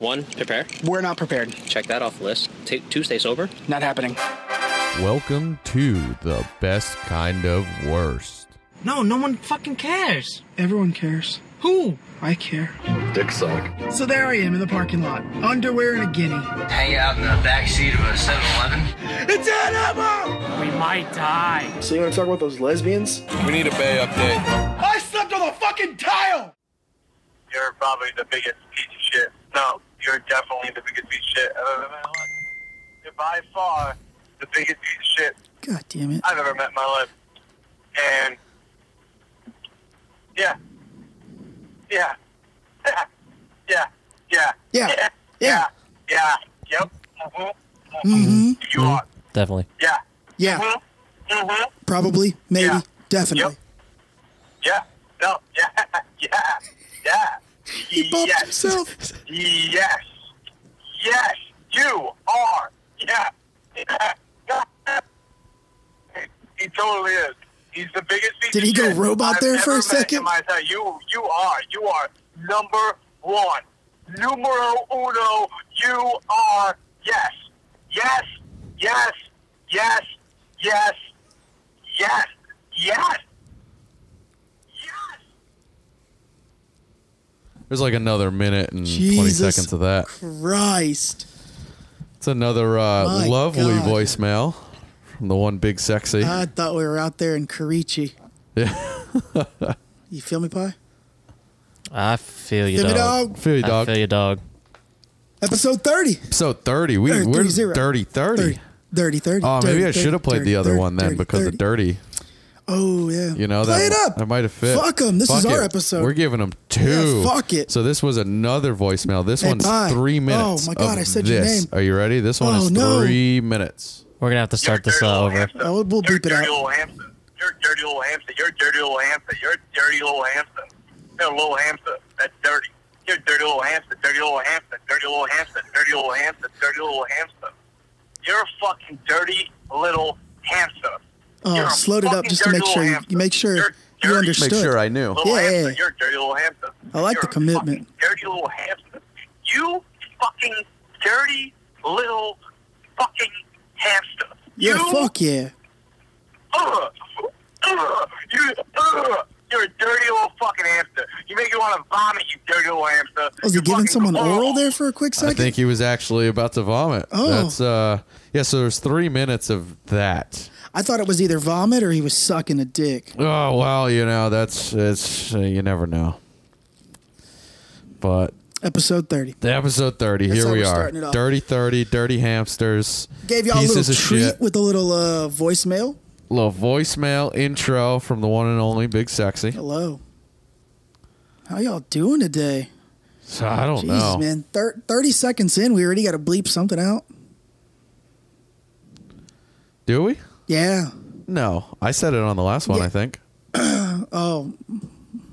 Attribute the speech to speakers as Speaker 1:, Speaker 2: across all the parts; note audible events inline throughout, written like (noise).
Speaker 1: One, prepare.
Speaker 2: We're not prepared.
Speaker 1: Check that off the list. T- two, stay sober.
Speaker 2: Not happening.
Speaker 3: Welcome to the best kind of worst.
Speaker 4: No, no one fucking cares.
Speaker 2: Everyone cares.
Speaker 4: Who?
Speaker 2: I care.
Speaker 5: Dick suck.
Speaker 2: So there I am in the parking lot, underwear and a guinea.
Speaker 6: hang out in the back seat of a 7-Eleven.
Speaker 4: We might die.
Speaker 5: So you want to talk about those lesbians?
Speaker 7: We need a Bay update.
Speaker 5: I slept on the fucking tile.
Speaker 8: you're probably the biggest piece of shit. No, you're definitely the biggest piece of shit I've ever met in my life. You're by far the biggest piece of shit
Speaker 2: God damn it.
Speaker 8: I've ever met in my life. And yeah, yeah, (laughs) yeah, yeah, yeah,
Speaker 2: Yeah.
Speaker 8: yeah,
Speaker 2: Yeah.
Speaker 8: yeah, yeah. yep. Mm-hmm. You are.
Speaker 9: Definitely.
Speaker 8: Yeah.
Speaker 2: Yeah.
Speaker 8: Mhm. Mhm.
Speaker 2: Probably. Maybe.
Speaker 8: Yeah.
Speaker 2: Definitely.
Speaker 8: Yep. Yeah. No. (laughs) Yeah. Yeah. Yeah.
Speaker 2: He bumped
Speaker 8: yes.
Speaker 2: himself.
Speaker 8: Yes. Yes. You are. Yeah. he totally is. He's the biggest piece
Speaker 2: Did
Speaker 8: of
Speaker 2: he go
Speaker 8: shit
Speaker 2: robot
Speaker 8: I've
Speaker 2: there
Speaker 8: ever
Speaker 2: for a
Speaker 8: met
Speaker 2: second?
Speaker 8: in my entire- You, you are. You are number one. Numero uno. You are. Yes. Yes. Yes. Yes. Yes. Yes. Yes. Yes.
Speaker 3: There's like another minute and 20
Speaker 2: Jesus.
Speaker 3: seconds of that.
Speaker 2: Christ.
Speaker 3: It's another uh,
Speaker 2: My
Speaker 3: lovely
Speaker 2: God. Uh,
Speaker 3: voicemail from the one big sexy.
Speaker 2: I thought we were out there in Karichi.
Speaker 3: yeah.
Speaker 2: You feel me, Pie?
Speaker 9: I feel you,
Speaker 2: Feel me,
Speaker 9: dog.
Speaker 2: dog.
Speaker 3: Feel you,
Speaker 9: I
Speaker 3: dog.
Speaker 9: feel you, dog.
Speaker 2: Episode 30.
Speaker 3: Episode 30. We,
Speaker 2: Or
Speaker 3: we're 30
Speaker 2: 30.
Speaker 3: 30.
Speaker 2: 30. 30, 30.
Speaker 3: Oh, maybe
Speaker 2: 30,
Speaker 3: I should have played
Speaker 2: 30,
Speaker 3: the other
Speaker 2: 30,
Speaker 3: one then
Speaker 2: 30,
Speaker 3: because
Speaker 2: 30.
Speaker 3: the dirty.
Speaker 2: Oh, yeah.
Speaker 3: You know,
Speaker 2: Play
Speaker 3: that,
Speaker 2: it up.
Speaker 3: That might have fit.
Speaker 2: Fuck 'em. This
Speaker 3: Fuck
Speaker 2: is our
Speaker 3: it.
Speaker 2: episode.
Speaker 3: We're giving them two.
Speaker 2: Yeah, fuck it.
Speaker 3: So this was another voicemail. This
Speaker 2: Hey,
Speaker 3: one's
Speaker 2: Pi.
Speaker 3: three
Speaker 2: Oh,
Speaker 3: minutes.
Speaker 2: my
Speaker 3: of
Speaker 2: God, I said your
Speaker 3: this.
Speaker 2: name.
Speaker 3: Are you ready? This one
Speaker 2: Oh,
Speaker 3: is
Speaker 2: no.
Speaker 3: three minutes.
Speaker 9: We're gonna have to start this uh, over.
Speaker 2: I will- Oh, we'll
Speaker 8: You're
Speaker 2: beep it
Speaker 8: dirty
Speaker 2: out.
Speaker 8: Little hamster. You're dirty little hamster. You're dirty little hamster. You're dirty little hamster. You're a little hamster. That's dirty. You're dirty little hamster. Dirty little hamster. Dirty little hamster. Dirty little hamster. Dirty little hamster. You're a fucking dirty little hamster.
Speaker 2: Oh,
Speaker 8: You're a
Speaker 2: slowed it up
Speaker 8: fucking
Speaker 2: just to make
Speaker 8: dirty
Speaker 2: sure
Speaker 8: little
Speaker 2: you-
Speaker 8: hamster.
Speaker 2: you make sure
Speaker 8: You're
Speaker 2: you
Speaker 8: dirty
Speaker 2: understand.
Speaker 3: Make
Speaker 2: Understood.
Speaker 3: sure I knew.
Speaker 8: Little
Speaker 2: Yeah,
Speaker 8: hamster.
Speaker 2: yeah.
Speaker 8: You're a dirty little hamster.
Speaker 2: I like the
Speaker 8: You're a
Speaker 2: commitment.
Speaker 8: fucking Dirty little hamster. You fucking dirty little fucking hamster.
Speaker 2: Yeah,
Speaker 8: you
Speaker 2: fuck yeah.
Speaker 8: Ugh. Ugh. uh, you, ugh. you're a dirty old fucking hamster. You make me want to vomit, you dirty old hamster.
Speaker 2: Was he
Speaker 8: you
Speaker 2: Oh, giving
Speaker 8: fucking
Speaker 2: someone oral
Speaker 8: horrible.
Speaker 2: there for a quick
Speaker 3: I
Speaker 2: second?
Speaker 3: think he was actually about to vomit.
Speaker 2: Oh.
Speaker 3: That's uh yeah, so there's three minutes of that.
Speaker 2: I thought it was either vomit or he was sucking a dick.
Speaker 3: Oh well, you know, that's it's uh, you never know. But
Speaker 2: Episode 30.
Speaker 3: the episode thirty,
Speaker 2: That's
Speaker 3: here
Speaker 2: how
Speaker 3: we
Speaker 2: we're
Speaker 3: are.
Speaker 2: starting it off.
Speaker 3: Dirty thirty, dirty hamsters.
Speaker 2: Gave y'all a little
Speaker 3: pieces
Speaker 2: treat
Speaker 3: of shit.
Speaker 2: with a little uh, voicemail.
Speaker 3: little voicemail intro from the one and only Big Sexy.
Speaker 2: Hello. How y'all doing today?
Speaker 3: So I don't
Speaker 2: Jesus,
Speaker 3: know.
Speaker 2: man. Thir- 30 seconds in, we already got to bleep something out.
Speaker 3: Do we?
Speaker 2: Yeah.
Speaker 3: No. I said it on the last one,
Speaker 2: Yeah.
Speaker 3: I think.
Speaker 2: Oh,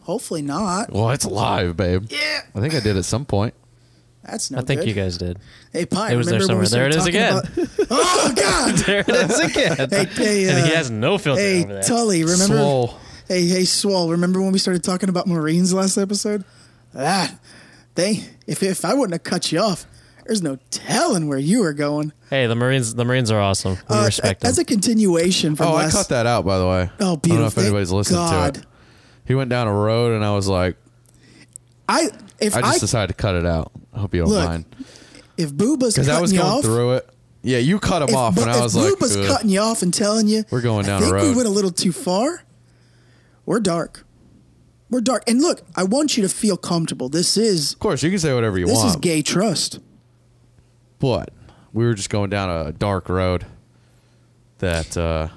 Speaker 2: hopefully not.
Speaker 3: Well, it's live, babe.
Speaker 2: Yeah.
Speaker 3: I think I did at some point.
Speaker 2: That's no
Speaker 9: I think
Speaker 2: good.
Speaker 9: you guys did.
Speaker 2: Hey, Pie,
Speaker 9: It was there
Speaker 2: remember when we
Speaker 9: somewhere. There
Speaker 2: started
Speaker 9: it is
Speaker 2: talking about- (laughs) oh,
Speaker 9: (laughs)
Speaker 2: God.
Speaker 9: There it is again.
Speaker 2: Hey, hey,
Speaker 9: and he
Speaker 2: uh,
Speaker 9: has no filter over
Speaker 2: Hey,
Speaker 9: that.
Speaker 2: Tully, remember?
Speaker 3: Swole.
Speaker 2: Hey, hey, Swole, remember when we started talking about Marines last episode? That they if if I wouldn't have cut you off, there's no telling where you were going.
Speaker 9: hey, the Marines. The Marines are awesome. We
Speaker 2: Uh,
Speaker 9: respect them.
Speaker 2: as a continuation from
Speaker 3: Oh, I
Speaker 2: last.
Speaker 3: cut that out, by the way.
Speaker 2: Oh,
Speaker 3: I don't know
Speaker 2: beautiful.
Speaker 3: if anybody's
Speaker 2: Thank
Speaker 3: listening
Speaker 2: God.
Speaker 3: to it. He went down a road, and I was like,
Speaker 2: I if
Speaker 3: I
Speaker 2: I,
Speaker 3: just decided to cut it out. I hope you don't
Speaker 2: Look,
Speaker 3: mind.
Speaker 2: if
Speaker 3: Because
Speaker 2: Booba's cutting
Speaker 3: I was
Speaker 2: you
Speaker 3: going
Speaker 2: off,
Speaker 3: through it. Yeah, you cut him
Speaker 2: if,
Speaker 3: off,
Speaker 2: Bu-
Speaker 3: and
Speaker 2: if
Speaker 3: I was like,
Speaker 2: Booba's
Speaker 3: "Ugh."
Speaker 2: cutting you off and telling you
Speaker 3: We're going down
Speaker 2: I
Speaker 3: a
Speaker 2: think we
Speaker 3: road."
Speaker 2: went a little too far. We're dark. We're dark. And look, I want you to feel comfortable. This is
Speaker 3: of course, you can say whatever you
Speaker 2: this
Speaker 3: want.
Speaker 2: is gay trust.
Speaker 3: But we were just going down a dark road that uh,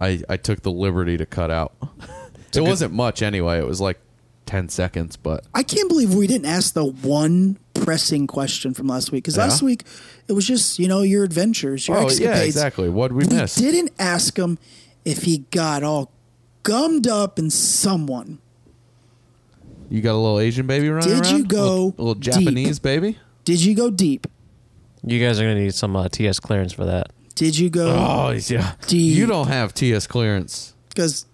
Speaker 3: I I took the liberty to cut out. (laughs) it wasn't much anyway. It was like ten seconds, but
Speaker 2: I can't believe we didn't ask the one pressing question from last week because
Speaker 3: Yeah.
Speaker 2: last week it was just you know your adventures, your
Speaker 3: oh
Speaker 2: escapades.
Speaker 3: yeah, exactly. What we
Speaker 2: We
Speaker 3: missed?
Speaker 2: didn't ask him if he got all gummed up in someone.
Speaker 3: You got a little Asian baby running
Speaker 2: Did you
Speaker 3: around? a
Speaker 2: go
Speaker 3: little, a little
Speaker 2: deep?
Speaker 3: Japanese baby?
Speaker 2: Did you go deep?
Speaker 9: you guys are gonna need some uh, TS clearance for that. Ah.
Speaker 2: Did you go?
Speaker 3: Oh yeah.
Speaker 2: Deep.
Speaker 3: You don't have TS clearance.
Speaker 2: Because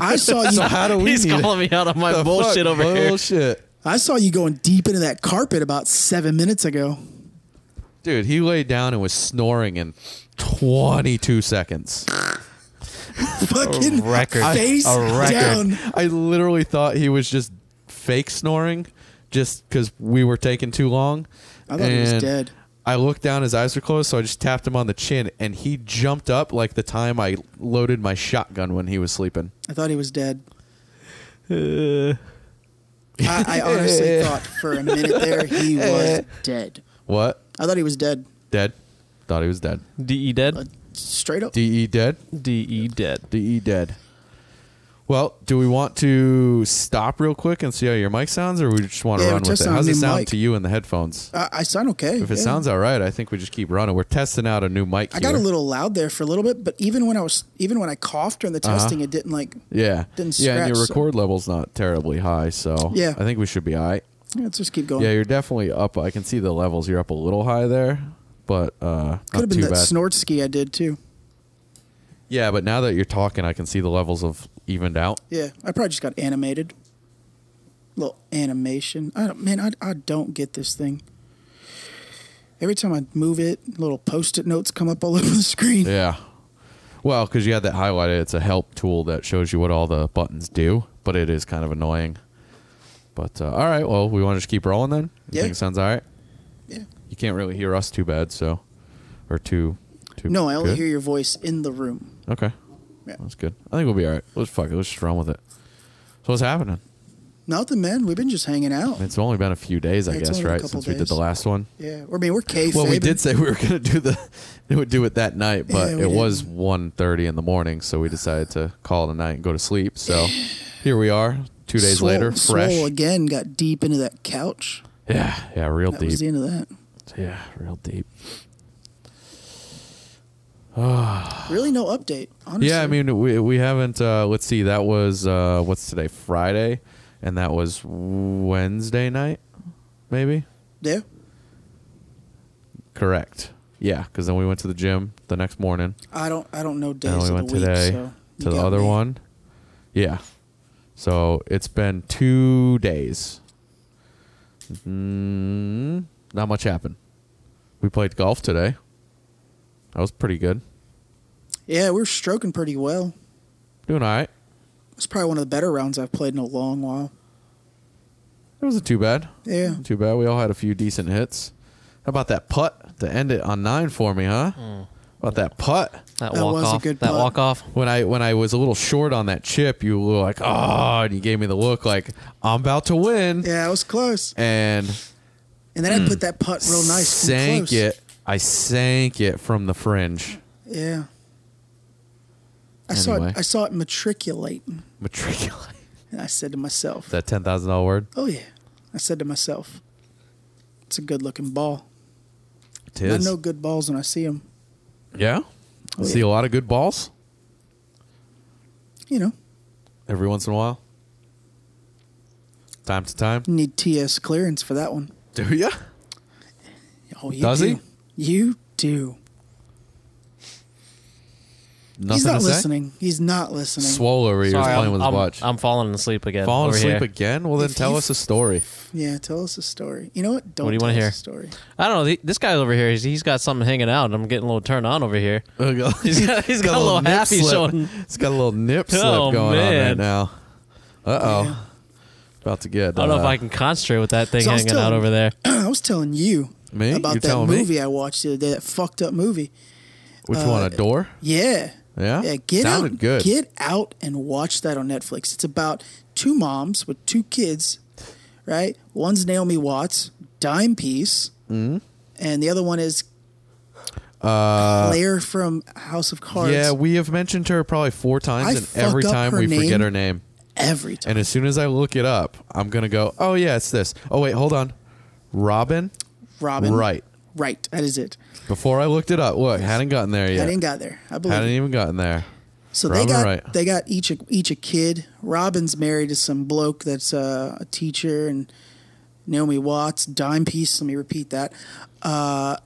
Speaker 2: I saw you.
Speaker 3: How do we
Speaker 9: He's (laughs)
Speaker 3: need it?
Speaker 9: calling me out on my
Speaker 3: The
Speaker 9: bullshit
Speaker 3: fuck?
Speaker 9: over here.
Speaker 3: Bullshit.
Speaker 2: I saw you going deep into that carpet about seven minutes ago.
Speaker 3: Dude, he laid down and was snoring in 22 seconds.
Speaker 2: Fucking
Speaker 9: record.
Speaker 2: face
Speaker 9: A record.
Speaker 2: down.
Speaker 3: I literally thought he was just fake snoring just because we were taking too long.
Speaker 2: I thought he was
Speaker 3: And
Speaker 2: dead.
Speaker 3: I looked down, his eyes were closed, so I just tapped him on the chin, and he jumped up like the time I loaded my shotgun when he was sleeping.
Speaker 2: I thought he was dead.
Speaker 3: Uh.
Speaker 2: I, I
Speaker 3: (laughs)
Speaker 2: honestly thought for a minute there he was dead.
Speaker 3: What?
Speaker 2: I thought he was dead.
Speaker 3: Dead? Thought he was dead.
Speaker 9: De dead.
Speaker 2: Straight up.
Speaker 3: DE E dead?
Speaker 9: De dead.
Speaker 3: DE dead. Well, do we want to stop real quick and see how your mic sounds, or we just want to
Speaker 2: Yeah,
Speaker 3: run
Speaker 2: just
Speaker 3: with it?
Speaker 2: on
Speaker 3: How's
Speaker 2: the
Speaker 3: it sound
Speaker 2: mic.
Speaker 3: to you in the headphones?
Speaker 2: I, I sound okay.
Speaker 3: If it
Speaker 2: yeah.
Speaker 3: sounds all right, I think we just keep running. We're testing out a new mic.
Speaker 2: I got a
Speaker 3: here.
Speaker 2: little loud there for a little bit, but even when I was, even when I coughed during the
Speaker 3: Uh-huh.
Speaker 2: testing, it didn't like.
Speaker 3: Yeah.
Speaker 2: Didn't
Speaker 3: yeah, and your
Speaker 2: scratch, so-
Speaker 3: record level's not terribly high, so
Speaker 2: Yeah.
Speaker 3: I think we should be all right.
Speaker 2: Yeah, let's just keep going.
Speaker 3: Yeah, you're definitely up. I can see the levels. You're up a little high there, but uh,
Speaker 2: Could
Speaker 3: not
Speaker 2: have been
Speaker 3: too
Speaker 2: that
Speaker 3: bad.
Speaker 2: snort ski I did too.
Speaker 3: yeah, but now that you're talking, I can see the levels have evened out.
Speaker 2: Yeah, I probably just got animated. Little animation. I don't, man, I, I don't get this thing. Every time I move it, little post-it notes come up all (laughs) over the screen.
Speaker 3: Yeah. Well, because you had that highlighted, it's a help tool that shows you what all the buttons do, but it is kind of annoying. But uh, all right, well, we want to just keep rolling then. You
Speaker 2: Yeah.
Speaker 3: think it sounds all right?
Speaker 2: Yeah.
Speaker 3: You can't really hear us too bad, so or too. too
Speaker 2: No, I only
Speaker 3: good?
Speaker 2: hear your voice in the room.
Speaker 3: Okay.
Speaker 2: Yeah.
Speaker 3: That's good. I think we'll be all right. Let's fuck it. Let's just run with it. So what's happening?
Speaker 2: Nothing, man. We've been just hanging out.
Speaker 3: It's only been a few days, I guess,
Speaker 2: It's only been a
Speaker 3: right?
Speaker 2: couple
Speaker 3: Since we did the
Speaker 2: days.
Speaker 3: last one.
Speaker 2: yeah, or I mean, we're cave.
Speaker 3: Well, we did say we were gonna do the, we would do it that night, but
Speaker 2: Yeah,
Speaker 3: it
Speaker 2: we
Speaker 3: was
Speaker 2: did.
Speaker 3: 1.30 in the morning, so we decided to call it a night and go to sleep. So here we are, two days later, fresh.
Speaker 2: Swole again. Got deep into that couch.
Speaker 3: Yeah, yeah, real
Speaker 2: That
Speaker 3: deep.
Speaker 2: was the end of that.
Speaker 3: yeah, real deep.
Speaker 2: Really, no update. Honestly.
Speaker 3: Yeah, I mean, we we haven't. Uh, let's see, that was uh, what's today, Friday, and that was Wednesday night, maybe.
Speaker 2: yeah.
Speaker 3: Correct. Yeah, because then we went to the gym the next morning.
Speaker 2: I don't. I don't know days
Speaker 3: and
Speaker 2: of
Speaker 3: we
Speaker 2: the
Speaker 3: went
Speaker 2: week.
Speaker 3: today
Speaker 2: so you
Speaker 3: to the
Speaker 2: got
Speaker 3: other
Speaker 2: me.
Speaker 3: one. Yeah. So it's been two days. Mm, not much happened. We played golf today. That was pretty good.
Speaker 2: Yeah, we're stroking pretty well.
Speaker 3: Doing all right.
Speaker 2: It's probably one of the better rounds I've played in a long while.
Speaker 3: It wasn't too bad.
Speaker 2: Yeah.
Speaker 3: Too bad. We all had a few decent hits. How about that putt to end it on nine for me, huh? About that putt.
Speaker 9: That,
Speaker 2: That
Speaker 9: walk
Speaker 2: was a
Speaker 9: off.
Speaker 2: good
Speaker 9: that
Speaker 2: putt.
Speaker 9: walk off.
Speaker 3: when I when I was a little short on that chip, you were like, "Oh," and you gave me the look like I'm about to win,
Speaker 2: Yeah, it was close.
Speaker 3: and
Speaker 2: And then I put that putt real nice.
Speaker 3: sank
Speaker 2: and close.
Speaker 3: it. I sank it from the fringe.
Speaker 2: Yeah. I saw
Speaker 3: Anyway.
Speaker 2: it. I saw it matriculate,
Speaker 3: Matriculate. (laughs)
Speaker 2: and I said to myself,
Speaker 3: That ten thousand dollar word.
Speaker 2: "Oh yeah." I said to myself, "It's a good-looking ball.
Speaker 3: It
Speaker 2: I
Speaker 3: is.
Speaker 2: know good balls when I see them.
Speaker 3: yeah.
Speaker 2: Oh,
Speaker 3: I see a lot of good balls
Speaker 2: You know,
Speaker 3: every once in a while. Time to
Speaker 2: (laughs)
Speaker 3: time.
Speaker 2: need TS clearance for that one.
Speaker 3: Do ya?
Speaker 2: Oh, you
Speaker 3: Does
Speaker 2: do.
Speaker 3: he?
Speaker 2: You do.
Speaker 3: Nothing
Speaker 2: He's not
Speaker 3: to
Speaker 2: listening. He's not listening.
Speaker 3: say. Swole over here is
Speaker 9: Sorry,
Speaker 3: playing
Speaker 9: I'm,
Speaker 3: with his
Speaker 9: I'm,
Speaker 3: watch.
Speaker 9: I'm falling asleep again.
Speaker 3: Falling
Speaker 9: over
Speaker 3: asleep
Speaker 9: here.
Speaker 3: again? Well, then
Speaker 2: If
Speaker 3: tell
Speaker 2: you-
Speaker 3: us a
Speaker 2: (laughs)
Speaker 3: story.
Speaker 2: yeah, tell us a story. You know what? Don't
Speaker 9: do you
Speaker 2: tell
Speaker 9: wanna
Speaker 2: us
Speaker 9: hear?
Speaker 2: a story.
Speaker 9: I don't know. th- This guy over here, he's, he's got something hanging out. and I'm getting a little turned on over here. (laughs)
Speaker 2: Oh,
Speaker 9: He's got, he's got a little
Speaker 3: nip
Speaker 9: happy
Speaker 3: slip.
Speaker 9: showing.
Speaker 3: It's got a
Speaker 9: (laughs)
Speaker 3: little nip slip
Speaker 9: Oh,
Speaker 3: going on right
Speaker 9: man.
Speaker 3: now. Uh oh. About to
Speaker 9: I
Speaker 3: get.
Speaker 9: don't know
Speaker 3: uh,
Speaker 9: if I can concentrate with that thing
Speaker 2: So I was
Speaker 9: hanging out
Speaker 2: telling-
Speaker 9: over there.
Speaker 2: (clears throat) I was telling you
Speaker 3: Me?
Speaker 2: about
Speaker 3: You're
Speaker 2: that
Speaker 3: telling me?
Speaker 2: movie I watched the other day. That fucked up movie.
Speaker 3: Which one? A door?
Speaker 2: Yeah.
Speaker 3: Yeah.
Speaker 2: Uh, Yeah, get
Speaker 3: Sounded
Speaker 2: out,
Speaker 3: good.
Speaker 2: Get out and watch that on Netflix. It's about two moms with two kids, right? One's Naomi Watts, dime piece,
Speaker 3: Mm-hmm.
Speaker 2: and the other one is Claire from House of Cards.
Speaker 3: Uh, yeah, we have mentioned her probably four times,
Speaker 2: I
Speaker 3: and every
Speaker 2: fuck up
Speaker 3: time
Speaker 2: her
Speaker 3: we forget
Speaker 2: name.
Speaker 3: her name.
Speaker 2: every time.
Speaker 3: And as soon as I look it up, I'm gonna go, "Oh yeah, it's this." Oh wait, hold on, Robin.
Speaker 2: Robin.
Speaker 3: Right.
Speaker 2: Right. That is it.
Speaker 3: Before I looked it up, look, hadn't gotten there
Speaker 2: I
Speaker 3: yet.
Speaker 2: didn't got there. I believe.
Speaker 3: hadn't
Speaker 2: it.
Speaker 3: even gotten there.
Speaker 2: So
Speaker 3: Robin
Speaker 2: they got
Speaker 3: Wright.
Speaker 2: they got each a, each a kid. Robin's married to some bloke that's uh, a teacher, and Naomi Watts, dime piece. Let me repeat that. Uh,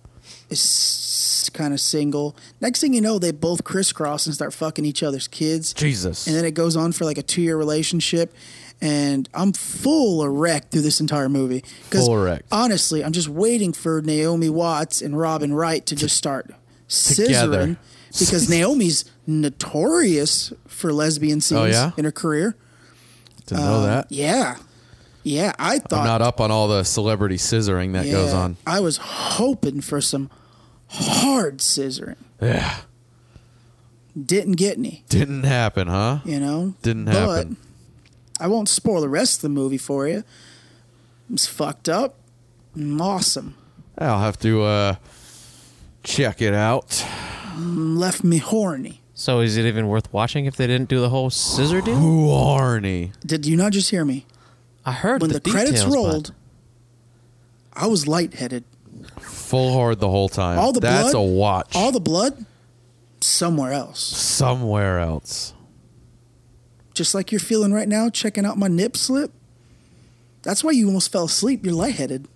Speaker 2: is kind of single. Next thing you know, they both crisscross and start fucking each other's kids,
Speaker 3: Jesus.
Speaker 2: and then it goes on for like a two year relationship, and I'm full erect through this entire movie. 'Cause
Speaker 3: Full erect.
Speaker 2: Honestly, I'm just waiting for Naomi Watts and Robin Wright to just start scissoring
Speaker 3: Together. (laughs)
Speaker 2: because Naomi's notorious for lesbian scenes
Speaker 3: Oh, yeah?
Speaker 2: in her career.
Speaker 3: Didn't know that.
Speaker 2: uh, Yeah. Yeah, I thought
Speaker 3: I'm not up on all the celebrity scissoring that goes
Speaker 2: Yeah.
Speaker 3: on.
Speaker 2: I was hoping for some hard scissoring.
Speaker 3: Yeah.
Speaker 2: Didn't get any,
Speaker 3: (sighs) Didn't happen, huh?
Speaker 2: you know?
Speaker 3: Didn't
Speaker 2: But
Speaker 3: happen.
Speaker 2: I won't spoil the rest of the movie for you. It's fucked up and awesome.
Speaker 3: I'll have to uh check it out.
Speaker 2: Left me horny.
Speaker 9: So is it even worth watching if they didn't do the whole scissor deal?
Speaker 3: Ooh, Arnie.
Speaker 2: Did you not just hear me?
Speaker 9: I heard
Speaker 2: When the,
Speaker 9: the, details,
Speaker 2: credits
Speaker 9: but-
Speaker 2: rolled, I was lightheaded.
Speaker 3: Full hard the whole time.
Speaker 2: All the
Speaker 3: That's
Speaker 2: blood-
Speaker 3: a watch.
Speaker 2: All the blood somewhere else.
Speaker 3: Somewhere else.
Speaker 2: Just like you're feeling right now checking out my nip slip. That's why you almost fell asleep. You're lightheaded.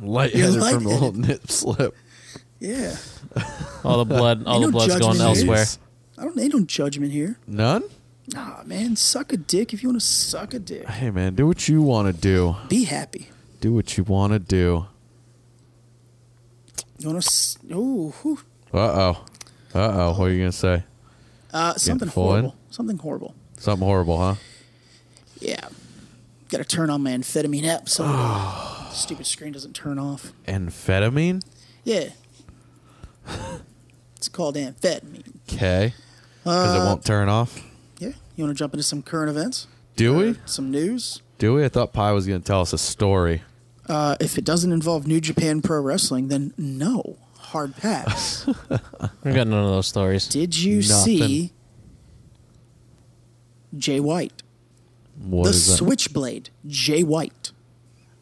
Speaker 3: Lightheaded from a
Speaker 2: lightheaded.
Speaker 3: little nip slip.
Speaker 2: Yeah.
Speaker 9: all the blood, all
Speaker 2: Ain't
Speaker 9: the
Speaker 2: no
Speaker 9: blood's going
Speaker 2: judgment here.
Speaker 9: elsewhere.
Speaker 2: I don't need no judgment here.
Speaker 3: None?
Speaker 2: Nah, man, suck a dick if you want to suck a dick.
Speaker 3: Hey man, do what you want to do.
Speaker 2: Be happy.
Speaker 3: Do what you want to do.
Speaker 2: You want to? S- Ooh, whew.
Speaker 3: Uh oh. Uh oh. What are you gonna say?
Speaker 2: uh, something
Speaker 3: full in?
Speaker 2: horrible. Something horrible.
Speaker 3: Something horrible, huh?
Speaker 2: Yeah. Got to turn on my amphetamine app so the stupid screen doesn't turn off.
Speaker 3: Amphetamine.
Speaker 2: Yeah. it's called amphetamine.
Speaker 3: Okay. Because
Speaker 2: Uh,
Speaker 3: it won't turn off.
Speaker 2: Yeah. You want to jump into some current events?
Speaker 3: Do we?
Speaker 2: Some news?
Speaker 3: Do we? I thought Pi was gonna tell us a story.
Speaker 2: Uh, if it doesn't involve New Japan Pro Wrestling, then no. Hard pass.
Speaker 9: We got none of those stories.
Speaker 2: Did you
Speaker 3: Nothing.
Speaker 2: see Jay White?
Speaker 3: What
Speaker 2: the
Speaker 3: is that?
Speaker 2: Switchblade, Jay White.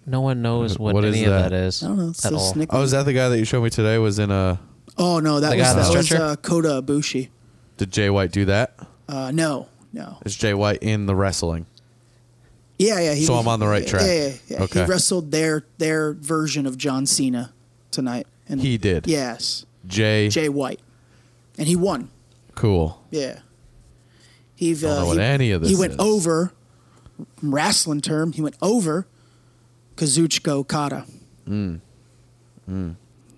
Speaker 9: No one knows what,
Speaker 3: What is
Speaker 9: any of
Speaker 3: that?
Speaker 9: that is.
Speaker 2: I don't know. It's
Speaker 9: at
Speaker 2: the
Speaker 9: all.
Speaker 2: snick-
Speaker 3: Oh, is that the guy that you showed me today? Was in a?
Speaker 2: Oh no, that
Speaker 9: The
Speaker 2: was
Speaker 9: guy on the
Speaker 2: that was
Speaker 9: stretcher?
Speaker 2: uh, Kota Ibushi.
Speaker 3: Did Jay White do that?
Speaker 2: Uh, no, no.
Speaker 3: Is Jay White in the wrestling?
Speaker 2: Yeah, yeah. He
Speaker 3: So
Speaker 2: was-
Speaker 3: I'm on the right
Speaker 2: yeah,
Speaker 3: track.
Speaker 2: Yeah, yeah. yeah.
Speaker 3: Okay.
Speaker 2: He wrestled their their version of John Cena tonight. And
Speaker 3: He did.
Speaker 2: Yes,
Speaker 3: Jay.
Speaker 2: Jay White, and he won.
Speaker 3: Cool.
Speaker 2: Yeah. He.
Speaker 3: don't know
Speaker 2: uh,
Speaker 3: what
Speaker 2: he,
Speaker 3: any of
Speaker 2: He
Speaker 3: this
Speaker 2: went
Speaker 3: is.
Speaker 2: over. Wrestling term, he went over. Kazuchika Okada.
Speaker 3: Mm.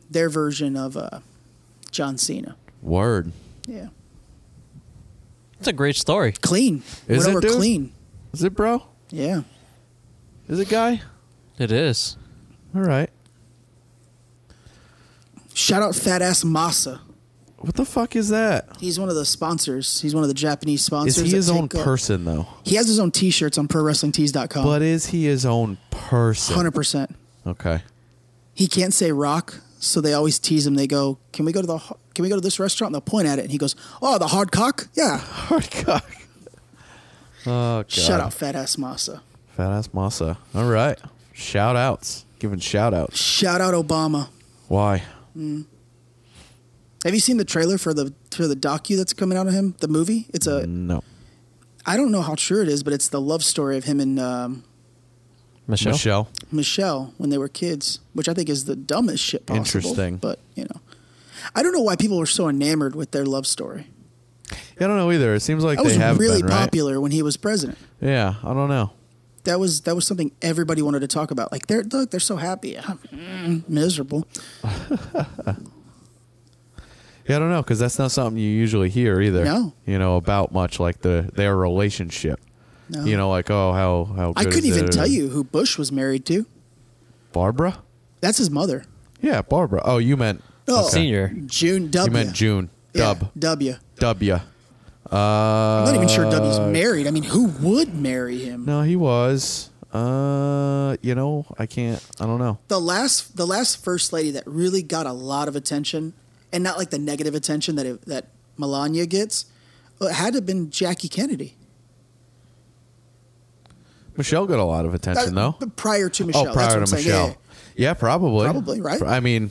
Speaker 2: Their version of uh, John Cena.
Speaker 3: Word.
Speaker 2: Yeah.
Speaker 9: It's a great story.
Speaker 2: Clean.
Speaker 3: Is
Speaker 2: Went
Speaker 3: it,
Speaker 2: over
Speaker 3: dude?
Speaker 2: clean.
Speaker 3: Is it, bro?
Speaker 2: Yeah.
Speaker 3: Is it guy?
Speaker 9: It is.
Speaker 3: All right.
Speaker 2: Shout out Fat Ass Masa.
Speaker 3: What the fuck is that?
Speaker 2: He's one of the sponsors. He's one of the Japanese
Speaker 3: Is
Speaker 2: sponsors.
Speaker 3: he
Speaker 2: that
Speaker 3: his own
Speaker 2: take, uh,
Speaker 3: person though?
Speaker 2: He has his own T-shirts on ProWrestlingTees.com.
Speaker 3: But is he his own person?
Speaker 2: hundred percent.
Speaker 3: Okay.
Speaker 2: He can't say rock, so they always tease him. They go, "Can we go to the? ho- Can we go to this restaurant?" And they'll point at it, and he goes, "Oh, the hard cock? Yeah."
Speaker 3: Hard
Speaker 2: (laughs)
Speaker 3: cock. Oh god.
Speaker 2: Shout out Fat Ass Masa.
Speaker 3: Fat ass masa. All right. Shout outs. Giving shout outs.
Speaker 2: Shout out Obama.
Speaker 3: Why?
Speaker 2: Have you seen the trailer for the for the docu that's coming out of him? The movie. It's a.
Speaker 3: No.
Speaker 2: I don't know how true it is, but it's the love story of him and um,
Speaker 9: Michelle.
Speaker 3: Michelle.
Speaker 2: Michelle when they were kids, which I think is the dumbest shit possible.
Speaker 3: Interesting.
Speaker 2: But, you know, I don't know why people were so enamored with their love story.
Speaker 3: Yeah, I don't know either. It seems like
Speaker 2: That was
Speaker 3: they have
Speaker 2: really
Speaker 3: been, right?
Speaker 2: popular when he was president.
Speaker 3: Yeah, I don't know.
Speaker 2: That was that was something everybody wanted to talk about. Like they're look, they're so happy. (sighs) Mm, miserable.
Speaker 3: Yeah, I don't know because that's not something you usually hear either.
Speaker 2: No.
Speaker 3: you know about much like the their relationship.
Speaker 2: No.
Speaker 3: You know, like oh how how
Speaker 2: I
Speaker 3: good
Speaker 2: couldn't
Speaker 3: is
Speaker 2: even
Speaker 3: it?
Speaker 2: tell you who Bush was married to.
Speaker 3: Barbara.
Speaker 2: That's his mother.
Speaker 3: Yeah, Barbara. Oh, you meant
Speaker 2: Oh,
Speaker 9: Senior.
Speaker 2: June W.
Speaker 3: you meant June
Speaker 2: Yeah,
Speaker 3: Dub
Speaker 2: W.
Speaker 3: W. Uh,
Speaker 2: I'm not even sure W's married. I mean, who would marry him?
Speaker 3: No, he was. Uh, you know, I can't. I don't know.
Speaker 2: the last the last first lady that really got a lot of attention, and not like the negative attention that it, that Melania gets, uh, had to have been Jackie Kennedy.
Speaker 3: Michelle got a lot of attention
Speaker 2: Uh,
Speaker 3: though.
Speaker 2: but prior to Michelle.
Speaker 3: oh,
Speaker 2: that's
Speaker 3: prior
Speaker 2: what
Speaker 3: to
Speaker 2: I'm saying. Yeah,
Speaker 3: Michelle. Yeah, probably.
Speaker 2: Probably, right?
Speaker 3: I mean,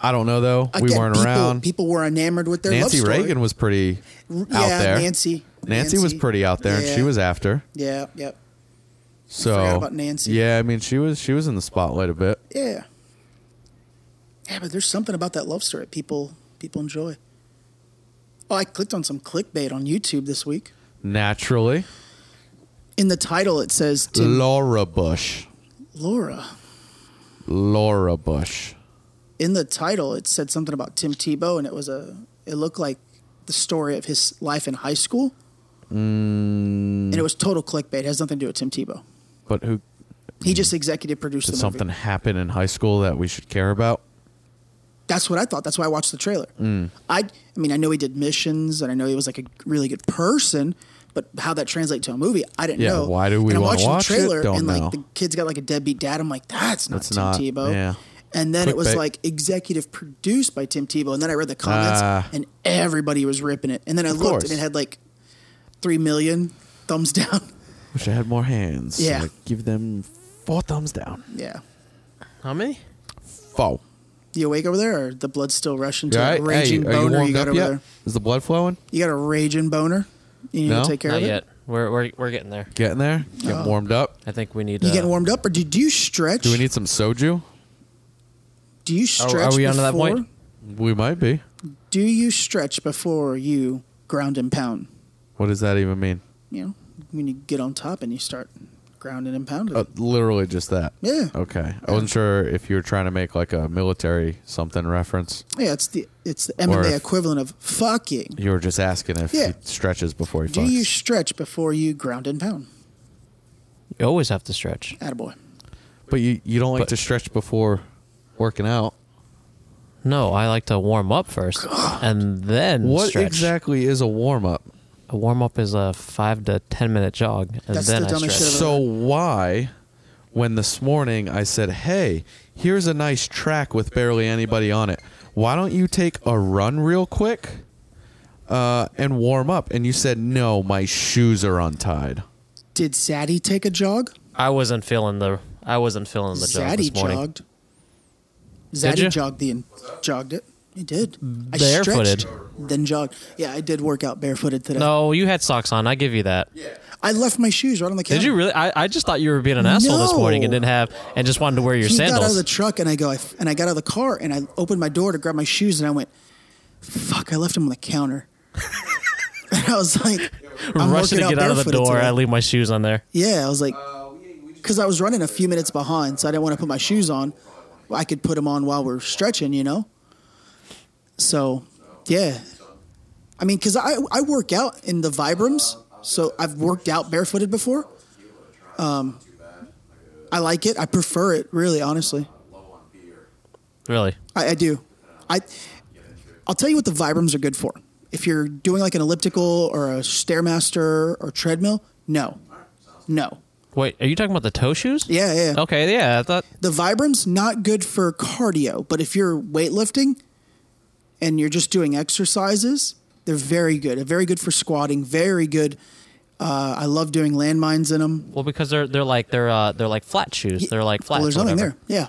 Speaker 3: I don't know though.
Speaker 2: yeah.
Speaker 3: we
Speaker 2: Again,
Speaker 3: weren't
Speaker 2: people,
Speaker 3: around.
Speaker 2: People were enamored with their
Speaker 3: Nancy
Speaker 2: love story.
Speaker 3: Reagan was pretty
Speaker 2: yeah,
Speaker 3: out there.
Speaker 2: Nancy.
Speaker 3: Nancy, was pretty out there, and
Speaker 2: Yeah.
Speaker 3: she was after.
Speaker 2: Yeah, yep.
Speaker 3: So
Speaker 2: forgot about Nancy.
Speaker 3: Yeah, I mean she was she was in the spotlight a bit.
Speaker 2: Yeah. Yeah, but there's something about that love story people people enjoy. Oh, I clicked on some clickbait on YouTube this week.
Speaker 3: Naturally,
Speaker 2: in the title it says Tim
Speaker 3: Laura Bush.
Speaker 2: Laura.
Speaker 3: Laura Bush.
Speaker 2: In the title it said something about Tim Tebow and it was a it looked like the story of his life in high school. And it was total clickbait. It has nothing to do with Tim Tebow.
Speaker 3: But who
Speaker 2: He just executive produced the
Speaker 3: did
Speaker 2: movie.
Speaker 3: something happen in high school that we should care about?
Speaker 2: That's what I thought. That's why I watched the trailer.
Speaker 3: Mm.
Speaker 2: I, I mean, I know he did missions, and I know he was like a really good person, but how that translates to a movie, I didn't
Speaker 3: Yeah,
Speaker 2: know.
Speaker 3: why do we
Speaker 2: And I'm
Speaker 3: wanna
Speaker 2: watching
Speaker 3: watch
Speaker 2: the
Speaker 3: it?
Speaker 2: trailer,
Speaker 3: Don't
Speaker 2: and
Speaker 3: know.
Speaker 2: like the kid's got like a deadbeat dad. I'm like, that's not
Speaker 3: That's
Speaker 2: Tim
Speaker 3: not-
Speaker 2: Tebow.
Speaker 3: yeah.
Speaker 2: And then it was
Speaker 3: Clickbait.
Speaker 2: like executive produced by Tim Tebow, and then I read the comments,
Speaker 3: Ah.
Speaker 2: and everybody was ripping it. And then I looked,
Speaker 3: course.
Speaker 2: and it had like three million thumbs (laughs) down.
Speaker 3: Wish I had more hands.
Speaker 2: Yeah.
Speaker 3: Like, give them four thumbs down.
Speaker 2: yeah.
Speaker 9: How many?
Speaker 3: Four.
Speaker 2: You awake over there, or the blood's still rushing to
Speaker 3: You all
Speaker 2: a
Speaker 3: right?
Speaker 2: raging
Speaker 3: hey, are you
Speaker 2: boner
Speaker 3: warmed
Speaker 2: you
Speaker 3: up
Speaker 2: got over
Speaker 3: yet?
Speaker 2: there?
Speaker 3: Is the blood flowing?
Speaker 2: You got a raging boner. You need
Speaker 3: No?
Speaker 2: to take care
Speaker 9: Not
Speaker 2: of it.
Speaker 9: yet. We're, we're we're getting there.
Speaker 3: Getting there?
Speaker 2: Oh.
Speaker 3: Getting warmed up?
Speaker 9: I think we need.
Speaker 2: You
Speaker 9: uh,
Speaker 2: getting warmed up, or did you stretch?
Speaker 3: Do we need some soju?
Speaker 2: Do you
Speaker 9: Are-
Speaker 2: stretch?
Speaker 9: are we onto
Speaker 2: before,
Speaker 9: that point?
Speaker 3: We might be.
Speaker 2: Do you stretch before you ground and pound?
Speaker 3: What does that even mean?
Speaker 2: You know, when you get on top and you start grounding and pounding.
Speaker 9: Oh.
Speaker 3: Uh, literally just that.
Speaker 2: Yeah.
Speaker 3: Okay. I wasn't sure if you were trying to make like a military something reference.
Speaker 2: yeah, it's the it's the
Speaker 3: Or
Speaker 2: MMA
Speaker 3: if-
Speaker 2: equivalent of fucking.
Speaker 3: You were just asking if
Speaker 2: Yeah.
Speaker 3: he stretches before he
Speaker 2: Do
Speaker 3: fucks.
Speaker 2: you stretch before you ground and pound?
Speaker 9: You always have to stretch.
Speaker 2: Attaboy.
Speaker 3: but you, you don't like
Speaker 9: But-
Speaker 3: to stretch before working out.
Speaker 9: No, I like to warm up first and then
Speaker 3: What
Speaker 9: stretch.
Speaker 3: exactly is a warm up?
Speaker 9: A warm up is a five to ten minute jog, and
Speaker 2: That's
Speaker 9: then
Speaker 2: the
Speaker 9: I
Speaker 2: dumbest
Speaker 9: stretch.
Speaker 2: shit
Speaker 3: So why, when this morning I said, "Hey, here's a nice track with barely anybody on it. Why don't you take a run real quick, uh, and warm up?" And you said, "No, my shoes are untied."
Speaker 2: Did Zaddy take a jog?
Speaker 9: I wasn't feeling the. I wasn't feeling the jog
Speaker 2: Zaddy
Speaker 9: this morning.
Speaker 2: jogged.
Speaker 9: ya?
Speaker 2: Zaddy jogged the jogged it. He did. I
Speaker 9: Barefooted.
Speaker 2: stretched, then jogged. Yeah, I did work out barefooted today.
Speaker 9: No, you had socks on. I give you that.
Speaker 2: I left my shoes right on the counter.
Speaker 9: Did you really? I, I just thought you were being an asshole this morning and
Speaker 2: No.
Speaker 9: didn't have and just wanted to wear your
Speaker 2: he got out of
Speaker 9: sandals.
Speaker 2: the truck and I go I f and I got out of the car and I opened my door to grab my shoes and I went, "Fuck! I left them on the counter." (laughs) and I was like, "I'm
Speaker 9: Rushing
Speaker 2: working
Speaker 9: to
Speaker 2: out
Speaker 9: get out of the
Speaker 2: barefooted
Speaker 9: door,
Speaker 2: today.
Speaker 9: I leave my shoes on there.
Speaker 2: yeah, I was like, because I was running a few minutes behind, so I didn't want to put my shoes on. I could put them on while we're stretching, you know. So, yeah, I mean, because I I work out in the Vibrams, so I've worked out barefooted before. Um, I like it. I prefer it, really, honestly.
Speaker 9: Really?
Speaker 2: I, I do. I I'll tell you what the Vibrams are good for. If you're doing like an elliptical or a stairmaster or treadmill, no, no,
Speaker 9: Wait, are you talking about the toe shoes?
Speaker 2: yeah, yeah. yeah.
Speaker 9: Okay, yeah, I thought
Speaker 2: The Vibrams not good for cardio, but if you're weightlifting and you're just doing exercises, they're very good. Very good for squatting. Very good. Uh, I love doing landmines in them.
Speaker 9: well because they're they're like they're uh they're like flat shoes. They're like
Speaker 2: Well,
Speaker 9: flats.
Speaker 2: there's
Speaker 9: or
Speaker 2: nothing
Speaker 9: whatever.
Speaker 2: there. Yeah.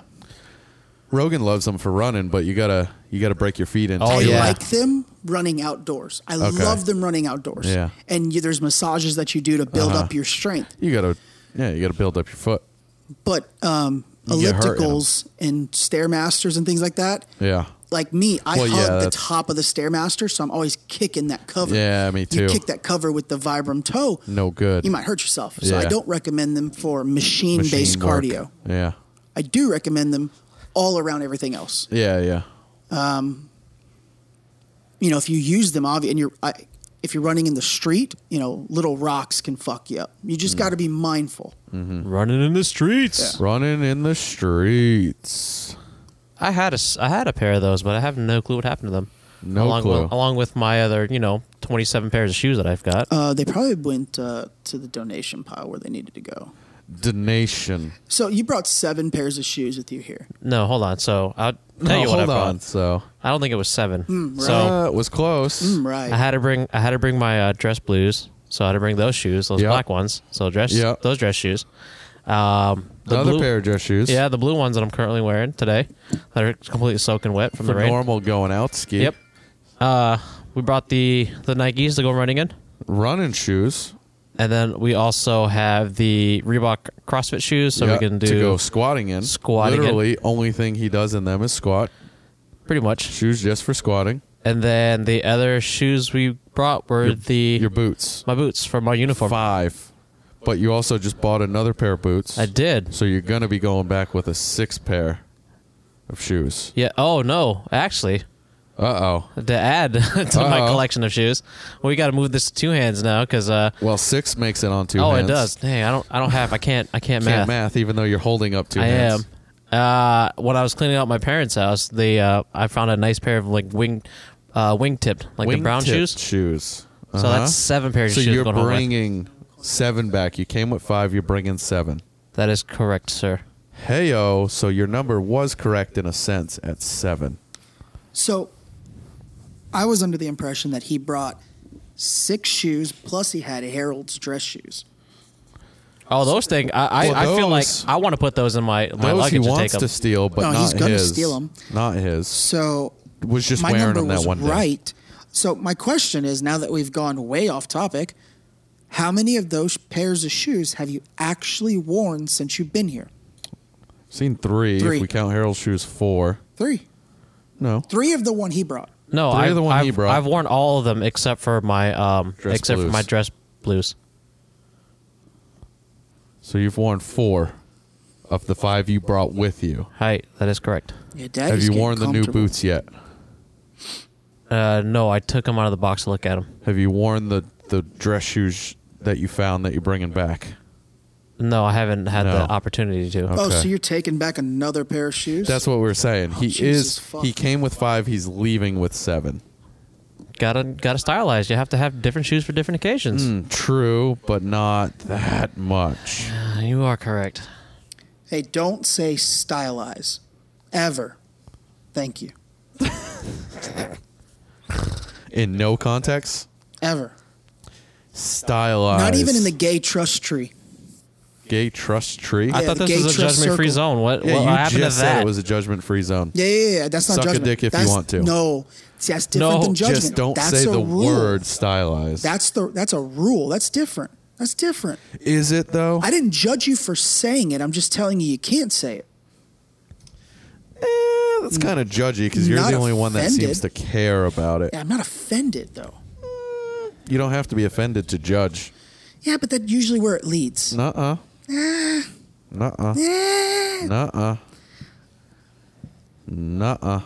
Speaker 3: Rogan loves them for running, but you gotta you gotta break your feet into.
Speaker 9: Oh,
Speaker 2: I
Speaker 3: them.
Speaker 9: yeah.
Speaker 2: like them running outdoors. I
Speaker 3: Okay.
Speaker 2: love them running outdoors.
Speaker 3: Yeah. Uh-huh.
Speaker 2: And you, there's massages that you do to build up your strength.
Speaker 3: You gotta yeah, you gotta build up your foot.
Speaker 2: but um,
Speaker 3: You get hurt in 'em.
Speaker 2: ellipticals and stairmasters and things like that.
Speaker 3: Yeah.
Speaker 2: Like me, I
Speaker 3: Well, yeah,
Speaker 2: hug the
Speaker 3: that's-
Speaker 2: top of the stairmaster, so I'm always kicking that cover.
Speaker 3: Yeah, me
Speaker 2: You
Speaker 3: too.
Speaker 2: kick that cover with the Vibram toe.
Speaker 3: No good.
Speaker 2: You might hurt yourself. So I
Speaker 3: Yeah.
Speaker 2: don't recommend them for machine-based
Speaker 3: Machine work.
Speaker 2: cardio.
Speaker 3: Yeah.
Speaker 2: I do recommend them all around everything else.
Speaker 3: Yeah. Yeah.
Speaker 2: You know, if you use them, obvi- and you're I, if you're running in the street, you know, little rocks can fuck you up. You just got to be mindful.
Speaker 9: Running in the streets.
Speaker 3: Running in the streets.
Speaker 9: I had a s- I had a pair of those, but I have no clue what happened to them.
Speaker 3: No
Speaker 9: along
Speaker 3: clue.
Speaker 9: With, along with my other, you know, twenty seven pairs of shoes that I've got.
Speaker 2: Uh, they probably went uh, to the donation pile where they needed to go.
Speaker 3: Donation.
Speaker 2: So you brought seven pairs of shoes with you here.
Speaker 9: no, hold on. So I'll tell you
Speaker 3: Oh,
Speaker 9: what
Speaker 3: hold
Speaker 9: I brought.
Speaker 3: on. So
Speaker 9: I don't think it was seven. So Mm,
Speaker 3: uh, it was close.
Speaker 2: Hmm, Mm, Right.
Speaker 9: I had to bring I had to bring my uh, dress blues. So I had to bring those shoes, those
Speaker 3: Yep.
Speaker 9: black ones. So dress
Speaker 3: Yep.
Speaker 9: those dress shoes. Um, the
Speaker 3: Another
Speaker 9: blue-
Speaker 3: pair of dress shoes.
Speaker 9: Yeah, the blue ones that I'm currently wearing today that are completely soaking wet from
Speaker 3: For
Speaker 9: the rain.
Speaker 3: normal going out ski.
Speaker 9: Yep. Uh, we brought the the Nikes to go running in,
Speaker 3: Running shoes.
Speaker 9: and then we also have the Reebok CrossFit shoes, so
Speaker 3: Yeah,
Speaker 9: we can do
Speaker 3: to go squatting in.
Speaker 9: Squatting in.
Speaker 3: Literally, only thing he does in them is squat.
Speaker 9: pretty much.
Speaker 3: Shoes just for squatting.
Speaker 9: And then the other shoes we brought were the
Speaker 3: Your boots.
Speaker 9: my boots for my uniform.
Speaker 3: Five. But you also just bought another pair of boots.
Speaker 9: I did.
Speaker 3: So you're gonna be going back with a six pair of shoes.
Speaker 9: Yeah. Oh no. Actually,
Speaker 3: Uh oh.
Speaker 9: to add (laughs) to my
Speaker 3: Uh-oh.
Speaker 9: collection of shoes, we got to move this to two hands now because uh
Speaker 3: Well, six makes it on two.
Speaker 9: oh
Speaker 3: hands.
Speaker 9: it does. Dang, I don't I don't have I can't I can't,
Speaker 3: Can't
Speaker 9: math.
Speaker 3: math, even though you're holding up two
Speaker 9: I
Speaker 3: hands.
Speaker 9: am. Uh, when I was cleaning out my parents' house, they uh, I found a nice pair of like wing, uh, wingtipped like the brown
Speaker 3: Wingtip
Speaker 9: shoes.
Speaker 3: Shoes.
Speaker 9: So
Speaker 3: Uh-huh.
Speaker 9: that's seven pairs
Speaker 3: So
Speaker 9: of shoes
Speaker 3: you're
Speaker 9: going home with.
Speaker 3: bringing seven back. You came with five. You're bringing seven.
Speaker 9: That is correct, sir.
Speaker 3: Heyo. So your number was correct in a sense at seven.
Speaker 2: So I was under the impression that he brought six shoes, plus he had Harold's dress shoes.
Speaker 9: Oh, those things! I I,
Speaker 3: Well,
Speaker 9: I feel like
Speaker 3: those-
Speaker 9: I want to put those in my my
Speaker 3: Those
Speaker 9: luggage to
Speaker 3: he
Speaker 9: take
Speaker 3: wants
Speaker 9: them.
Speaker 3: to steal, but
Speaker 2: No,
Speaker 3: not
Speaker 2: he's gonna
Speaker 3: his.
Speaker 2: steal 'em.
Speaker 3: Not his.
Speaker 2: So
Speaker 3: Was just
Speaker 2: my
Speaker 3: wearing
Speaker 2: number
Speaker 3: them that
Speaker 2: was
Speaker 3: one day.
Speaker 2: right. So my question is, now that we've gone way off topic, how many of those pairs of shoes have you actually worn since you've been here?
Speaker 3: Seen three,
Speaker 2: Three.
Speaker 3: If we count Harold's shoes, four.
Speaker 2: Three.
Speaker 3: No.
Speaker 2: Three of the one he brought.
Speaker 9: no,
Speaker 3: Three of
Speaker 9: I've,
Speaker 3: the one he
Speaker 9: I've-
Speaker 3: brought.
Speaker 9: I've worn all of them except for my um
Speaker 3: Dress
Speaker 9: except
Speaker 3: blues.
Speaker 9: for my dress blues.
Speaker 3: So you've worn four of the five you brought with you.
Speaker 9: Hi, that is correct.
Speaker 2: Yeah, Dad
Speaker 3: Have
Speaker 2: is
Speaker 3: you
Speaker 2: getting
Speaker 3: worn the new
Speaker 2: comfortable.
Speaker 3: boots yet?
Speaker 9: Uh, no, I took them out of the box to look at them.
Speaker 3: Have you worn the the dress shoes that you found that you're bringing back?
Speaker 9: No, I haven't had
Speaker 3: No.
Speaker 9: the opportunity to.
Speaker 2: Oh,
Speaker 3: Okay.
Speaker 2: so you're taking back another pair of shoes?
Speaker 3: That's what we're saying. he
Speaker 2: Oh, Jesus
Speaker 3: is.
Speaker 2: fuck.
Speaker 3: He came with five. He's leaving with seven.
Speaker 9: Gotta gotta stylize. You have to have different shoes for different occasions.
Speaker 3: True, but not that much.
Speaker 9: Uh, You are correct.
Speaker 2: Hey, don't say stylize. Ever. Thank you.
Speaker 3: In no context,
Speaker 2: Ever.
Speaker 3: stylized.
Speaker 2: Not even in the gay trust tree.
Speaker 3: gay trust tree.
Speaker 9: I
Speaker 2: Yeah,
Speaker 9: thought
Speaker 2: the
Speaker 9: this was a
Speaker 2: gate trust
Speaker 9: judgment free
Speaker 2: circle.
Speaker 9: zone. What,
Speaker 3: yeah,
Speaker 9: what
Speaker 3: you
Speaker 9: happened
Speaker 3: just
Speaker 9: to
Speaker 3: said
Speaker 9: that?
Speaker 3: it was a judgment-free zone.
Speaker 2: Yeah, yeah, yeah. That's not
Speaker 3: Suck a
Speaker 2: judgment.
Speaker 3: dick if you
Speaker 2: That's-
Speaker 3: want to.
Speaker 2: No, See, that's different
Speaker 9: No,
Speaker 2: than judgment.
Speaker 3: Just don't
Speaker 2: that's
Speaker 3: say
Speaker 2: a
Speaker 3: the
Speaker 2: rule.
Speaker 3: word stylized.
Speaker 2: That's the that's a rule. That's different. That's different.
Speaker 3: Is it though?
Speaker 2: I didn't judge you for saying it. I'm just telling you you can't say it.
Speaker 3: Eh, that's kind of judgy because you're
Speaker 2: Not
Speaker 3: the only one that
Speaker 2: offended.
Speaker 3: seems to care about it.
Speaker 2: Yeah, I'm not offended though.
Speaker 3: You don't have to be offended to judge.
Speaker 2: Yeah, but that's usually where it leads.
Speaker 3: Nuh
Speaker 2: (sighs)
Speaker 3: uh. Nuh uh.
Speaker 2: Eh,
Speaker 3: Nuh uh. Nuh uh.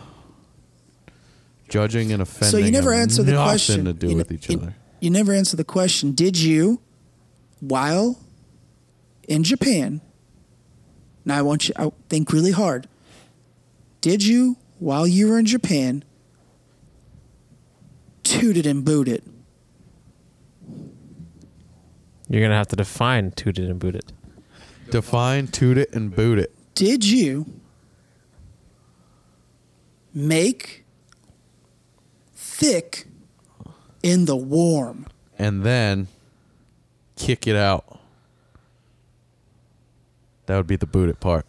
Speaker 3: Judging and offending.
Speaker 2: so you never
Speaker 3: have
Speaker 2: answer the
Speaker 3: nothing
Speaker 2: question.
Speaker 3: to do
Speaker 2: you, ne-
Speaker 3: with each
Speaker 2: you-
Speaker 3: other.
Speaker 2: you never answer the question. Did you, while in Japan? Now I want you. I think really hard. Did you, while you were in Japan, toot it and boot it?
Speaker 9: You're gonna have to define tooted and booted.
Speaker 3: Define, toot it, and boot it.
Speaker 2: did you make thick in the warm?
Speaker 3: And then kick it out. That would be the boot it part,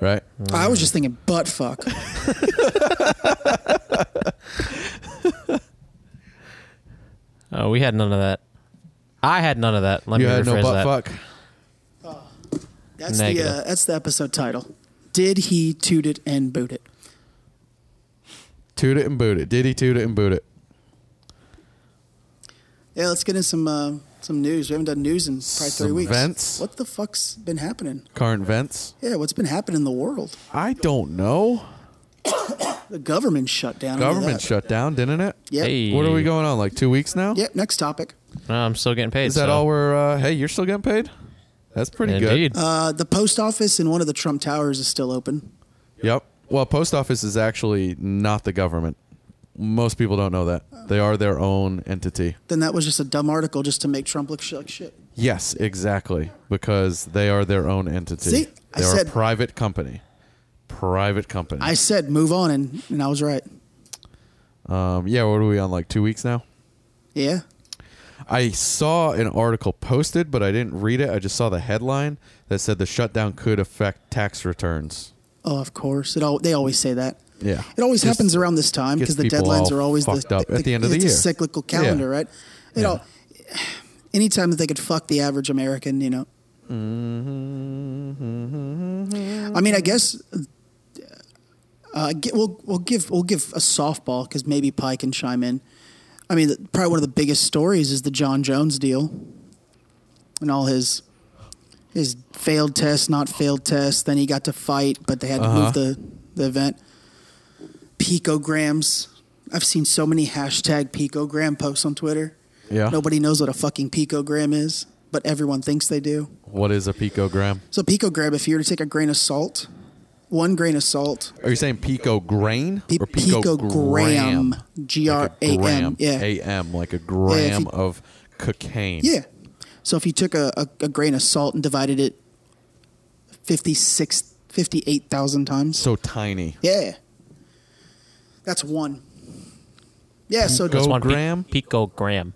Speaker 3: right?
Speaker 2: I was just thinking butt fuck.
Speaker 9: Oh, we had none of that. I had none of that. Let
Speaker 3: you
Speaker 9: me
Speaker 3: had
Speaker 9: rephrase
Speaker 3: no butt
Speaker 9: that.
Speaker 3: fuck.
Speaker 2: That's the uh,
Speaker 9: Negative.
Speaker 2: that's the episode title. Did he toot it and boot it?
Speaker 3: Toot it and boot it. Diddy toot it and boot it.
Speaker 2: Yeah, let's get in some uh, some news. We haven't done news in probably three
Speaker 3: Some
Speaker 2: weeks.
Speaker 3: vents?
Speaker 2: What the fuck's been happening?
Speaker 3: Current vents.
Speaker 2: Yeah, what's been happening in the world?
Speaker 3: I don't know.
Speaker 2: The government shut down. I know
Speaker 3: Government
Speaker 2: that.
Speaker 3: shut down, didn't it?
Speaker 2: Yep.
Speaker 9: Hey.
Speaker 3: What are we going on? Like two weeks now?
Speaker 2: Yep. Next topic.
Speaker 9: No, I'm still getting paid.
Speaker 3: Is that
Speaker 9: so-
Speaker 3: all we're? Uh, hey, you're still getting paid? That's pretty
Speaker 9: Indeed.
Speaker 2: Uh, the post office in one of the Trump towers is still open.
Speaker 3: good. Yep. Well, post office is actually not the government. Most people don't know that they are their own entity.
Speaker 2: Then that was just a dumb article just to make Trump look sh- like shit.
Speaker 3: Yes, exactly, because they are their own entity.
Speaker 2: See? I
Speaker 3: they are
Speaker 2: said-
Speaker 3: a private company. Private company.
Speaker 2: I said move on, and, and I was right.
Speaker 3: um, yeah. What are we on? Like two weeks now?
Speaker 2: Yeah.
Speaker 3: I saw an article posted, but I didn't read it. I just saw the headline that said the shutdown could affect tax returns.
Speaker 2: Oh, of course. It all they always say that.
Speaker 3: Yeah.
Speaker 2: It always
Speaker 3: Just
Speaker 2: happens around this time
Speaker 3: gets
Speaker 2: because the
Speaker 3: people
Speaker 2: deadlines
Speaker 3: all
Speaker 2: are always the,
Speaker 3: fucked up at the end of the
Speaker 2: it's
Speaker 3: year.
Speaker 2: A cyclical calendar,
Speaker 3: Yeah.
Speaker 2: right? You know, anytime that they could fuck the average American, you know.
Speaker 3: Mm-hmm.
Speaker 2: I mean, I guess. Uh, gi- we'll we'll give we'll give a softball because maybe Pi can chime in. I mean, the, probably one of the biggest stories is the John Jones deal and all his his failed test, not failed test. Then he got to fight, but they had to move
Speaker 3: Uh-huh.
Speaker 2: the, the event. Picograms. I've seen so many hashtag picogram posts on Twitter.
Speaker 3: Yeah.
Speaker 2: Nobody knows what a fucking picogram is, but everyone thinks they do.
Speaker 3: What is a picogram?
Speaker 2: So picogram, if you were to take a grain of salt, one grain of salt,
Speaker 3: Are you saying pico grain
Speaker 2: pi-
Speaker 3: or picogram?
Speaker 2: picogram, G R A M, yeah,
Speaker 3: A-M, like a gram
Speaker 2: you-
Speaker 3: of cocaine.
Speaker 2: yeah. So if you took a, a, a grain of salt and divided it 56, 58,000 times,
Speaker 3: So tiny.
Speaker 2: yeah, that's one. Yeah, so
Speaker 3: Go-
Speaker 9: That's one
Speaker 3: Gram?
Speaker 9: Pe- picogram.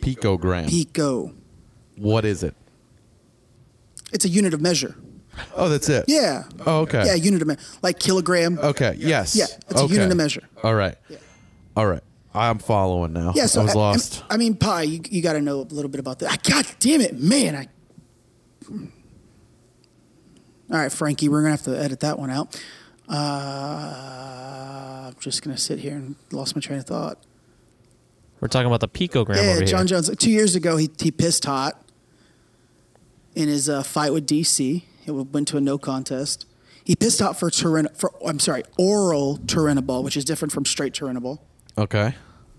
Speaker 3: Picogram.
Speaker 2: pico,
Speaker 3: what is it?
Speaker 2: it's a unit of measure.
Speaker 3: Oh, that's it.
Speaker 2: Yeah.
Speaker 3: Oh, okay.
Speaker 2: Yeah, unit of measure, like kilogram.
Speaker 3: Okay. Yes.
Speaker 2: Yeah, it's a
Speaker 3: okay.
Speaker 2: unit of measure.
Speaker 3: All right. All right. I'm following now.
Speaker 2: Yeah, so
Speaker 3: I was
Speaker 2: I-
Speaker 3: lost.
Speaker 2: I, mean, pie. You, you got to know a little bit about that. I, God damn it, man! I. hmm. All right, Frankie, we're gonna have to edit that one out. Uh, I'm just gonna sit here and lost my train of thought.
Speaker 9: We're talking about the picogram
Speaker 2: Yeah,
Speaker 9: over
Speaker 2: John
Speaker 9: here.
Speaker 2: Jones. Two years ago, he he pissed hot in his uh, fight with DC. It went to a no contest. He pissed hot for terren- for I'm sorry, oral turinabol, which is different from straight turinabol.
Speaker 3: okay.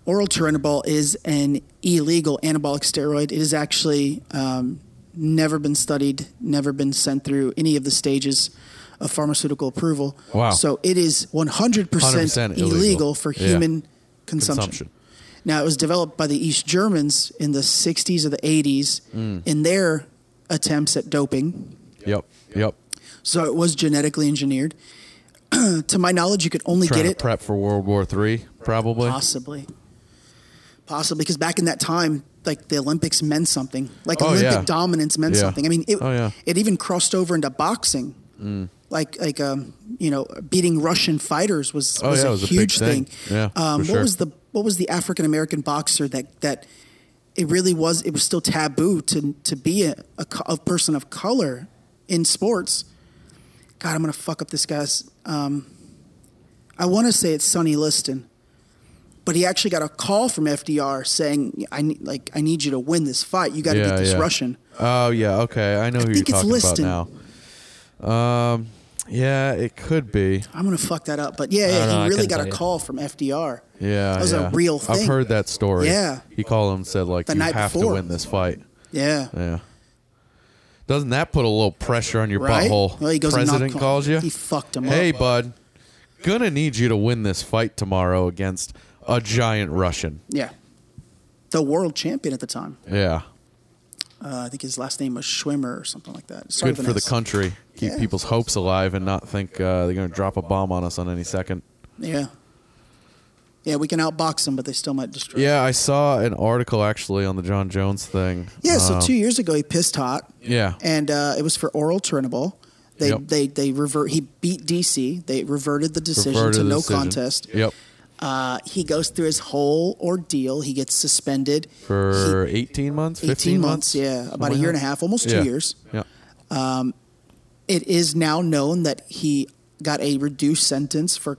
Speaker 2: oral turinabol is an illegal anabolic steroid. It has actually um, never been studied, never been sent through any of the stages of pharmaceutical approval.
Speaker 3: Wow.
Speaker 2: So it is 100%,
Speaker 3: 100%
Speaker 2: illegal,
Speaker 3: illegal.
Speaker 2: for
Speaker 3: Yeah.
Speaker 2: human consumption.
Speaker 3: Consumption.
Speaker 2: Now, it was developed by the East Germans in the 60s or the 80s
Speaker 3: Mm.
Speaker 2: in their attempts at doping.
Speaker 3: Yep. Yep.
Speaker 2: So it was genetically engineered. (clears throat) to my knowledge, you could only
Speaker 3: Trying
Speaker 2: get
Speaker 3: to
Speaker 2: it
Speaker 3: prep for World War Three, probably.
Speaker 2: Possibly. Possibly, because back in that time, like the Olympics meant something. Like
Speaker 3: Oh,
Speaker 2: Olympic
Speaker 3: yeah.
Speaker 2: dominance meant
Speaker 3: Yeah.
Speaker 2: something. I mean, it,
Speaker 3: Oh, yeah. Mm.
Speaker 2: it even crossed over into boxing. Like, like um, you know, beating Russian fighters was,
Speaker 3: Oh,
Speaker 2: was
Speaker 3: yeah,
Speaker 2: a
Speaker 3: it was a big
Speaker 2: huge
Speaker 3: thing.
Speaker 2: thing.
Speaker 3: Yeah,
Speaker 2: um,
Speaker 3: for
Speaker 2: what
Speaker 3: sure.
Speaker 2: was the what was the African American boxer that that it really was? It was still taboo to to be a, a, co- a person of color in sports. God, I'm gonna fuck up this guy's. Um, I want to say it's Sonny Liston but he actually got a call from FDR saying, "I need, like, I need you to win this fight. You got to
Speaker 3: Yeah,
Speaker 2: beat this
Speaker 3: yeah.
Speaker 2: Russian."
Speaker 3: Oh yeah. Okay. I know who
Speaker 2: think
Speaker 3: you're
Speaker 2: it's
Speaker 3: talking
Speaker 2: Liston.
Speaker 3: about now. Um. Yeah. It could be.
Speaker 2: I'm gonna fuck that up, but yeah,
Speaker 9: don't
Speaker 2: yeah
Speaker 9: know. I
Speaker 2: he really
Speaker 9: couldn't
Speaker 2: got
Speaker 9: tell
Speaker 2: a
Speaker 9: you.
Speaker 2: call from FDR.
Speaker 3: Yeah.
Speaker 2: That was a
Speaker 3: yeah.
Speaker 2: real
Speaker 3: I've
Speaker 2: thing.
Speaker 3: heard that story.
Speaker 2: Yeah.
Speaker 3: He called him and said like
Speaker 2: The
Speaker 3: you
Speaker 2: night
Speaker 3: have to
Speaker 2: before.
Speaker 3: win this fight.
Speaker 2: Yeah,
Speaker 3: Yeah. Doesn't that put a little pressure on your
Speaker 2: right.
Speaker 3: butthole?
Speaker 2: Well, he goes
Speaker 3: President
Speaker 2: and knocked-
Speaker 3: calls you.
Speaker 2: He fucked him
Speaker 3: Hey,
Speaker 2: up.
Speaker 3: bud, gonna need you to win this fight tomorrow against a giant Russian.
Speaker 2: Yeah, the world champion at the time.
Speaker 3: Yeah,
Speaker 2: Uh, I think his last name was Schwimmer or something like that. It started
Speaker 3: good
Speaker 2: with an
Speaker 3: for the
Speaker 2: S.
Speaker 3: country. Keep
Speaker 2: Yeah.
Speaker 3: people's hopes alive and not think uh, they're gonna drop a bomb on us on any second.
Speaker 2: Yeah, yeah, we can outbox them, but they still might destroy.
Speaker 3: Yeah, I saw an article actually on the John Jones thing.
Speaker 2: Yeah, so
Speaker 3: Um,
Speaker 2: two years ago he pissed hot.
Speaker 3: Yeah.
Speaker 2: and uh, it was for oral turnable. They
Speaker 3: Yep.
Speaker 2: they they revert. He beat DC. They reverted the decision
Speaker 3: Refer
Speaker 2: to
Speaker 3: the
Speaker 2: no
Speaker 3: decision.
Speaker 2: contest.
Speaker 3: Yep.
Speaker 2: Uh, he goes through his whole ordeal. He gets suspended
Speaker 3: For 18 months,
Speaker 2: He-
Speaker 3: 15
Speaker 2: eighteen months. Yeah, about a year and a half, almost two years.
Speaker 3: Yeah.
Speaker 2: It is now known that he got a reduced sentence for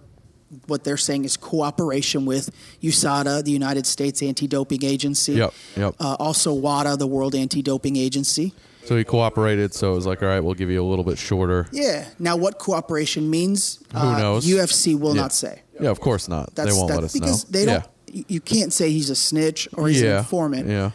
Speaker 2: what they're saying is cooperation with USADA, the United States Anti-Doping Agency.
Speaker 3: Yep, yep.
Speaker 2: Uh, also WADA, the World Anti-Doping Agency.
Speaker 3: So he cooperated. So it was like, all right, we'll give you a little bit shorter.
Speaker 2: Yeah. Now, what cooperation means? uh, Who
Speaker 3: knows?
Speaker 2: UFC will
Speaker 3: Yeah.
Speaker 2: not say.
Speaker 3: Yeah, of course not.
Speaker 2: That's
Speaker 3: they won't
Speaker 2: that-
Speaker 3: let us
Speaker 2: because
Speaker 3: know.
Speaker 2: they
Speaker 3: yeah.
Speaker 2: don't. y- You can't say he's a snitch or he's an
Speaker 3: yeah.
Speaker 2: informant.
Speaker 3: Yeah.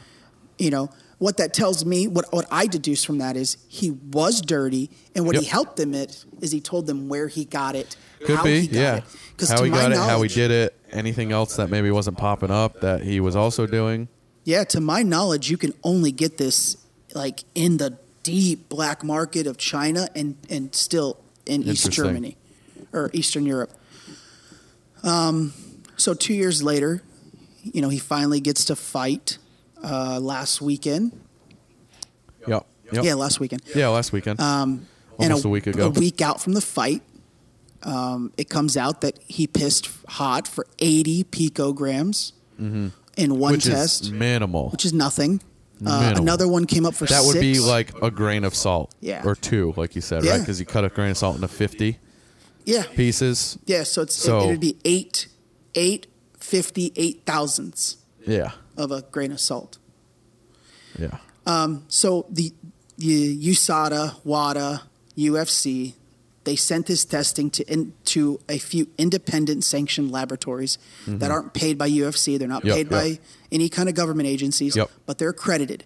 Speaker 2: You know what that tells me. What what I deduce from that is he was dirty, and what he
Speaker 3: Yep.
Speaker 2: helped them it is he told them where he got it,
Speaker 3: Could
Speaker 2: how
Speaker 3: be,
Speaker 2: he got
Speaker 3: yeah.
Speaker 2: it. 'Cause
Speaker 3: how
Speaker 2: to
Speaker 3: he
Speaker 2: my
Speaker 3: got it, how he
Speaker 2: knowledge-
Speaker 3: did it, anything else that maybe wasn't popping up that he was also doing.
Speaker 2: Yeah, to my knowledge, you can only get this like in the deep black market of China and and still in East
Speaker 3: Interesting.
Speaker 2: Germany or Eastern Europe. Um, so two years later, you know, he finally gets to fight uh, last weekend.
Speaker 3: Yep. yep.
Speaker 2: Yeah, last weekend.
Speaker 3: Yeah, last weekend. Um, almost
Speaker 2: and
Speaker 3: a, week ago.
Speaker 2: A week out from the fight, um, it comes out that he pissed hot for 80 picograms in one
Speaker 3: Mm-hmm. which
Speaker 2: test,
Speaker 3: is minimal.
Speaker 2: which is nothing. Uh,
Speaker 3: Minimal.
Speaker 2: another one came up for
Speaker 3: that would be
Speaker 2: six.
Speaker 3: like a grain of salt.
Speaker 2: Yeah.
Speaker 3: Or two, like you said, right?
Speaker 2: Yeah.
Speaker 3: Because you cut a grain of salt into 50
Speaker 2: yeah
Speaker 3: pieces.
Speaker 2: Yeah, so it's
Speaker 3: So-
Speaker 2: it, would be eight, eight fifty eight thousandths
Speaker 3: Yeah.
Speaker 2: of a grain of salt.
Speaker 3: Yeah.
Speaker 2: So the U- USADA, WADA, UFC, they sent this testing to in, to a few independent sanctioned laboratories that aren't paid by UFC. They're not
Speaker 3: Mm-hmm. Yep,
Speaker 2: paid
Speaker 3: yep.
Speaker 2: by any kind of government agencies,
Speaker 3: Yep.
Speaker 2: but they're accredited.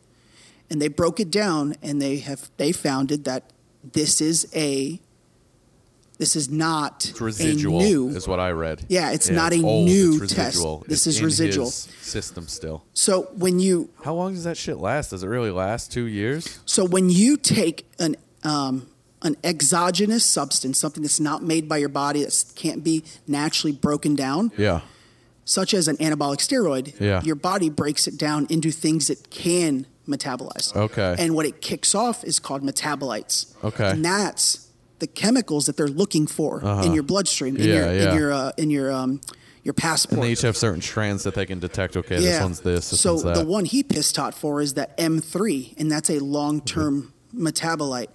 Speaker 2: And they broke it down, and they have they founded that this is a this is not
Speaker 3: Residual
Speaker 2: a new
Speaker 3: is what I read.
Speaker 2: Yeah, it's not a
Speaker 3: old,
Speaker 2: new
Speaker 3: it's
Speaker 2: test.
Speaker 3: residual. It's
Speaker 2: This is
Speaker 3: in
Speaker 2: residual.
Speaker 3: his system still.
Speaker 2: so when you
Speaker 3: How long does that shit last? Does it really last two years?
Speaker 2: So when you take an um, an exogenous substance, something that's not made by your body, that can't be naturally broken down,
Speaker 3: Yeah.
Speaker 2: such as an anabolic steroid,
Speaker 3: Yeah.
Speaker 2: your body breaks it down into things it can metabolize.
Speaker 3: Okay.
Speaker 2: And what it kicks off is called metabolites.
Speaker 3: Okay. Uh-huh.
Speaker 2: And that's the chemicals that they're looking for in your bloodstream, in
Speaker 3: Yeah,
Speaker 2: your
Speaker 3: yeah.
Speaker 2: in your uh, in your um, your passport.
Speaker 3: And they each have certain strands that they can detect. Okay, this one's this. This
Speaker 2: so
Speaker 3: one's that.
Speaker 2: the one he pissed hot for is that M3, and that's a long-term
Speaker 3: Mm-hmm.
Speaker 2: metabolite.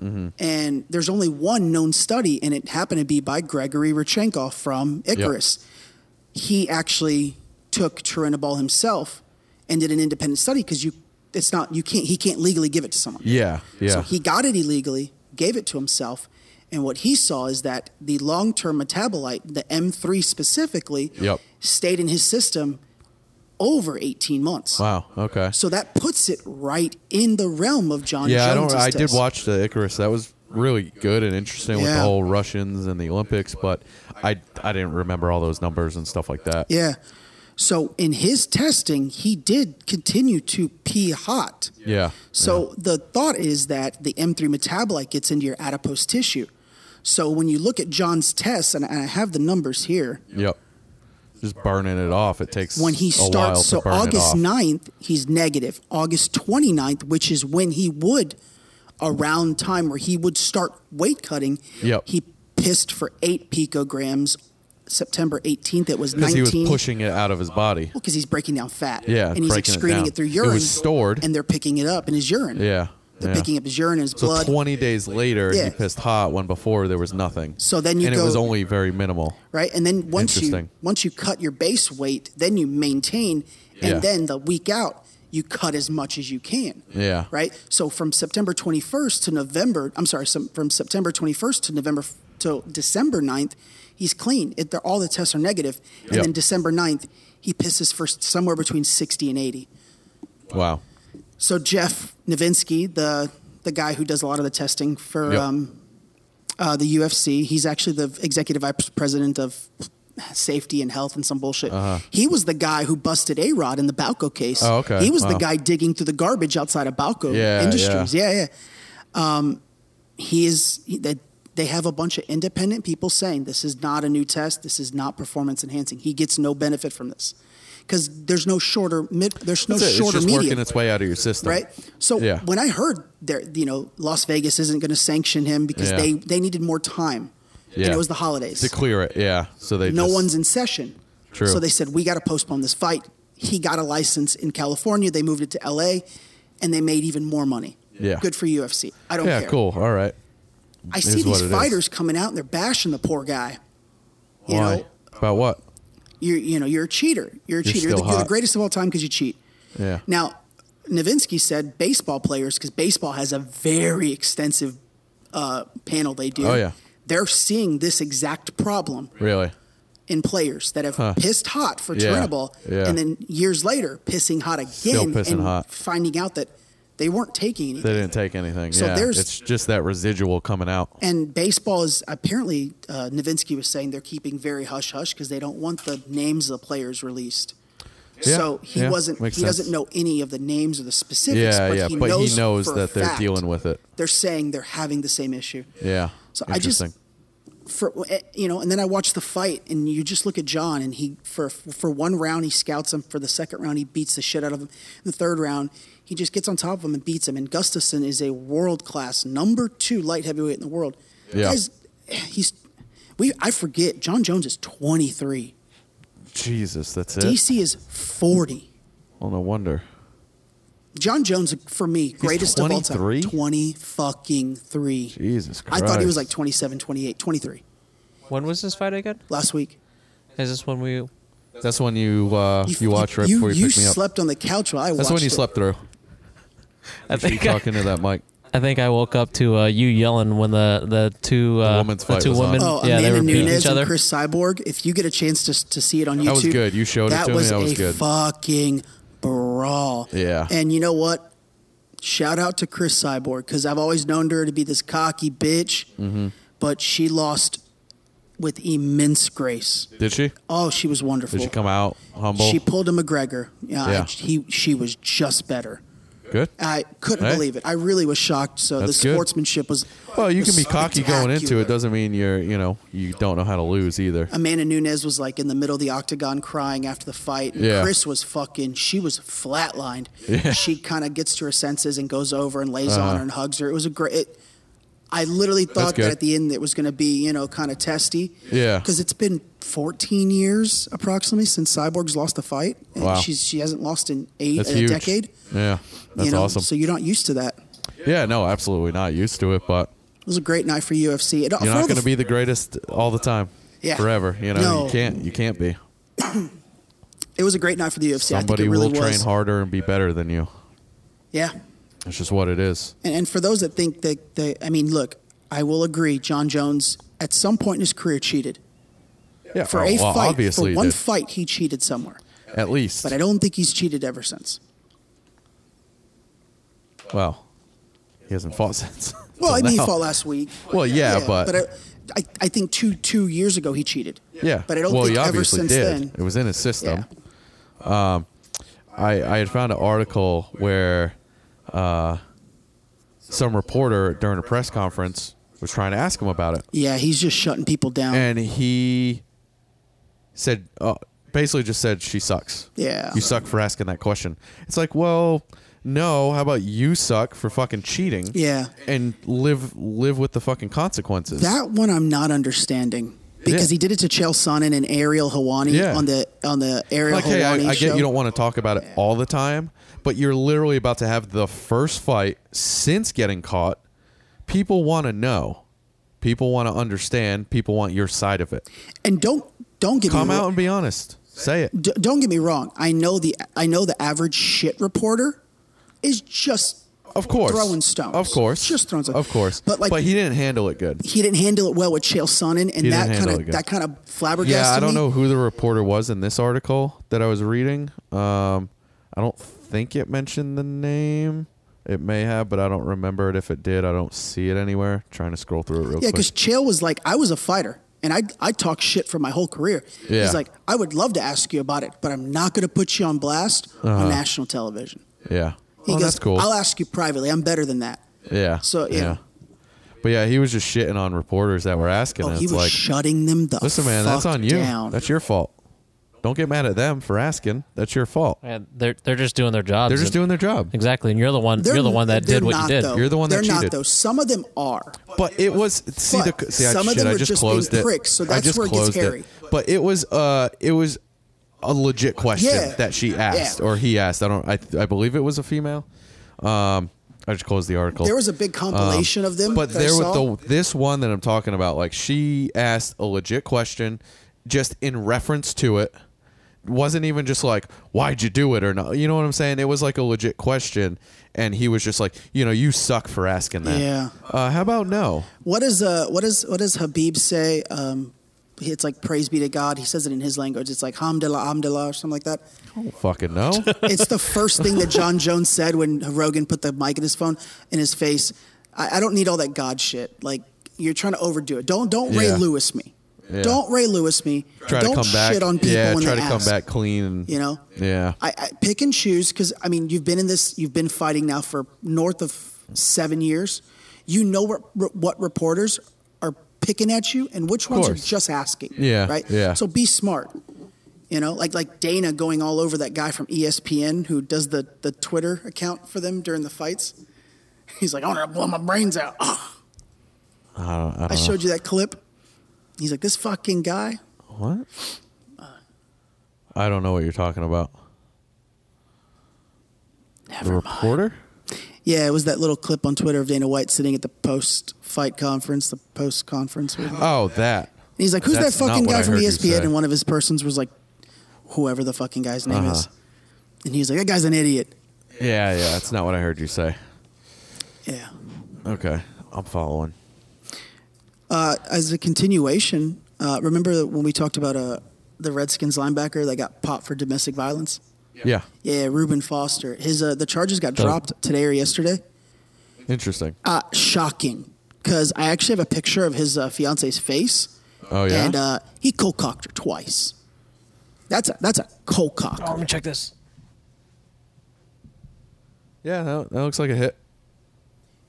Speaker 2: And there's only one known study, and it happened to be by Gregory Rachenko from Icarus. He actually took turinabol himself and did an independent study because you, it's not you can't he can't legally give it to someone.
Speaker 3: yeah. Yeah.
Speaker 2: So he got it illegally, gave it to himself, and what he saw is that the long-term metabolite, the M3 specifically,
Speaker 3: Yep.
Speaker 2: stayed in his system over 18 months.
Speaker 3: wow. Okay.
Speaker 2: So that puts it right in the realm of John
Speaker 3: yeah, I
Speaker 2: Jones.
Speaker 3: don't. I did
Speaker 2: test.
Speaker 3: watch the Icarus. That was really good and interesting with the
Speaker 2: Yeah.
Speaker 3: whole Russians and the Olympics, but I I didn't remember all those numbers and stuff like that.
Speaker 2: Yeah. So in his testing, he did continue to pee hot.
Speaker 3: Yeah.
Speaker 2: So the thought is that the M3 metabolite gets into your adipose tissue. So when you look at John's tests, and and I have the numbers here.
Speaker 3: Yep. Just burning it off. It takes
Speaker 2: when he
Speaker 3: a while to
Speaker 2: starts so
Speaker 3: burn it
Speaker 2: august
Speaker 3: off.
Speaker 2: 9th he's negative august 29th which is when he would around time where he would start weight cutting
Speaker 3: Yep.
Speaker 2: he pissed for 8 picograms september 18th it was
Speaker 3: because
Speaker 2: 19
Speaker 3: he was pushing it out of his body.
Speaker 2: because he's breaking down fat
Speaker 3: Yeah,
Speaker 2: and he's
Speaker 3: breaking it
Speaker 2: excreting
Speaker 3: down.
Speaker 2: it, through
Speaker 3: It was
Speaker 2: urine
Speaker 3: stored.
Speaker 2: and they're picking it up in his urine
Speaker 3: Yeah.
Speaker 2: they're
Speaker 3: yeah.
Speaker 2: picking up his urine and his
Speaker 3: So
Speaker 2: blood
Speaker 3: 20 days later,
Speaker 2: Yeah.
Speaker 3: he pissed hot when before there was nothing.
Speaker 2: So then you
Speaker 3: and
Speaker 2: go-
Speaker 3: it was only very minimal.
Speaker 2: right? And then once you
Speaker 3: Interesting.
Speaker 2: once you cut your base weight, then you maintain, and
Speaker 3: Yeah.
Speaker 2: then the week out you cut as much as you can.
Speaker 3: Yeah.
Speaker 2: Right. So from September 21st to November, I'm sorry, some, from September 21st to November f- to December 9th, he's clean. It, they're- all the tests are negative, and
Speaker 3: Yep.
Speaker 2: then December 9th he pisses for s- somewhere between 60 and 80.
Speaker 3: Wow.
Speaker 2: So Jeff Novinsky, the the guy who does a lot of the testing for
Speaker 3: Yep.
Speaker 2: um, uh, the UFC, he's actually the executive vice president of safety and health and some bullshit. He was the guy who busted A Rod in the Balco case.
Speaker 3: Uh-huh. Oh, okay.
Speaker 2: He was the
Speaker 3: Wow.
Speaker 2: guy digging through the garbage outside of Balco
Speaker 3: Yeah,
Speaker 2: Industries. Yeah, yeah. Um, he is he- that. They have a bunch of independent people saying this is not a new test. This is not performance enhancing. He gets no benefit from this because there's no shorter mid. There's no
Speaker 3: That's it. It's
Speaker 2: shorter
Speaker 3: just
Speaker 2: medium
Speaker 3: working its way out of your system.
Speaker 2: right? So
Speaker 3: Yeah.
Speaker 2: when I heard there, you know, Las Vegas isn't going to sanction him because
Speaker 3: Yeah.
Speaker 2: they they needed more time,
Speaker 3: Yeah.
Speaker 2: and it was the holidays.
Speaker 3: To clear it. Yeah. So they
Speaker 2: no
Speaker 3: just-
Speaker 2: one's in session,
Speaker 3: True.
Speaker 2: so they said we got to postpone this fight. He got a license in California. They moved it to L.A., and they made even more money.
Speaker 3: Yeah.
Speaker 2: good for UFC. I don't
Speaker 3: Yeah,
Speaker 2: care.
Speaker 3: cool. All right.
Speaker 2: I
Speaker 3: It
Speaker 2: see
Speaker 3: is what
Speaker 2: these
Speaker 3: it is.
Speaker 2: fighters coming out and they're bashing the poor guy. You
Speaker 3: Why?
Speaker 2: know,
Speaker 3: About what?
Speaker 2: you're you know you're a cheater. You're a cheater. You're
Speaker 3: still
Speaker 2: the, you're the
Speaker 3: hot.
Speaker 2: greatest of all time because you cheat.
Speaker 3: Yeah.
Speaker 2: Now, Novinsky said baseball players, because baseball has a very extensive uh, panel they do.
Speaker 3: Oh, yeah.
Speaker 2: They're seeing this exact problem
Speaker 3: Really?
Speaker 2: in players that have pissed hot for
Speaker 3: Yeah,
Speaker 2: Turnbull
Speaker 3: yeah.
Speaker 2: and then years later pissing hot again
Speaker 3: pissing
Speaker 2: and
Speaker 3: hot.
Speaker 2: finding out that they weren't taking anything.
Speaker 3: They didn't take anything.
Speaker 2: So
Speaker 3: yeah.
Speaker 2: there's-
Speaker 3: It's just that residual coming out.
Speaker 2: and baseball is apparently, uh, Novinsky was saying they're keeping very hush hush because they don't want the names of the players released.
Speaker 3: Yeah,
Speaker 2: so he
Speaker 3: yeah,
Speaker 2: wasn't. He
Speaker 3: makes
Speaker 2: doesn't
Speaker 3: sense.
Speaker 2: know any of the names or the specifics.
Speaker 3: Yeah,
Speaker 2: but
Speaker 3: yeah.
Speaker 2: He
Speaker 3: but
Speaker 2: knows
Speaker 3: he knows
Speaker 2: for a
Speaker 3: that they're
Speaker 2: fact
Speaker 3: dealing with it.
Speaker 2: they're saying they're having the same issue.
Speaker 3: Yeah.
Speaker 2: So I just-
Speaker 3: Interesting.
Speaker 2: For eh, you know, and then I watch the fight, and you just look at John, and he for for one round he scouts him. For the second round, he beats the shit out of him. In the third round, he just gets on top of him and beats him. And Gustafson is a world class number two light heavyweight in the world.
Speaker 3: Yeah.
Speaker 2: Guys, eh, he's we I forget John Jones is twenty three.
Speaker 3: Jesus, that's it.
Speaker 2: DC is forty.
Speaker 3: Well, no wonder.
Speaker 2: John Jones for me greatest of all time.
Speaker 3: 23?
Speaker 2: 20 fucking 3.
Speaker 3: Jesus
Speaker 2: I
Speaker 3: Christ.
Speaker 2: thought he was like 27, 28, 23
Speaker 9: When was this fight again?
Speaker 2: last week.
Speaker 9: Is this when we?
Speaker 3: That's when you uh, you, watch right
Speaker 2: you,
Speaker 3: before you,
Speaker 2: you
Speaker 3: pick me up.
Speaker 2: slept on the couch while I
Speaker 3: That's
Speaker 2: watched
Speaker 3: when you
Speaker 2: it.
Speaker 3: slept through.
Speaker 9: I
Speaker 3: You
Speaker 9: think I,
Speaker 3: talking to that mic.
Speaker 9: I think I woke up to uh, you yelling when the the two uh,
Speaker 3: women's fight
Speaker 9: two
Speaker 3: was on.
Speaker 9: women
Speaker 2: Oh,
Speaker 9: yeah they
Speaker 2: Amanda
Speaker 9: were beating
Speaker 2: Nunes
Speaker 9: each other.
Speaker 2: and Chris Cyborg. If you get a chance to to see it on YouTube,
Speaker 3: was good. You showed it
Speaker 2: that
Speaker 3: to me.
Speaker 2: was
Speaker 3: That was
Speaker 2: a
Speaker 3: good.
Speaker 2: fucking brawl.
Speaker 3: Yeah.
Speaker 2: And you know what? Shout out to Chris Cyborg because I've always known her to be this cocky bitch,
Speaker 3: Mm-hmm.
Speaker 2: but she lost with immense grace.
Speaker 3: Did she?
Speaker 2: Oh, she was wonderful.
Speaker 3: Did she come out humble?
Speaker 2: She pulled a McGregor. Yeah, I-
Speaker 3: Yeah.
Speaker 2: he she was just better.
Speaker 3: Good.
Speaker 2: I couldn't
Speaker 3: Hey.
Speaker 2: believe it. I really was shocked. So
Speaker 3: That's
Speaker 2: the
Speaker 3: good.
Speaker 2: sportsmanship was.
Speaker 3: Well, you
Speaker 2: was
Speaker 3: can be cocky going into
Speaker 2: spectacular.
Speaker 3: it. Doesn't mean you're, you know, you don't know how to lose either.
Speaker 2: Amanda Nunes was like in the middle of the octagon crying after the fight. And
Speaker 3: Yeah.
Speaker 2: Chris was fucking, she was flatlined.
Speaker 3: (laughs) Yeah. Uh-huh.
Speaker 2: She kind of gets to her senses and goes over and lays on her and hugs her. It was a great, it, I literally thought
Speaker 3: good.
Speaker 2: that at the end it was going to be, you know, kind of testy.
Speaker 3: Yeah.
Speaker 2: Because it's been 14 years approximately since Cyborg's lost the fight. And
Speaker 3: Wow.
Speaker 2: She's, she hasn't lost in eight,
Speaker 3: That's
Speaker 2: in
Speaker 3: huge.
Speaker 2: a decade.
Speaker 3: Yeah, that's
Speaker 2: you know,
Speaker 3: awesome.
Speaker 2: So you're not used to that. It
Speaker 3: yeah, no, absolutely not used to it, but
Speaker 2: was a great night for UFC. It,
Speaker 3: you're not going to be the greatest all the time.
Speaker 2: Yeah.
Speaker 3: Forever, you know,
Speaker 2: No.
Speaker 3: you can't, you can't be.
Speaker 2: It was a great night for the UFC. I
Speaker 3: Somebody
Speaker 2: think it really
Speaker 3: will train
Speaker 2: was.
Speaker 3: harder and be better than you.
Speaker 2: Yeah.
Speaker 3: It's just what it is.
Speaker 2: And, and for those that think that, that, I mean, look, I will agree. John Jones, at some point in his career, cheated
Speaker 3: Yeah,
Speaker 2: for
Speaker 3: oh,
Speaker 2: a
Speaker 3: well,
Speaker 2: fight.
Speaker 3: obviously,
Speaker 2: for
Speaker 3: you
Speaker 2: one
Speaker 3: did.
Speaker 2: fight, he cheated somewhere,
Speaker 3: at least.
Speaker 2: but I don't think he's cheated ever since.
Speaker 3: well, he hasn't fought (laughs) since.
Speaker 2: Well, I
Speaker 3: Till
Speaker 2: mean, he
Speaker 3: now.
Speaker 2: fought last week.
Speaker 3: Well, yeah, but-
Speaker 2: I, I, I think two two years ago he cheated.
Speaker 3: Yeah.
Speaker 2: but I don't
Speaker 3: well,
Speaker 2: think
Speaker 3: he
Speaker 2: ever
Speaker 3: obviously
Speaker 2: since
Speaker 3: did.
Speaker 2: then.
Speaker 3: It was in his system.
Speaker 2: Yeah.
Speaker 3: Um, I I had found an article where uh, some reporter during a press conference was trying to ask him about it,
Speaker 2: Yeah, he's just shutting people down.
Speaker 3: and he said, uh, basically just said, "She sucks."
Speaker 2: Yeah.
Speaker 3: you suck for asking that question. It's like, well, no. How about you suck for fucking cheating?
Speaker 2: Yeah.
Speaker 3: and live live with the fucking consequences.
Speaker 2: that one I'm not understanding because
Speaker 3: Yeah.
Speaker 2: he did it to Chael Sonnen and Ariel Hawani
Speaker 3: Yeah.
Speaker 2: on the on the Ariel
Speaker 3: like,
Speaker 2: Helwani
Speaker 3: hey, I, I
Speaker 2: show.
Speaker 3: get you don't want to talk about it all the time, but you're literally about to have the first fight since getting caught. People want to know. People want to understand. People want your side of it.
Speaker 2: and don't don't get
Speaker 3: Come
Speaker 2: me
Speaker 3: out
Speaker 2: wrong.
Speaker 3: and be honest. Say it.
Speaker 2: D- don't get me wrong. I know the I know the average shit reporter is just
Speaker 3: Of course.
Speaker 2: throwing stones.
Speaker 3: Of course.
Speaker 2: Just throwing stones.
Speaker 3: Of course.
Speaker 2: But, like-
Speaker 3: but he didn't handle it good.
Speaker 2: he didn't handle it well with Chael Sonnen, and
Speaker 3: He didn't
Speaker 2: that
Speaker 3: handle
Speaker 2: kind
Speaker 3: it
Speaker 2: of
Speaker 3: good.
Speaker 2: that kind of flabbergasted
Speaker 3: Yeah, I don't
Speaker 2: me.
Speaker 3: know who the reporter was in this article that I was reading. Um, I don't think it mentioned the name. It may have, but I don't remember it. If it did, I don't see it anywhere. trying to scroll through it real
Speaker 2: Yeah,
Speaker 3: quick.
Speaker 2: because Chael was like, I was a fighter, and I I talk shit for my whole career.
Speaker 3: Yeah.
Speaker 2: He's like, I would love to ask you about it, but I'm not going to put you on blast on national television.
Speaker 3: Yeah.
Speaker 2: He
Speaker 3: Uh-huh. well,
Speaker 2: goes,
Speaker 3: that's cool.
Speaker 2: I'll ask you privately. I'm better than that.
Speaker 3: yeah.
Speaker 2: So, yeah.
Speaker 3: But yeah, he was just shitting on reporters that were asking.
Speaker 2: Oh,
Speaker 3: and
Speaker 2: he
Speaker 3: it's
Speaker 2: was
Speaker 3: like,
Speaker 2: shutting them the
Speaker 3: listen, man,
Speaker 2: fuck
Speaker 3: that's on you.
Speaker 2: down.
Speaker 3: That's your fault. Don't get mad at them for asking. That's your fault.
Speaker 9: Yeah, they're they're just doing their jobs.
Speaker 3: They're just doing their job.
Speaker 9: exactly, and you're the one
Speaker 2: They're-
Speaker 9: you're the one that
Speaker 2: they're
Speaker 9: did what
Speaker 2: not,
Speaker 9: you did.
Speaker 2: Though.
Speaker 3: You're the one that
Speaker 2: they're not
Speaker 3: cheated.
Speaker 2: though. Some of them are.
Speaker 3: But it was see the
Speaker 2: But
Speaker 3: see, I-
Speaker 2: some of
Speaker 3: shit,
Speaker 2: them
Speaker 3: I
Speaker 2: were
Speaker 3: just
Speaker 2: just being
Speaker 3: closed it.
Speaker 2: pricks, so
Speaker 3: I
Speaker 2: that's
Speaker 3: just
Speaker 2: where it gets
Speaker 3: closed
Speaker 2: hairy.
Speaker 3: But it was uh it was a legit question
Speaker 2: Yeah.
Speaker 3: that she asked
Speaker 2: Yeah.
Speaker 3: or he asked. I don't I I believe it was a female. Um I just closed the article.
Speaker 2: There was a big compilation of them.
Speaker 3: Um, But
Speaker 2: that I
Speaker 3: there
Speaker 2: saw.
Speaker 3: was the this one that I'm talking about. Like she asked a legit question, just in reference to it. Wasn't even just like why'd you do it or not. You know what I'm saying? It was like a legit question, and he was just like, you know, you suck for asking that.
Speaker 2: Yeah.
Speaker 3: Uh, how about no?
Speaker 2: What is uh what is what does Habib say? Um, it's like praise be to God. He says it in his language. It's like hamdulillah, hamdulillah, or something
Speaker 3: (laughs)
Speaker 2: like that.
Speaker 3: Oh, fucking
Speaker 2: (laughs)
Speaker 3: no.
Speaker 2: It's the first thing that John Jones said when Rogan put the mic in his phone in his face. I, I don't need all that God shit. Like you're trying to overdo it. Don't don't Ray
Speaker 3: Yeah.
Speaker 2: Lewis me.
Speaker 3: Yeah.
Speaker 2: Don't Ray Lewis me.
Speaker 3: try
Speaker 2: don't
Speaker 3: to come back.
Speaker 2: shit on people
Speaker 3: yeah.
Speaker 2: when
Speaker 3: Try
Speaker 2: they
Speaker 3: to come
Speaker 2: ask.
Speaker 3: back clean. And,
Speaker 2: You know.
Speaker 3: Mm-hmm. Yeah.
Speaker 2: I, I pick and choose because I mean you've been in this, you've been fighting now for north of seven years. You know what what reporters are picking at you and which ones are
Speaker 3: course.
Speaker 2: just asking.
Speaker 3: Yeah,
Speaker 2: right.
Speaker 3: yeah.
Speaker 2: So be smart. You know, like like Dana going all over that guy from E ESPN who does the the Twitter account for them during the fights. He's like, I'm gonna blow my brains out. I, showed you that clip. He's like, this fucking guy.
Speaker 3: what? I don't know what you're talking about.
Speaker 2: Never
Speaker 3: The reporter.
Speaker 2: Yeah, it was that little clip on Twitter of Dana White sitting at the post fight conference, the post conference. And
Speaker 3: Oh, that.
Speaker 2: he's like, "Who's
Speaker 3: That's
Speaker 2: that fucking
Speaker 3: not what
Speaker 2: guy
Speaker 3: I
Speaker 2: from E
Speaker 3: heard you
Speaker 2: ESPN?"
Speaker 3: say.
Speaker 2: And one of his persons was like, "Whoever the fucking guy's
Speaker 3: Uh-huh.
Speaker 2: name is," and he's like, "That guy's an idiot."
Speaker 3: Yeah, yeah. That's not what I heard you say.
Speaker 2: Yeah,
Speaker 3: Okay, I'm following.
Speaker 2: as a continuation, uh, remember when we talked about uh, the Redskins linebacker that got popped for domestic violence?
Speaker 3: Yeah,
Speaker 2: Yeah, Reuben Foster. His uh, the charges got dropped today or yesterday.
Speaker 3: interesting.
Speaker 2: Uh, shocking, because I actually have a picture of his uh, fiance's face,
Speaker 3: oh yeah,
Speaker 2: and uh, he cold cocked her twice. That's a that's a cold cock.
Speaker 9: let me check this.
Speaker 3: yeah. That, that looks like a hit.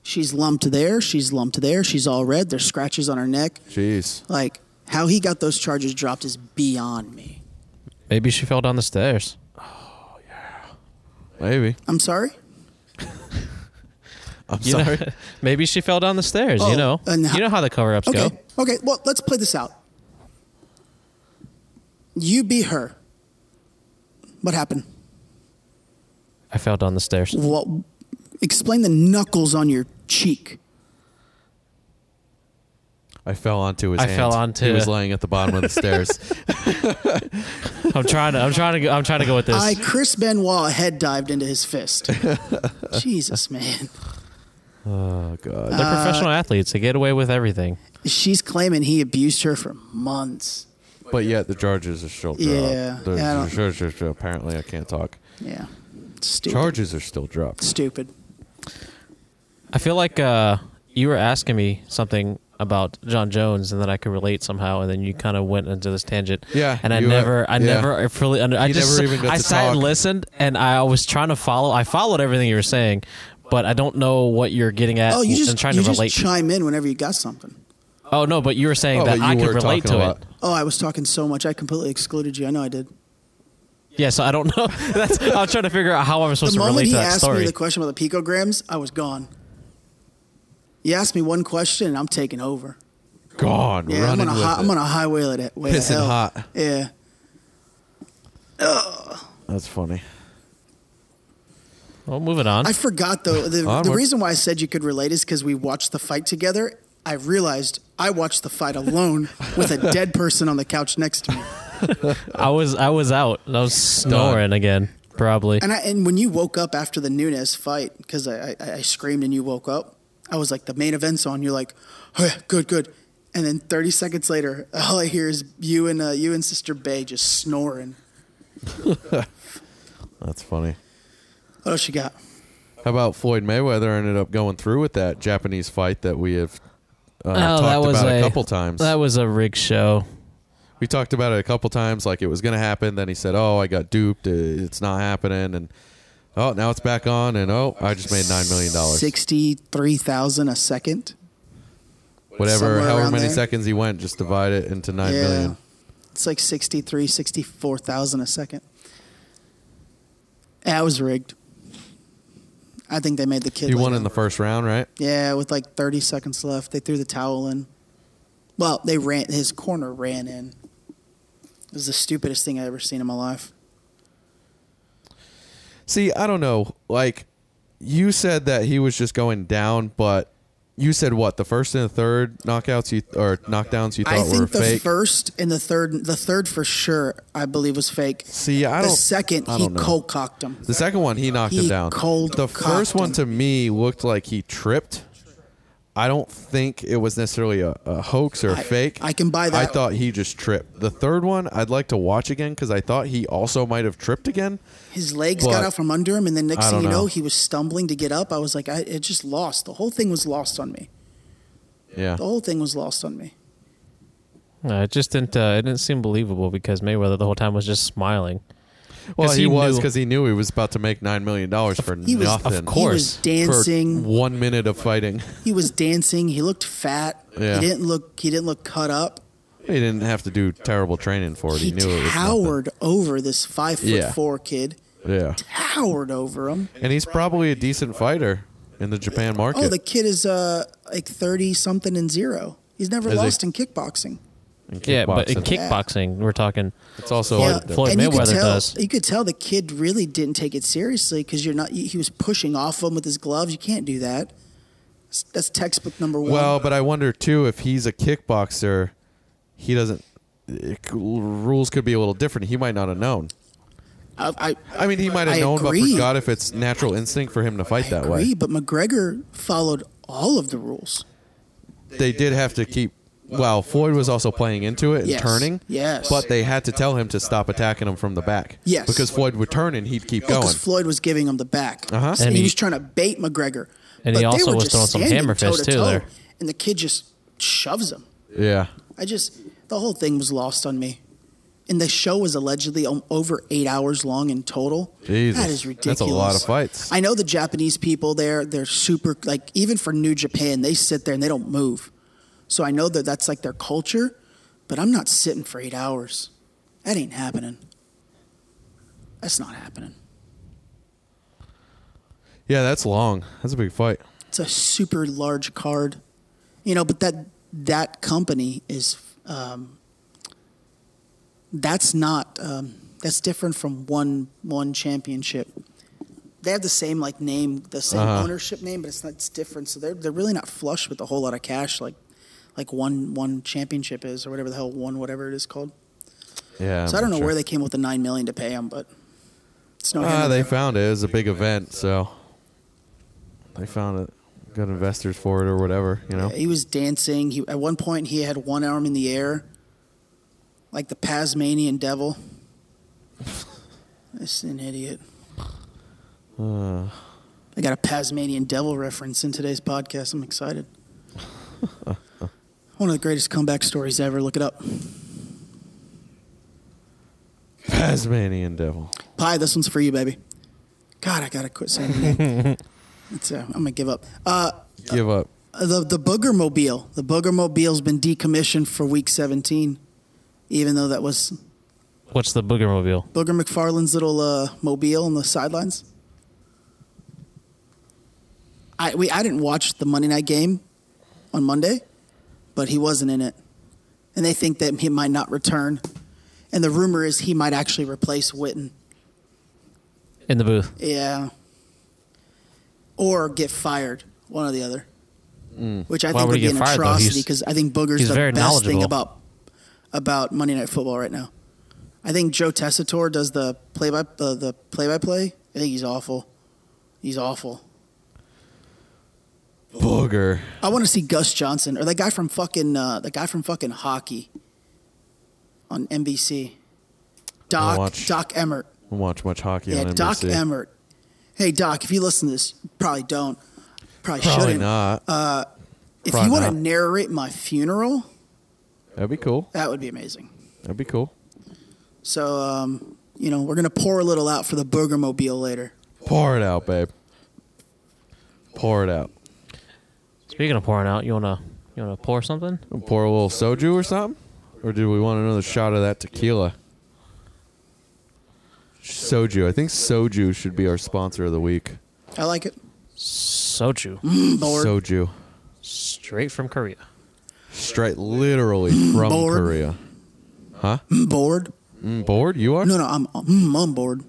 Speaker 2: She's lumped there. She's lumped there. She's all red. There's scratches on her neck.
Speaker 3: Jeez.
Speaker 2: Like how he got those charges dropped is beyond me.
Speaker 9: Maybe she fell down the stairs.
Speaker 3: Maybe.
Speaker 2: I'm sorry.
Speaker 3: I'm
Speaker 9: You know-
Speaker 3: sorry.
Speaker 9: maybe she fell down the stairs.
Speaker 2: Oh,
Speaker 9: you know,
Speaker 2: and ho-
Speaker 9: you know how the cover-ups
Speaker 2: Okay.
Speaker 9: go.
Speaker 2: Okay. Well, let's play this out. You be her. What happened?
Speaker 9: I fell down the stairs.
Speaker 2: What? Explain the knuckles on your cheek.
Speaker 3: I fell onto his.
Speaker 9: I
Speaker 3: hand.
Speaker 9: fell onto-
Speaker 3: He was laying at the bottom of
Speaker 9: (laughs)
Speaker 3: the stairs.
Speaker 9: I'm trying to. I'm trying to. Go, I'm trying to go with this.
Speaker 2: I Chris Benoit head dived into
Speaker 3: (laughs)
Speaker 2: his fist. Jesus, man.
Speaker 3: Oh god.
Speaker 9: They're
Speaker 2: uh,
Speaker 9: professional athletes. They get away with everything.
Speaker 2: She's claiming he abused her for months.
Speaker 3: But yet the charges are still dropped.
Speaker 2: Yeah,
Speaker 3: The-
Speaker 2: yeah, I
Speaker 3: the charges are- apparently I can't talk.
Speaker 2: Yeah. Stupid.
Speaker 3: Charges are still dropped.
Speaker 9: Uh,
Speaker 2: Stupid.
Speaker 9: I feel like uh, you were asking me something about John Jones, and then I could relate somehow, and then you kind of went into this tangent.
Speaker 3: Yeah,
Speaker 9: and I
Speaker 3: you, uh,
Speaker 9: never, I
Speaker 3: yeah.
Speaker 9: never I fully under. I
Speaker 3: You
Speaker 9: just,
Speaker 3: never even got
Speaker 9: I
Speaker 3: to
Speaker 9: sat and
Speaker 3: talk.
Speaker 9: listened, and I was trying to follow. I followed everything you were saying, but I don't know what you're getting at.
Speaker 2: Oh, you
Speaker 9: and
Speaker 2: just,
Speaker 9: trying
Speaker 2: you
Speaker 9: to
Speaker 2: just
Speaker 9: relate.
Speaker 2: chime in whenever you got something.
Speaker 9: oh no, but you were saying
Speaker 3: Oh,
Speaker 9: that
Speaker 3: but
Speaker 9: I
Speaker 3: you
Speaker 9: could
Speaker 3: were
Speaker 9: relate
Speaker 3: talking
Speaker 9: to
Speaker 3: a
Speaker 9: it.
Speaker 3: lot.
Speaker 2: Oh, I was talking so much. I completely excluded you. I know I did.
Speaker 9: Yeah, so I don't know. (laughs) That's, I'm trying to figure out how I'm supposed
Speaker 2: the
Speaker 9: to
Speaker 2: moment
Speaker 9: relate
Speaker 2: he
Speaker 9: to that
Speaker 2: asked
Speaker 9: story.
Speaker 2: me the question about the picograms, I was gone. You asked me one question, and I'm taking over.
Speaker 3: Gone.
Speaker 2: Yeah, I'm
Speaker 3: running
Speaker 2: on a
Speaker 3: with
Speaker 2: hi-
Speaker 3: it.
Speaker 2: I'm on a highway to that way to
Speaker 3: Pissing
Speaker 2: hell.
Speaker 3: hot.
Speaker 2: Yeah,
Speaker 3: That's funny.
Speaker 9: well, moving on.
Speaker 2: I forgot though.
Speaker 9: (laughs)
Speaker 2: The, the
Speaker 3: Onward.
Speaker 2: reason why I said you could relate is because we watched the fight together. I realized I watched the fight alone with a dead person on the couch next to me.
Speaker 9: I was I was out. I was snoring again, probably.
Speaker 2: And I and when you woke up after the Nunes fight, because I, I I screamed and you woke up, I was like the main event's on. You're like, oh, yeah, good, good. And then 30 seconds later, (laughs) all I hear is you and uh, you and Sister Bay just snoring.
Speaker 3: That's funny.
Speaker 2: What else you got?
Speaker 3: How about Floyd Mayweather ended up going through with that Japanese fight that we have uh,
Speaker 9: Oh,
Speaker 3: talked
Speaker 9: that was
Speaker 3: about a,
Speaker 9: a-
Speaker 3: couple times.
Speaker 9: That was a rig show.
Speaker 3: we talked about it a couple times, like it was going to happen. Then he said, "Oh, I got duped. uh, It's not happening." And oh, now it's back on. And oh, I just made nine million dollars.
Speaker 2: 63,000 a second.
Speaker 3: Whatever,
Speaker 2: somewhere
Speaker 3: however
Speaker 2: around
Speaker 3: many
Speaker 2: there.
Speaker 3: seconds he went, just divide it into nine
Speaker 2: Yeah.
Speaker 3: million.
Speaker 2: It's like 63, 64,000 a second. Yeah, it was rigged. I think they made the kid.
Speaker 3: He
Speaker 2: like-
Speaker 3: won in the first round, right?
Speaker 2: Yeah, with like 30 seconds left, they threw the towel in. Well, they ran. His corner ran in. It was the stupidest thing I ever seen in my life.
Speaker 3: See, I don't know. Like you said that he was just going down, but you said what? The first and the third knockouts you or knockdowns you thought
Speaker 2: I
Speaker 3: were
Speaker 2: think the
Speaker 3: fake.
Speaker 2: first and the third, the third for sure, I believe was fake.
Speaker 3: See, I
Speaker 2: the
Speaker 3: don't-
Speaker 2: second
Speaker 3: I
Speaker 2: he
Speaker 3: don't know.
Speaker 2: cold cocked him.
Speaker 3: the second one he knocked
Speaker 2: He
Speaker 3: him down.
Speaker 2: cold
Speaker 3: the
Speaker 2: cocked
Speaker 3: first one
Speaker 2: him.
Speaker 3: to me looked like he tripped. I don't think it was necessarily a, a hoax or a
Speaker 2: I-
Speaker 3: fake.
Speaker 2: I can buy that.
Speaker 3: I thought he just tripped. The third one, I'd like to watch again because I thought he also might have tripped again.
Speaker 2: His legs
Speaker 3: But-
Speaker 2: got out from under him, and then next
Speaker 3: I
Speaker 2: thing
Speaker 3: don't
Speaker 2: you know,
Speaker 3: know.
Speaker 2: he was stumbling to get up. I was like, I, it just lost. The whole thing was lost on me.
Speaker 3: Yeah,
Speaker 2: The whole thing was lost on me.
Speaker 9: No, it just didn't. Uh, it didn't seem believable because Mayweather the whole time was just smiling.
Speaker 3: well, he,
Speaker 9: he
Speaker 3: was
Speaker 9: knew-
Speaker 3: because he knew he was about to make nine million dollars for
Speaker 2: He was,
Speaker 3: nothing.
Speaker 2: he
Speaker 9: course.
Speaker 2: was dancing.
Speaker 3: for one minute of fighting. (laughs)
Speaker 2: He was dancing. He looked fat.
Speaker 3: Yeah.
Speaker 2: He didn't look. He didn't look cut up.
Speaker 3: He didn't have to do terrible training for it. He,
Speaker 2: He,
Speaker 3: knew it was
Speaker 2: towered over this five foot
Speaker 3: Yeah.
Speaker 2: four kid.
Speaker 3: nothing. Yeah,
Speaker 2: Towered over him.
Speaker 3: and he's probably a decent fighter in the Japan market.
Speaker 2: Oh, the kid is uh like thirty something and zero. He's never
Speaker 3: Is he?
Speaker 2: lost in kickboxing.
Speaker 3: in
Speaker 9: Yeah, but in
Speaker 3: kickboxing.
Speaker 9: kickboxing, we're talking.
Speaker 3: it's also
Speaker 2: Yeah,
Speaker 9: Floyd
Speaker 2: and you could
Speaker 9: Mayweather
Speaker 2: tell,
Speaker 9: does.
Speaker 2: You could tell the kid really didn't take it seriously because you're not. He was pushing off him with his gloves. You can't do that. That's- That's textbook number one.
Speaker 3: well, but I wonder too if he's a kickboxer, he doesn't. It, rules could be a little different. He might not have known.
Speaker 2: I, I,
Speaker 3: I mean, he might have
Speaker 2: I
Speaker 3: known,
Speaker 2: agree.
Speaker 3: but forgot if it's natural instinct for him to fight that
Speaker 2: agree,
Speaker 3: way.
Speaker 2: but McGregor followed all of the rules.
Speaker 3: They did have to keep. Well, Floyd was also playing into it and
Speaker 2: Yes.
Speaker 3: turning.
Speaker 2: Yes.
Speaker 3: But they had to tell him to stop attacking him from the back.
Speaker 2: Yes.
Speaker 3: Because Floyd would turn and he'd keep going.
Speaker 2: Because Oh, Floyd was giving him the back.
Speaker 3: Uh-huh.
Speaker 2: So
Speaker 9: And
Speaker 2: he,
Speaker 9: he-
Speaker 2: was trying to bait McGregor.
Speaker 9: And he
Speaker 2: But they
Speaker 9: also
Speaker 2: were
Speaker 9: was
Speaker 2: just
Speaker 9: throwing some
Speaker 2: standing
Speaker 9: hammer fist,
Speaker 2: toe-to-toe,
Speaker 9: too, there.
Speaker 2: And the kid just shoves him.
Speaker 3: Yeah.
Speaker 2: I just the whole thing was lost on me. And the show was allegedly o- over eight hours long in total.
Speaker 3: Jesus.
Speaker 2: that is ridiculous.
Speaker 3: That's a lot of fights.
Speaker 2: I know the Japanese people there; they're super like even for New Japan, they sit there and they don't move. So I know that that's like their culture, but I'm not sitting for eight hours. That ain't happening. That's not happening.
Speaker 3: Yeah, that's long. That's a big fight.
Speaker 2: It's a super large card, you know. But that that company is um, that's not um, that's different from one one championship. They have the same like name, the same
Speaker 3: Uh-huh.
Speaker 2: ownership name, but it's not it's different. So they're they're really not flush with a whole lot of cash like like one one championship is or whatever the hell one whatever it is called.
Speaker 3: Yeah.
Speaker 2: so I don't know where they came with the nine million to pay him, but it's no.
Speaker 3: Ah,
Speaker 2: hand
Speaker 3: they
Speaker 2: in-
Speaker 3: found it. It was a big event, so they found it. Got investors for it or whatever, you know.
Speaker 2: He was dancing. He at one point he had one arm in the air, like the Tasmanian devil. That's an idiot. I got a Tasmanian devil reference in today's podcast. I'm excited. One of the greatest comeback stories ever. Look it up.
Speaker 3: Tasmanian devil.
Speaker 2: Pie, this one's for you, baby. God, I gotta quit saying the name. It's, uh, I'm gonna give up. Uh,
Speaker 3: Give up.
Speaker 2: the the booger mobile the booger mobile's been decommissioned for week 17 even though that was
Speaker 9: What's the booger mobile?
Speaker 2: booger mcfarland's little uh, mobile on the sidelines i we i didn't watch the monday night game on monday but he wasn't in it and they think that he might not return and the rumor is he might actually replace Witten.
Speaker 9: In the booth.
Speaker 2: Yeah. Or get fired, one or the other. Which I
Speaker 9: Mm. Why
Speaker 2: think
Speaker 9: would
Speaker 2: would
Speaker 9: he
Speaker 2: be
Speaker 9: get
Speaker 2: an
Speaker 9: fired, though?
Speaker 2: atrocity
Speaker 9: He's-
Speaker 2: because I think Booger's
Speaker 9: he's
Speaker 2: the
Speaker 9: very
Speaker 2: best thing
Speaker 9: knowledgeable.
Speaker 2: about about Monday Night Football right now. I think Joe Tessitore does the play by uh, the play by play. I think he's awful. He's awful.
Speaker 3: Booger.
Speaker 2: I want to see Gus Johnson or that guy from fucking uh, the guy from fucking hockey on NBC. Doc
Speaker 3: watch.
Speaker 2: Doc Emmert.
Speaker 3: Don't watch much hockey
Speaker 2: Yeah,
Speaker 3: on NBC.
Speaker 2: Doc Emmert. Hey, Doc, if you listen to this, you probably don't. Probably,
Speaker 3: Probably
Speaker 2: shouldn't. uh,
Speaker 3: not.
Speaker 2: if
Speaker 3: probably
Speaker 2: you want to
Speaker 3: not.
Speaker 2: narrate my funeral,
Speaker 3: That'd be cool.
Speaker 2: that would be amazing.
Speaker 3: That'd be cool.
Speaker 2: So, um, you know, we're going to pour a little out for the Booger Mobile later.
Speaker 3: Pour it out, babe. Pour it out.
Speaker 9: Speaking of pouring out, you wanna you wanna pour something?
Speaker 3: Pour a little soju or something? Or do we want another shot of that tequila? Soju. I think soju should be our sponsor of the week.
Speaker 2: I like it. (clears throat) Mm.
Speaker 9: Soju,
Speaker 2: Bored.
Speaker 3: Soju.
Speaker 9: straight from Korea.
Speaker 3: Straight literally
Speaker 2: (clears throat)
Speaker 3: from
Speaker 2: Bored.
Speaker 3: Korea.
Speaker 2: I'm (clears throat) bored.
Speaker 3: Mm, bored? You are?
Speaker 2: No, no, I'm, mm, I'm on board.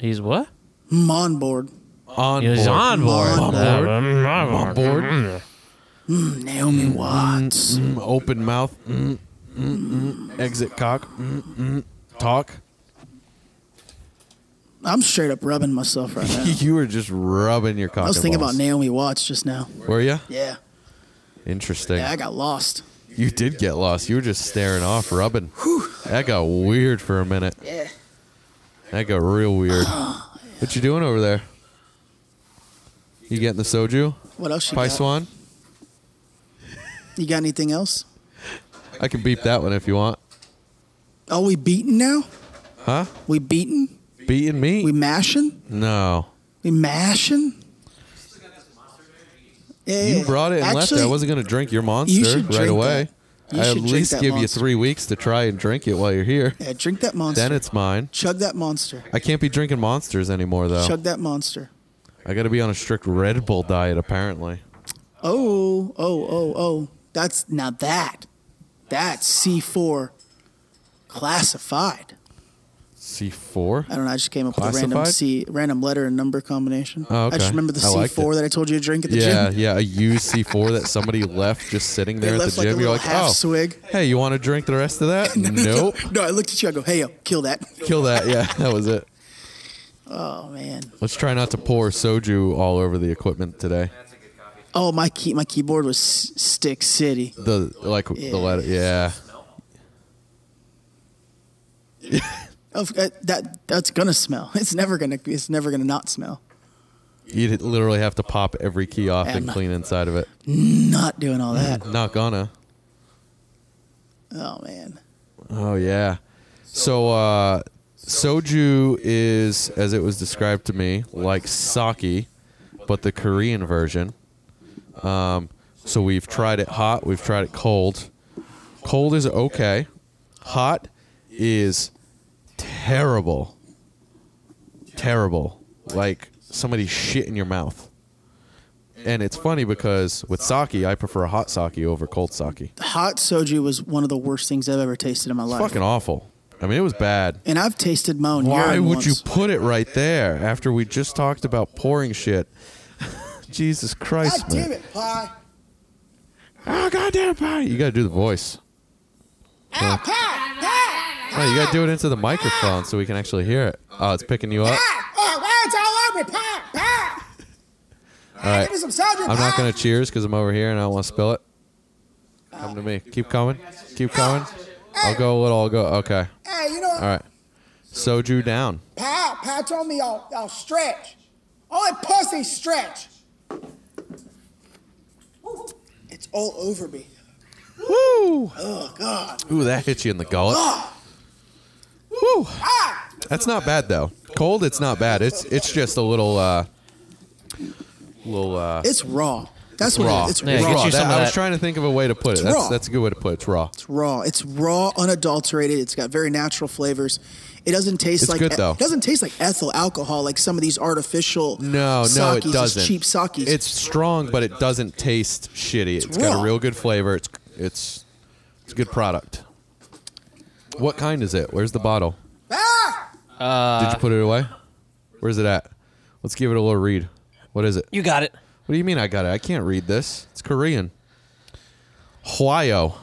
Speaker 9: He's what?
Speaker 2: Mm, I'm on board.
Speaker 3: On
Speaker 9: He's
Speaker 3: board.
Speaker 9: on board.
Speaker 2: On
Speaker 3: board.
Speaker 9: Uh,
Speaker 3: On board.
Speaker 2: Mm, Naomi Watts.
Speaker 3: Mm, open mouth. Mm, mm, mm. Exit cock. Mm, mm. Talk. (laughs)
Speaker 2: I'm straight up rubbing myself
Speaker 3: (laughs)
Speaker 2: right now.
Speaker 3: you were just rubbing your cock.
Speaker 2: I was
Speaker 3: and
Speaker 2: thinking
Speaker 3: balls.
Speaker 2: about Naomi Watts just now.
Speaker 3: Were you?
Speaker 2: Yeah.
Speaker 3: Interesting.
Speaker 2: Yeah, I got lost.
Speaker 3: You did get lost. You were just staring off, rubbing. That got weird for a minute.
Speaker 2: Yeah.
Speaker 3: That got real
Speaker 2: (gasps)
Speaker 3: weird. What you doing over there? You getting the soju,
Speaker 2: What else you
Speaker 3: Pai
Speaker 2: got?
Speaker 3: Swan?
Speaker 2: You got anything else?
Speaker 3: I can beep that one if you want.
Speaker 2: Are Oh, we beaten now?
Speaker 3: Huh?
Speaker 2: We beaten?
Speaker 3: Beating me?
Speaker 2: We mashing?
Speaker 3: No.
Speaker 2: We mashing? Yeah,
Speaker 3: You brought it and left it. I
Speaker 2: Actually,
Speaker 3: wasn't gonna drink your
Speaker 2: you
Speaker 3: monster
Speaker 2: should
Speaker 3: right
Speaker 2: drink
Speaker 3: away.
Speaker 2: that. You
Speaker 3: I at
Speaker 2: should drink
Speaker 3: least
Speaker 2: that
Speaker 3: give you
Speaker 2: monster.
Speaker 3: three weeks to try and drink it while you're
Speaker 2: (laughs)
Speaker 3: here.
Speaker 2: Yeah, drink that monster.
Speaker 3: Then it's mine.
Speaker 2: Chug that monster.
Speaker 3: I can't be drinking monsters anymore though.
Speaker 2: Chug that monster.
Speaker 3: I got to be on a strict Red Bull diet apparently.
Speaker 2: Oh, oh, oh, oh. That's now that. That's C4 classified.
Speaker 3: C four.
Speaker 2: I don't know. I just came up with a random
Speaker 3: Classified?
Speaker 2: C, random letter and number combination.
Speaker 3: Oh, okay.
Speaker 2: I just remember the
Speaker 3: I liked
Speaker 2: C4
Speaker 3: it.
Speaker 2: that I told you to drink at the
Speaker 3: Yeah,
Speaker 2: gym.
Speaker 3: yeah, a UC4 that somebody left just sitting
Speaker 2: They
Speaker 3: there at
Speaker 2: left,
Speaker 3: the
Speaker 2: like, a
Speaker 3: gym. You're
Speaker 2: little
Speaker 3: like,
Speaker 2: half
Speaker 3: oh,
Speaker 2: swig." (laughs)
Speaker 3: hey, you want to drink the rest of that? nope.
Speaker 2: No, I looked at you. I go, hey, yo, kill that.
Speaker 3: Kill that. Yeah, (laughs) that was it.
Speaker 2: Oh, man.
Speaker 3: Let's try not to pour soju all over the equipment today.
Speaker 2: Oh, my key, my keyboard was S- Stick City.
Speaker 3: The like the letter. Yeah.
Speaker 2: Oh, uh, that that's gonna smell. (laughs) It's never gonna. It's never gonna not smell.
Speaker 3: You'd literally have to pop every key off
Speaker 2: I'm
Speaker 3: and
Speaker 2: not-
Speaker 3: clean inside of it.
Speaker 2: Not doing all that.
Speaker 3: Not gonna.
Speaker 2: Oh man.
Speaker 3: Oh yeah. So uh soju is as it was described to me like sake but the Korean version. Um so we've tried it hot, we've tried it cold. Cold is okay. Hot is terrible. Terrible. Like somebody shit in your mouth. And it's funny because with sake, I prefer hot sake over cold sake.
Speaker 2: Hot soju was one of the worst things I've ever tasted in my
Speaker 3: It's
Speaker 2: life.
Speaker 3: fucking awful. I mean, it was bad.
Speaker 2: and I've tasted my own
Speaker 3: Why
Speaker 2: urine
Speaker 3: would
Speaker 2: once.
Speaker 3: you put it right there after we just talked about pouring shit? (laughs) Jesus Christ,
Speaker 2: God damn
Speaker 3: man.
Speaker 2: it, pie!
Speaker 3: Oh, goddamn pie. You got to do the voice. Yeah. No, Oh, you got to do it into the microphone so we can actually hear it. Oh, it's picking you up. All right. I'm not going to cheers because I'm over here and I don't want to spill it. Come to me. Keep coming. Keep coming. I'll go a little. I'll go. Okay.
Speaker 2: Hey, you know
Speaker 3: All right. Soju down.
Speaker 2: Pat, Pat told me I'll, I'll stretch. Only pussy stretch. It's all over me.
Speaker 3: Woo!
Speaker 2: Oh, God.
Speaker 3: Ooh, that hit you in the gullet. Woo. That's not bad though. Cold, it's not bad. It's it's just a little uh little uh
Speaker 2: It's raw. That's what
Speaker 3: raw.
Speaker 2: it is. It's
Speaker 9: Yeah,
Speaker 2: raw.
Speaker 9: get
Speaker 3: raw.
Speaker 9: you
Speaker 3: That-
Speaker 9: some of
Speaker 3: I was
Speaker 9: that.
Speaker 3: trying to think of a way to put it.
Speaker 2: It's
Speaker 3: That's
Speaker 2: raw.
Speaker 3: that's a good way to put it. It's raw.
Speaker 2: It's raw. It's raw, unadulterated. It's got very natural flavors. It doesn't taste
Speaker 3: It's
Speaker 2: like e-
Speaker 3: good, though.
Speaker 2: it doesn't taste like ethyl alcohol like some of these artificial
Speaker 3: No, no,
Speaker 2: sakis,
Speaker 3: it
Speaker 2: these
Speaker 3: doesn't.
Speaker 2: cheap sakis.
Speaker 3: It's strong, but it doesn't taste shitty. It's got
Speaker 2: raw.
Speaker 3: a real good flavor. It's it's it's a good product. What kind is it? Where's the bottle?
Speaker 2: Ah!
Speaker 9: Uh,
Speaker 3: Did you put it away? Where's it at? Let's give it a little read. What is it?
Speaker 9: You got it.
Speaker 3: What do you mean I got it? I can't read this. It's Korean. Hwayo.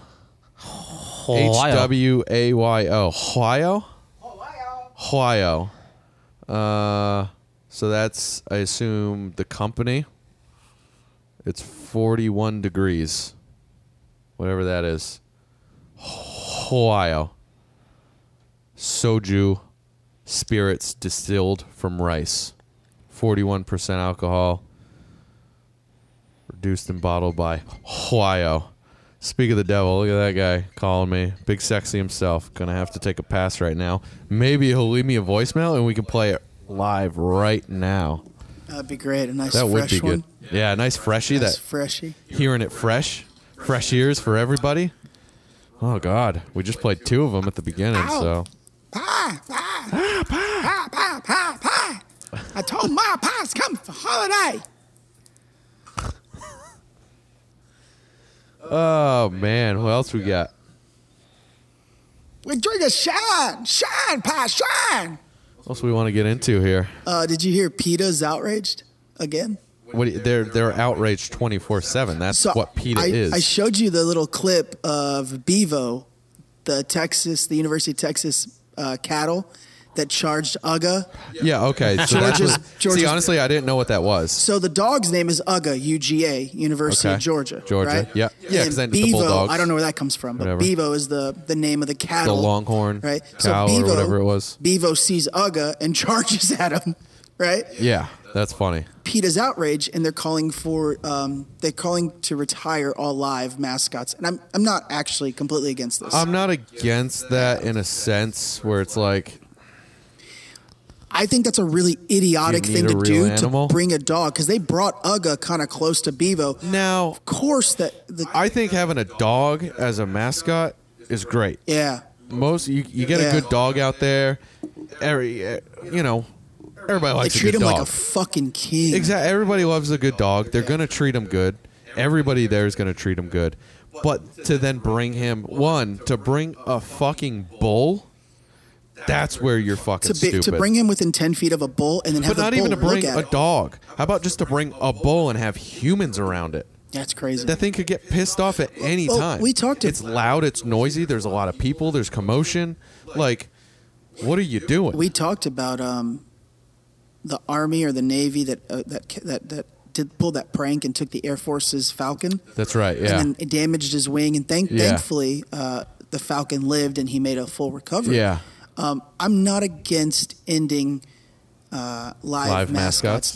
Speaker 3: H W A Y O. Hwayo? Hwayo. Uh, so that's, I assume, the company. It's 41 degrees. Whatever that is. Hwayo. Soju spirits distilled from rice. 41% alcohol produced and bottled by Ohio. Speak of the devil, look at that guy calling me. Big sexy himself. Gonna have to take a pass right now. Maybe he'll leave me a voicemail and we can play it live right now.
Speaker 2: That'd be great. A nice
Speaker 3: That would
Speaker 2: fresh
Speaker 3: be good.
Speaker 2: one.
Speaker 3: Yeah, nice freshie.
Speaker 2: Nice
Speaker 3: That
Speaker 2: freshy.
Speaker 3: hearing it fresh, fresh ears for everybody. Oh God, we just played two of them at the beginning. So
Speaker 2: Pie, pie, pie, pie. I told my pie's coming for holiday.
Speaker 3: oh man, who else we got?
Speaker 2: We drink a shine, shine, pie, shine.
Speaker 3: What else we want to get into here?
Speaker 2: Uh, did you hear PETA's outraged again?
Speaker 3: What do you- they're they're outraged twenty four seven. That's what PETA
Speaker 2: I,
Speaker 3: is.
Speaker 2: I showed you the little clip of Bevo, the Texas, the University of Texas uh, cattle that charged Uga.
Speaker 3: Yeah, okay. So that's
Speaker 2: George's-
Speaker 3: what,
Speaker 2: George's-
Speaker 3: see, honestly, I didn't know what that was.
Speaker 2: So the dog's name is Uga, UGA, University of
Speaker 3: Okay.
Speaker 2: Georgia.
Speaker 3: Georgia.
Speaker 2: Right?
Speaker 3: Yeah. Yeah, 'cause
Speaker 2: And
Speaker 3: then it's the
Speaker 2: Bevo,
Speaker 3: Bulldogs.
Speaker 2: I don't know where that comes from, but
Speaker 3: Whatever.
Speaker 2: Bevo is the, the name of the
Speaker 3: The
Speaker 2: cattle.
Speaker 3: Longhorn
Speaker 2: right?
Speaker 3: cow
Speaker 2: so Bevo,
Speaker 3: or whatever it was.
Speaker 2: Bevo sees Uga and (laughs) charges at him, right?
Speaker 3: Yeah, that's funny.
Speaker 2: PETA's outrage, and they're calling for um, they're calling to retire all live mascots. And I'm I'm not actually completely against this.
Speaker 3: I'm not against that in a sense where it's like,
Speaker 2: I think that's a really idiotic
Speaker 3: You
Speaker 2: thing
Speaker 3: need
Speaker 2: to
Speaker 3: a
Speaker 2: do
Speaker 3: real animal?
Speaker 2: to bring a dog because they brought Uga kind of close to Bevo.
Speaker 3: now,
Speaker 2: Of course, that the
Speaker 3: I think having a dog as a mascot is great.
Speaker 2: yeah.
Speaker 3: Most you, you get
Speaker 2: Yeah.
Speaker 3: a good dog out there, every eh, you know, everybody
Speaker 2: They
Speaker 3: likes a
Speaker 2: treat
Speaker 3: good
Speaker 2: him
Speaker 3: dog.
Speaker 2: like a fucking king.
Speaker 3: Exactly. Everybody loves a good dog. They're gonna treat him good. Everybody there is gonna treat him good. But to then bring him one to bring a fucking bull, that's where you're fucking
Speaker 2: To, be,
Speaker 3: stupid.
Speaker 2: to bring him within ten feet of a bull and then
Speaker 3: but
Speaker 2: have the
Speaker 3: not
Speaker 2: bull
Speaker 3: even to bring
Speaker 2: look at
Speaker 3: a
Speaker 2: it.
Speaker 3: dog. How about just to bring a bull and have humans around it?
Speaker 2: That's crazy.
Speaker 3: That thing could get pissed off at any
Speaker 2: Oh,
Speaker 3: time.
Speaker 2: we talked to-
Speaker 3: It's loud. It's noisy. There's a lot of people. There's commotion. Like, what are you doing?
Speaker 2: we talked about um, the army or the navy that uh, that that that did pulled that prank and took the Air Force's Falcon.
Speaker 3: That's right. Yeah.
Speaker 2: And then it damaged his wing, and thank
Speaker 3: Yeah.
Speaker 2: thankfully uh, the Falcon lived and he made a full recovery.
Speaker 3: yeah.
Speaker 2: Um, I'm not against ending uh, live,
Speaker 3: Live
Speaker 2: mascots.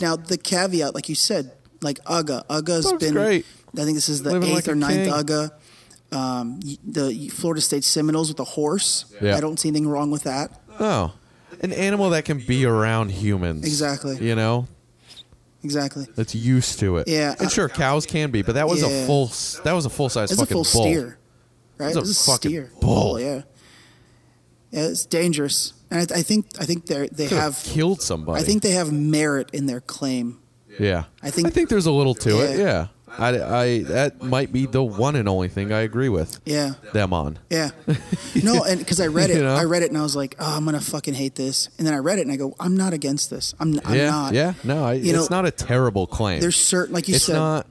Speaker 3: mascots.
Speaker 2: Now the caveat, like you said, like Uga, Uga's
Speaker 3: That's
Speaker 2: been.
Speaker 3: great.
Speaker 2: I think this is the
Speaker 3: Living
Speaker 2: eighth
Speaker 3: like
Speaker 2: or
Speaker 3: a
Speaker 2: ninth
Speaker 3: king.
Speaker 2: Uga. Um, y- the Florida State Seminoles with a horse.
Speaker 3: Yeah.
Speaker 2: I don't see anything wrong with that.
Speaker 3: Oh, an animal that can be around humans.
Speaker 2: Exactly.
Speaker 3: You know,
Speaker 2: Exactly.
Speaker 3: that's used to it.
Speaker 2: Yeah, I-
Speaker 3: And sure, cows can be, but that was
Speaker 2: Yeah.
Speaker 3: a full. s- That was a full size
Speaker 2: It's a
Speaker 3: fucking
Speaker 2: full
Speaker 3: bull.
Speaker 2: steer, right?
Speaker 3: It's a
Speaker 2: It's
Speaker 3: fucking
Speaker 2: steer.
Speaker 3: bull.
Speaker 2: yeah. Yeah, it's dangerous, and I, th- I think I think they they
Speaker 3: Could
Speaker 2: have
Speaker 3: killed somebody.
Speaker 2: I think they have merit in their claim.
Speaker 3: Yeah.
Speaker 2: I think-
Speaker 3: I think there's a little to it.
Speaker 2: Yeah.
Speaker 3: Yeah. I, I that might be the one and only thing I agree with
Speaker 2: Yeah,
Speaker 3: them on. (laughs)
Speaker 2: yeah. No, and because I read it,
Speaker 3: You know?
Speaker 2: I read it, and I was like, oh, I'm gonna fucking hate this. And then I read it, and I go, I'm not against this. I'm, I'm
Speaker 3: yeah.
Speaker 2: not.
Speaker 3: Yeah. No, I, it's
Speaker 2: You know,
Speaker 3: not a terrible claim.
Speaker 2: There's certain, like you
Speaker 3: it's
Speaker 2: said,
Speaker 3: not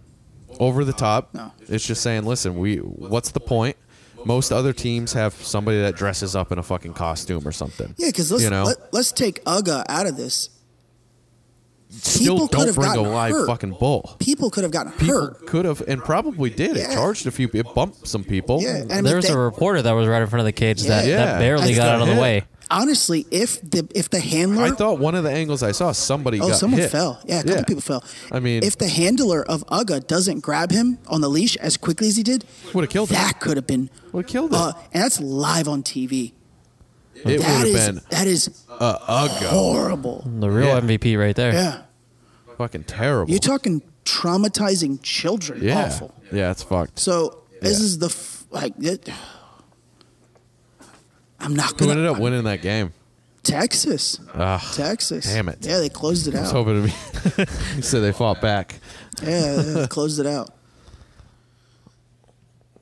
Speaker 3: over the top.
Speaker 2: No.
Speaker 3: It's just saying, listen, we what's the point? Most other teams have somebody that dresses up in a fucking costume or something.
Speaker 2: yeah. Because let's
Speaker 3: you know,
Speaker 2: let, us take Uga out of this.
Speaker 3: still
Speaker 2: people could
Speaker 3: don't
Speaker 2: have
Speaker 3: bring a
Speaker 2: gotten
Speaker 3: live
Speaker 2: hurt.
Speaker 3: fucking bull.
Speaker 2: People could have gotten
Speaker 3: People
Speaker 2: hurt.
Speaker 3: could have and probably did.
Speaker 2: Yeah.
Speaker 3: It charged a few. It bumped some people.
Speaker 2: Yeah, and I mean,
Speaker 9: there was
Speaker 2: they-
Speaker 9: a reporter that was right in front of the cage that,
Speaker 2: Yeah.
Speaker 9: that barely
Speaker 2: Yeah.
Speaker 9: got out of the
Speaker 3: Yeah.
Speaker 9: way.
Speaker 2: honestly, if the if the handler
Speaker 3: I thought one of the angles I saw somebody
Speaker 2: Oh,
Speaker 3: got
Speaker 2: someone
Speaker 3: hit.
Speaker 2: fell. Yeah, a couple people fell.
Speaker 3: I mean-
Speaker 2: if the handler of Uga doesn't grab him on the leash as quickly as he did,
Speaker 3: Would've killed him.
Speaker 2: That could have been
Speaker 3: Would've killed him.
Speaker 2: uh, and that's live on TV.
Speaker 3: It would
Speaker 2: That
Speaker 3: have
Speaker 2: is
Speaker 3: been
Speaker 2: that is
Speaker 3: a go.
Speaker 2: horrible.
Speaker 9: The real
Speaker 3: Yeah.
Speaker 9: MVP right
Speaker 3: Eh.
Speaker 9: there.
Speaker 2: Yeah,
Speaker 3: Fucking terrible.
Speaker 2: you're talking traumatizing children.
Speaker 3: yeah.
Speaker 2: Awful.
Speaker 3: Yeah, it's fucked.
Speaker 2: So this
Speaker 3: Yeah.
Speaker 2: is the f- like. It, I'm not
Speaker 3: Who
Speaker 2: gonna
Speaker 3: ended up winning that game?
Speaker 2: Texas.
Speaker 3: Ugh,
Speaker 2: Texas.
Speaker 3: damn it.
Speaker 2: Yeah, they closed it
Speaker 3: I was
Speaker 2: out.
Speaker 3: hoping to be. (laughs) so they fought back.
Speaker 2: Yeah,
Speaker 3: (laughs)
Speaker 2: they closed it out.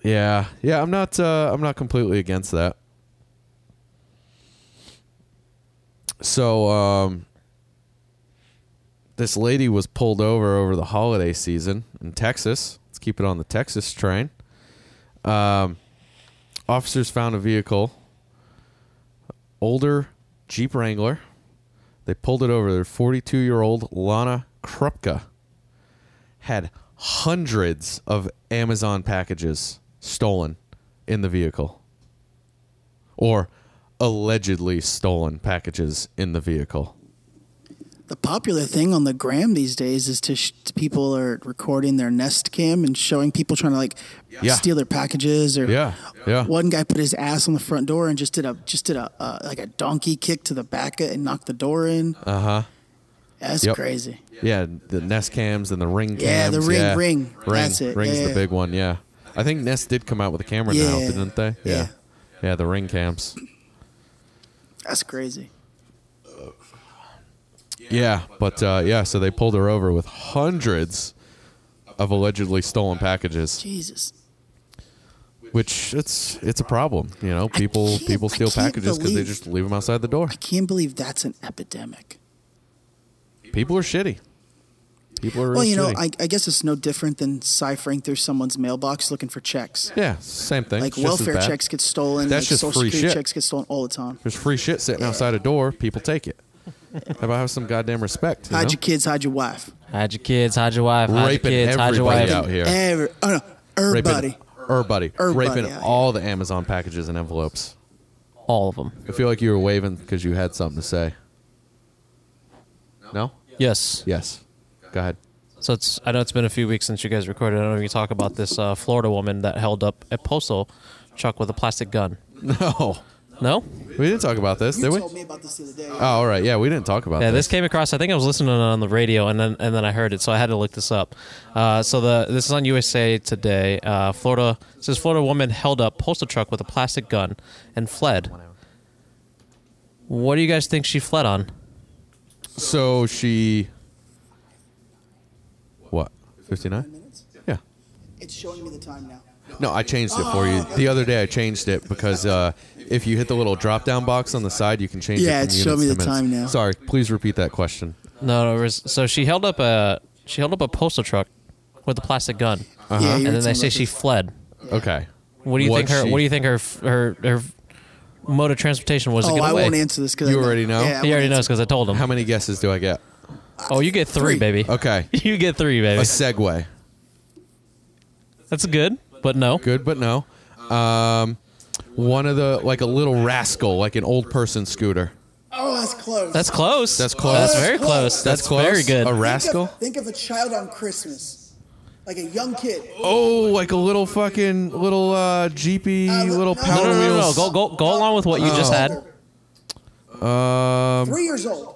Speaker 3: Yeah, yeah. I'm not. Uh, I'm not completely against that. So, um, this lady was pulled over over the holiday season in Texas. Let's keep it on the Texas train. Um, officers found a vehicle, older Jeep Wrangler. They pulled it over. Their 42 year old Lana Krupka had hundreds of Amazon packages stolen in the vehicle or allegedly stolen packages in the vehicle.
Speaker 2: The popular thing on the gram these days is to sh- people are recording their Nest Cam and showing people trying to like
Speaker 3: Yeah.
Speaker 2: steal their packages or
Speaker 3: Yeah. Yeah.
Speaker 2: One guy put his ass on the front door and just did a just did a uh, like a donkey kick to the back of it and knocked the door in. Uh huh. That's
Speaker 3: Uh-huh. Yep.
Speaker 2: crazy.
Speaker 3: Yeah, the Nest cams and the Ring cams.
Speaker 2: Yeah, the Ring- Ring.
Speaker 3: Ring.
Speaker 2: That's it.
Speaker 3: Ring's
Speaker 2: Yeah,
Speaker 3: the
Speaker 2: yeah.
Speaker 3: big one, yeah. I think Nest did come out with a camera now,
Speaker 2: Yeah.
Speaker 3: didn't they?
Speaker 2: Yeah.
Speaker 3: Yeah. Yeah, the Ring cams.
Speaker 2: That's crazy.
Speaker 3: Yeah, but uh, yeah, so they pulled her over with hundreds of allegedly stolen packages.
Speaker 2: Jesus.
Speaker 3: which it's it's a problem you know people
Speaker 2: can't-
Speaker 3: people
Speaker 2: I
Speaker 3: steal
Speaker 2: can't
Speaker 3: packages because they
Speaker 2: believe-
Speaker 3: just leave them outside the door
Speaker 2: I can't believe that's an epidemic.
Speaker 3: people are shitty people are real
Speaker 2: well, you know,
Speaker 3: shitty.
Speaker 2: I, I guess it's no different than ciphering through someone's mailbox looking for checks.
Speaker 3: yeah same thing
Speaker 2: Like
Speaker 3: It's just as
Speaker 2: welfare
Speaker 3: bad.
Speaker 2: checks get stolen.
Speaker 3: That's
Speaker 2: like
Speaker 3: just
Speaker 2: social
Speaker 3: free
Speaker 2: security
Speaker 3: shit.
Speaker 2: checks get stolen all the time.
Speaker 3: there's free shit sitting outside a door people take it how about have some goddamn respect you
Speaker 2: Hide
Speaker 3: know?
Speaker 2: your kids, hide your wife.
Speaker 9: Hide your kids, hide your wife, hide your
Speaker 3: Raping
Speaker 9: kids, hide your
Speaker 3: everybody
Speaker 9: wife.
Speaker 3: out. here.
Speaker 2: Every, oh no, everybody.
Speaker 3: raping everybody
Speaker 2: Everybody
Speaker 3: raping
Speaker 2: out here.
Speaker 3: all the amazon packages and envelopes
Speaker 9: All of them.
Speaker 3: i feel like you were waving because you had something to say no
Speaker 9: Yes.
Speaker 3: yes go ahead (laughs)
Speaker 9: So it's I know it's been a few weeks since you guys recorded. I don't know if you talk about this uh, Florida woman that held up a postal truck with a plastic gun.
Speaker 3: no
Speaker 9: No?
Speaker 3: we didn't talk about this
Speaker 2: You
Speaker 3: did we
Speaker 2: told me about this the other day.
Speaker 3: oh all right yeah we didn't talk about
Speaker 9: Yeah,
Speaker 3: this
Speaker 9: this came across. I think I was listening on the radio, and then and then I heard it, so I had to look this up. Uh, so the this is on USA Today. Uh, Florida it says Florida woman held up postal truck with a plastic gun and fled. What do you guys think she fled on?
Speaker 3: So she. What? 59? Yeah.
Speaker 2: It's showing me the time now.
Speaker 3: No, I changed it for you. The other day I changed it because uh, if you hit the little drop down box on the side, you can change
Speaker 2: Yeah,
Speaker 3: it.
Speaker 2: it's
Speaker 3: from units
Speaker 2: show me
Speaker 3: to
Speaker 2: the
Speaker 3: minutes.
Speaker 2: time now.
Speaker 3: Sorry, please repeat that question.
Speaker 9: No, no, it was, so she held up a she held up a postal truck with a plastic gun,
Speaker 3: Uh-huh.
Speaker 2: Yeah, you
Speaker 9: and
Speaker 2: were
Speaker 9: then they
Speaker 2: telling
Speaker 9: say
Speaker 2: us
Speaker 9: she
Speaker 2: this.
Speaker 9: fled.
Speaker 3: Okay.
Speaker 9: What do you
Speaker 3: What'd
Speaker 9: think her
Speaker 3: she-
Speaker 9: What do you think her f- her her mode of transportation was to
Speaker 2: Oh,
Speaker 9: get
Speaker 2: I
Speaker 9: away?
Speaker 2: won't answer this because
Speaker 3: You already know?
Speaker 2: Yeah, I
Speaker 9: He already
Speaker 2: won't
Speaker 9: knows because I told him.
Speaker 3: How many guesses do I get?
Speaker 2: answer-
Speaker 9: Oh, you get three,
Speaker 2: Three.
Speaker 9: baby. (laughs)
Speaker 3: Okay.
Speaker 9: You get three,
Speaker 3: A
Speaker 9: baby.
Speaker 3: segue.
Speaker 9: That's good, but no.
Speaker 3: Good, but no. Um, one of the like a little rascal, like an old person scooter.
Speaker 2: Oh, that's close.
Speaker 9: That's close.
Speaker 3: That's close.
Speaker 9: That's very
Speaker 2: That's
Speaker 9: close. That's,
Speaker 2: close.
Speaker 3: That's close.
Speaker 9: very good.
Speaker 3: A
Speaker 2: Think of-
Speaker 3: rascal.
Speaker 2: Think of, a child on Christmas, like a young kid.
Speaker 3: Oh, like a little fucking little uh, jeepy,
Speaker 2: Uh, no,
Speaker 3: little
Speaker 2: no,
Speaker 3: power
Speaker 9: no, no, no, no.
Speaker 3: wheels. Oh.
Speaker 9: Go, go, go along with what you just had.
Speaker 3: Um,
Speaker 9: Um,
Speaker 2: Three years old.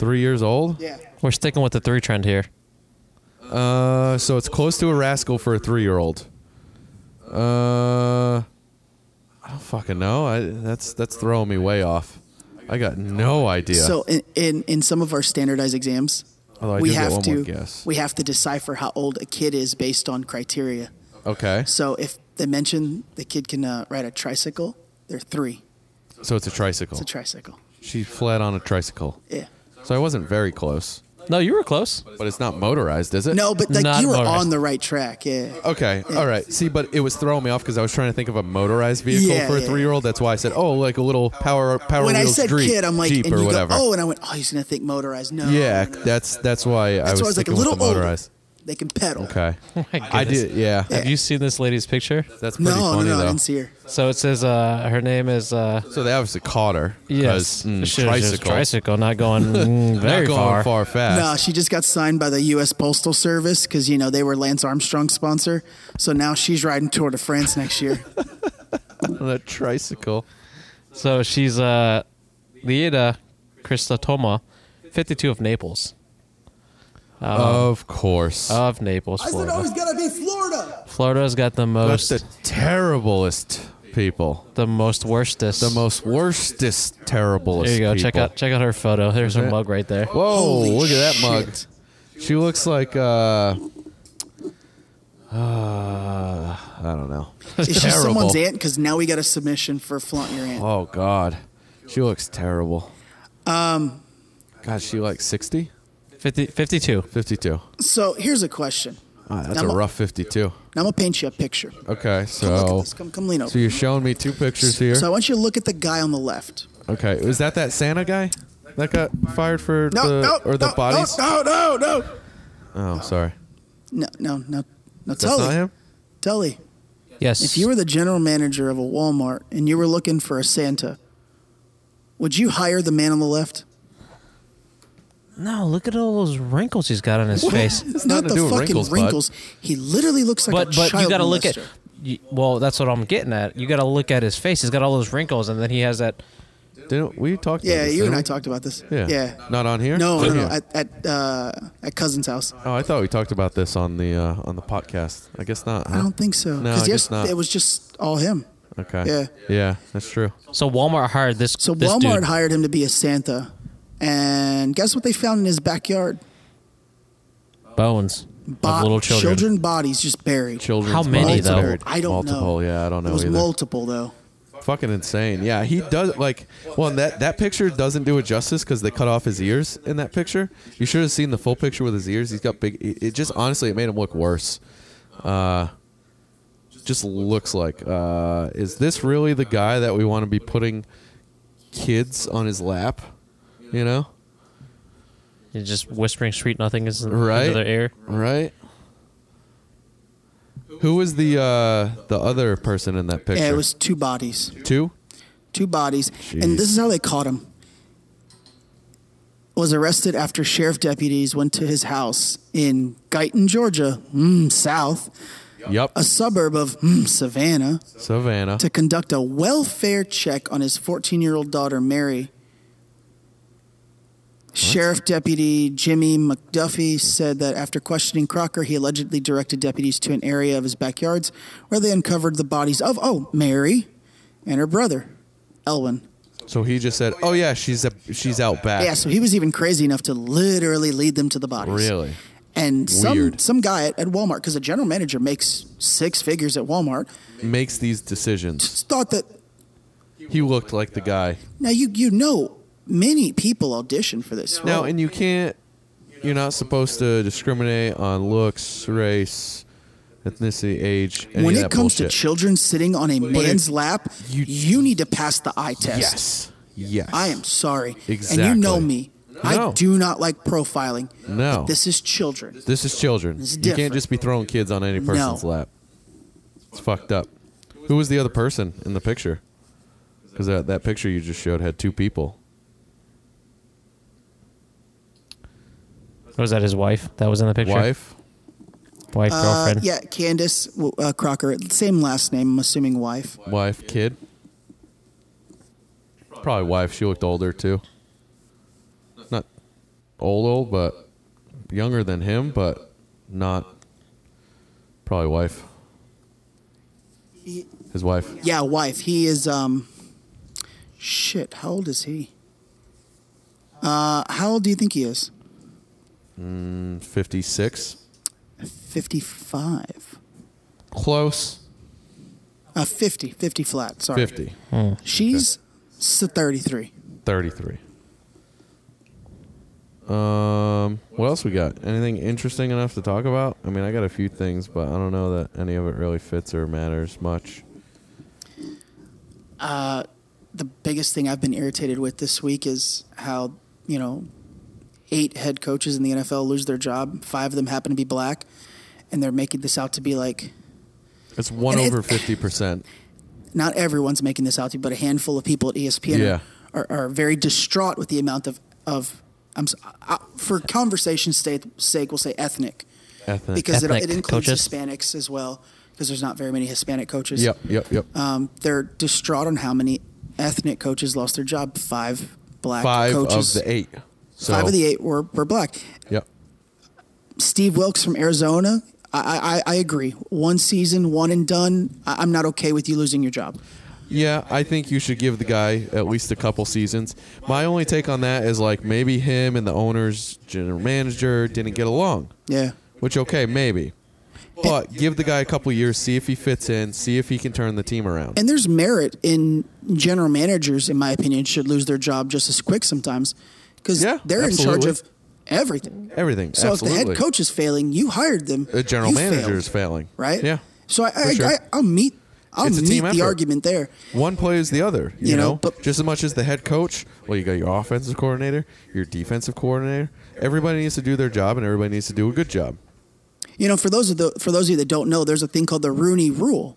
Speaker 3: three years old.
Speaker 2: Yeah.
Speaker 9: We're sticking with the three trend here.
Speaker 3: Uh, so it's close to a rascal for a three-year-old. Uh, I don't fucking know. I that's that's throwing me way off. I got no idea.
Speaker 2: So in, in in some of our standardized exams,
Speaker 3: Although I
Speaker 2: we
Speaker 3: do get
Speaker 2: have
Speaker 3: one
Speaker 2: to
Speaker 3: more guess.
Speaker 2: we have to decipher how old a kid is based on criteria.
Speaker 3: okay,
Speaker 2: So if they mention the kid can uh, ride a tricycle, they're three.
Speaker 3: so it's a tricycle.
Speaker 2: It's a tricycle.
Speaker 3: she fled on a tricycle.
Speaker 2: Yeah.
Speaker 3: So I wasn't very close,
Speaker 9: No, you were close.
Speaker 3: but it's not motorized, is it?
Speaker 2: No, but like
Speaker 9: Not
Speaker 2: you were
Speaker 9: motorized.
Speaker 2: on the right track. Yeah.
Speaker 3: Okay. All right. See, but it was throwing me off because I was trying to think of a motorized vehicle
Speaker 2: Yeah,
Speaker 3: for a
Speaker 2: yeah.
Speaker 3: three-year-old. That's why I said, "Oh, like a little power power
Speaker 2: when I
Speaker 3: wheels
Speaker 2: said
Speaker 3: Jeep,
Speaker 2: kid, I'm like,
Speaker 3: Jeep
Speaker 2: and
Speaker 3: or
Speaker 2: you
Speaker 3: whatever."
Speaker 2: go, oh, and I went, oh, he's gonna think motorized. No.
Speaker 3: yeah,
Speaker 2: no, no, no.
Speaker 3: that's that's why I
Speaker 2: Um, That's
Speaker 3: was,
Speaker 2: why I was like
Speaker 3: sticking
Speaker 2: a
Speaker 3: with
Speaker 2: little
Speaker 3: the
Speaker 2: older.
Speaker 3: motorized.
Speaker 2: They can pedal.
Speaker 9: (laughs)
Speaker 3: Okay.
Speaker 9: Oh My
Speaker 3: I
Speaker 9: goodness.
Speaker 3: did. Yeah.
Speaker 9: Have you seen this lady's picture?
Speaker 3: That's pretty
Speaker 2: No, no,
Speaker 3: funny
Speaker 2: no, I
Speaker 3: though.
Speaker 2: didn't see her.
Speaker 9: So it says uh, her name is uh,
Speaker 3: So they obviously caught her. 'cause,
Speaker 9: yes,
Speaker 3: mm,
Speaker 9: She was just
Speaker 3: tricycle.
Speaker 9: tricycle, not
Speaker 3: (laughs)
Speaker 9: going mm,
Speaker 3: Not
Speaker 9: very
Speaker 3: going
Speaker 9: far.
Speaker 3: fast.
Speaker 2: No, she just got signed by the U.S. Postal Service because you know they were Lance Armstrong's sponsor. So now she's riding Tour de France next year.
Speaker 3: (laughs) On a tricycle.
Speaker 9: So she's uh, Lieda Christotoma, 52 of Naples, Um,
Speaker 3: of course.
Speaker 9: of Naples, Florida.
Speaker 2: gotta be Florida?
Speaker 9: Florida's got the
Speaker 3: That's
Speaker 9: most,
Speaker 3: the terriblest people.
Speaker 9: the most worstest.
Speaker 3: The most worstest, terriblest.
Speaker 9: There you go. Check
Speaker 3: people.
Speaker 9: out, check out her photo. There's her
Speaker 3: it?
Speaker 9: mug right there.
Speaker 3: Whoa!
Speaker 2: Holy
Speaker 3: look at that
Speaker 2: shit.
Speaker 3: mug. She looks like uh, (sighs) uh I don't know.
Speaker 2: Is she
Speaker 3: Terrible.
Speaker 2: someone's aunt? Because now we got a submission for flaunt your aunt.
Speaker 3: Oh god. She looks terrible. Um God, she like 60?
Speaker 9: 50, 52.
Speaker 3: 52.
Speaker 2: So here's a question.
Speaker 3: Ah, that's
Speaker 2: I'm
Speaker 3: a
Speaker 2: a-
Speaker 3: rough 52.
Speaker 2: Now I'm gonna paint you a picture.
Speaker 3: Okay,
Speaker 2: Come look at
Speaker 3: so
Speaker 2: this. Come, come lean over.
Speaker 3: so you're showing me two pictures Oh. here.
Speaker 2: So I want you to look at the guy on the left.
Speaker 3: Okay, is that that Santa guy that got fired for
Speaker 2: No,
Speaker 3: the
Speaker 2: no,
Speaker 3: or the
Speaker 2: no,
Speaker 3: bodies?
Speaker 2: No, no, no, no,
Speaker 3: Oh, sorry.
Speaker 2: no, no, no, no.
Speaker 3: That's not
Speaker 2: Tully,
Speaker 3: him.
Speaker 2: Tully.
Speaker 9: Yes.
Speaker 2: If you were the general manager of a Walmart and you were looking for a Santa, would you hire the man on the left?
Speaker 9: no, look at all those wrinkles he's got on his face.
Speaker 2: It's
Speaker 3: nothing
Speaker 2: not
Speaker 3: to
Speaker 2: the
Speaker 3: do with
Speaker 2: fucking
Speaker 3: wrinkles,
Speaker 2: wrinkles.
Speaker 3: bud.
Speaker 2: He literally looks like
Speaker 9: but
Speaker 2: a
Speaker 9: but
Speaker 2: child
Speaker 9: you got to look at
Speaker 2: molester.
Speaker 9: you, well that's what i'm getting at you got to look at his face he's got all those wrinkles and then he has that
Speaker 3: Didn't we talked? about
Speaker 2: Yeah,
Speaker 3: this,
Speaker 2: you and
Speaker 3: didn't
Speaker 2: I
Speaker 3: we?
Speaker 2: talked about this.
Speaker 3: Yeah.
Speaker 2: yeah.
Speaker 3: Not on here.
Speaker 2: No,
Speaker 3: Oh,
Speaker 2: no, no.
Speaker 3: yeah.
Speaker 2: At at uh, at cousin's house.
Speaker 3: oh, I thought we talked about this on the uh, on the podcast. I guess not.
Speaker 2: I don't think so.
Speaker 3: No, I
Speaker 2: Because
Speaker 3: guess
Speaker 2: yes,
Speaker 3: not.
Speaker 2: it was just all him.
Speaker 3: Okay.
Speaker 2: Yeah.
Speaker 3: Yeah, that's true.
Speaker 9: so walmart hired this
Speaker 2: So
Speaker 9: this
Speaker 2: Walmart
Speaker 9: dude.
Speaker 2: hired him to be a Santa, and guess what they found in his backyard?
Speaker 9: bones
Speaker 2: Bo-
Speaker 9: of little children,
Speaker 2: bodies just buried.
Speaker 3: Children.
Speaker 9: How many, though?
Speaker 2: I don't
Speaker 3: multiple.
Speaker 2: know.
Speaker 3: Yeah, I don't know
Speaker 2: It was
Speaker 3: either.
Speaker 2: multiple though.
Speaker 3: Fucking insane. Yeah, he does like. Well, and that that picture doesn't do it justice because they cut off his ears in that picture. You should have seen the full picture with his ears. He's got big. It, it just honestly, it made him look worse. Uh, just looks like. Uh, is this really the guy that we want to be putting kids on his lap? You know,
Speaker 9: You're just whispering sweet nothing is
Speaker 3: Right.
Speaker 9: into their ear
Speaker 3: right? Who was the uh, the other person in that picture?
Speaker 2: Yeah, it was two bodies.
Speaker 3: two.
Speaker 2: two bodies,
Speaker 3: Jeez.
Speaker 2: and this is how they caught him. Was arrested after sheriff deputies went to his house in Guyton, Georgia, mm, South,
Speaker 3: Yep.
Speaker 2: a suburb of mm, Savannah,
Speaker 3: Savannah.
Speaker 2: to conduct a welfare check on his 14 year old daughter, Mary. Sheriff Deputy Jimmy McDuffie said that after questioning Crocker, he allegedly directed deputies to an area of his backyards where they uncovered the bodies of, oh, Mary and her brother, Elwin.
Speaker 3: So he just said, "Oh yeah, she's a, she's out back."
Speaker 2: Yeah, so he was even crazy enough to literally lead them to the bodies.
Speaker 3: Really?
Speaker 2: And some
Speaker 3: Weird.
Speaker 2: some guy at, at Walmart, because a general manager makes six figures at Walmart,
Speaker 3: Makes these decisions.
Speaker 2: just thought that
Speaker 3: He looked like the guy.
Speaker 2: now you you know many people audition for this.
Speaker 3: Now,
Speaker 2: role.
Speaker 3: and you can't. You're not supposed to discriminate on looks, race, ethnicity, age. Any
Speaker 2: when
Speaker 3: of
Speaker 2: it
Speaker 3: that
Speaker 2: comes
Speaker 3: bullshit.
Speaker 2: to children sitting on a man's
Speaker 3: it-
Speaker 2: lap,
Speaker 3: you-
Speaker 2: you, need to pass the eye test.
Speaker 3: yes, yes,
Speaker 2: I am sorry, and
Speaker 3: Exactly. Oh.
Speaker 2: you know me. I
Speaker 3: No.
Speaker 2: do not like profiling.
Speaker 3: No.
Speaker 2: This is children.
Speaker 3: This is children.
Speaker 2: It's
Speaker 3: you can't
Speaker 2: different.
Speaker 3: just be throwing kids on any person's
Speaker 2: No.
Speaker 3: lap. It's fucked up. Who was the other person in the picture? Because that, that picture you just showed had two people.
Speaker 9: Was that his wife that was in the picture?
Speaker 3: Wife.
Speaker 9: Wife,
Speaker 2: Uh,
Speaker 9: girlfriend.
Speaker 2: yeah, Candace w- uh, Crocker, same last name. I'm assuming wife.
Speaker 3: Wife. Kid. Probably wife. She looked older too. Not old old, but younger than him, but not. Probably wife. His wife.
Speaker 2: Yeah, wife. He is um shit, how old is he? Uh how old do you think he is?
Speaker 3: Fifty six.
Speaker 2: 55.
Speaker 3: Close.
Speaker 2: Uh 50, 50 flat, sorry.
Speaker 3: Fifty.
Speaker 2: She's s- 33.
Speaker 3: 33. Um, what else we got? Anything interesting enough to talk about? I mean, I got a few things, but I don't know that any of it really fits or matters much.
Speaker 2: The biggest thing I've been irritated with this week is how, you know, eight head coaches in the NFL lose their job. 5 of them happen to be black and they're making this out to be like
Speaker 3: It's one
Speaker 2: And it-
Speaker 3: over 50%.
Speaker 2: not everyone's making this out to, be, but a handful of people at E ESPN
Speaker 3: Yeah.
Speaker 2: are, are, are very distraught with the amount of of I'm s- I, for conversation's sake, sake, we'll say ethnic
Speaker 3: Ethnic.
Speaker 2: because it, it
Speaker 9: Ethnic
Speaker 2: includes
Speaker 9: coaches.
Speaker 2: Hispanics as well because there's not very many Hispanic coaches.
Speaker 3: yep, yep, yep.
Speaker 2: Um, they're distraught on how many ethnic coaches lost their job. Five black
Speaker 3: Five
Speaker 2: coaches.
Speaker 3: of the eight. So,
Speaker 2: Five of the eight were, were black.
Speaker 3: Yep.
Speaker 2: Steve Wilkes from Arizona. I, I, I agree. One season, one and done. I, I'm not okay with you losing your job.
Speaker 3: Yeah, I think you should give the guy at least a couple seasons. My only take on that is like maybe him and the owner's general manager didn't get along.
Speaker 2: Yeah.
Speaker 3: Which okay, maybe. But give the guy a couple years, see if he fits in, see if he can turn the team around.
Speaker 2: and there's merit in general managers, in my opinion, should lose their job just as quick sometimes because
Speaker 3: Yeah,
Speaker 2: they're in charge
Speaker 3: absolutely.
Speaker 2: of everything.
Speaker 3: Everything.
Speaker 2: So
Speaker 3: absolutely.
Speaker 2: if the head coach is failing, you hired them.
Speaker 3: the general
Speaker 2: you
Speaker 3: manager
Speaker 2: failed,
Speaker 3: is failing,
Speaker 2: right?
Speaker 3: Yeah.
Speaker 2: So I, I,
Speaker 3: sure.
Speaker 2: I I'll meet I'll
Speaker 3: It's a
Speaker 2: meet
Speaker 3: team
Speaker 2: the
Speaker 3: effort.
Speaker 2: argument there.
Speaker 3: One plays the other, you,
Speaker 2: You know,
Speaker 3: know,
Speaker 2: but-
Speaker 3: just as much as the head coach. Well, you got your offensive coordinator, your defensive coordinator. Everybody needs to do their job, and everybody needs to do a good job.
Speaker 2: You know, for those of the for those of you that don't know, there's a thing called the Rooney Rule,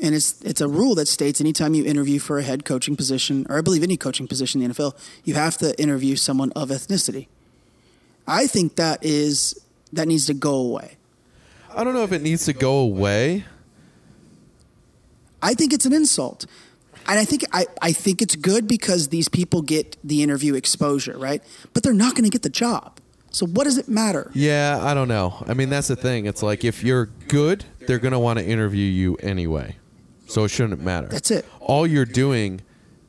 Speaker 2: and it's it's a rule that states anytime you interview for a head coaching position, or I believe any coaching position in the NFL, you have to interview someone of ethnicity. I think that is that needs to go away.
Speaker 3: I don't know if it needs to go away.
Speaker 2: I think it's an insult. And I think I, I think it's good because these people get the interview exposure, right? But they're not going to get the job. So what does it matter?
Speaker 3: Yeah, I don't know. I mean, that's the thing. It's like if you're good, they're going to want to interview you anyway. So it shouldn't matter.
Speaker 2: That's it.
Speaker 3: All you're doing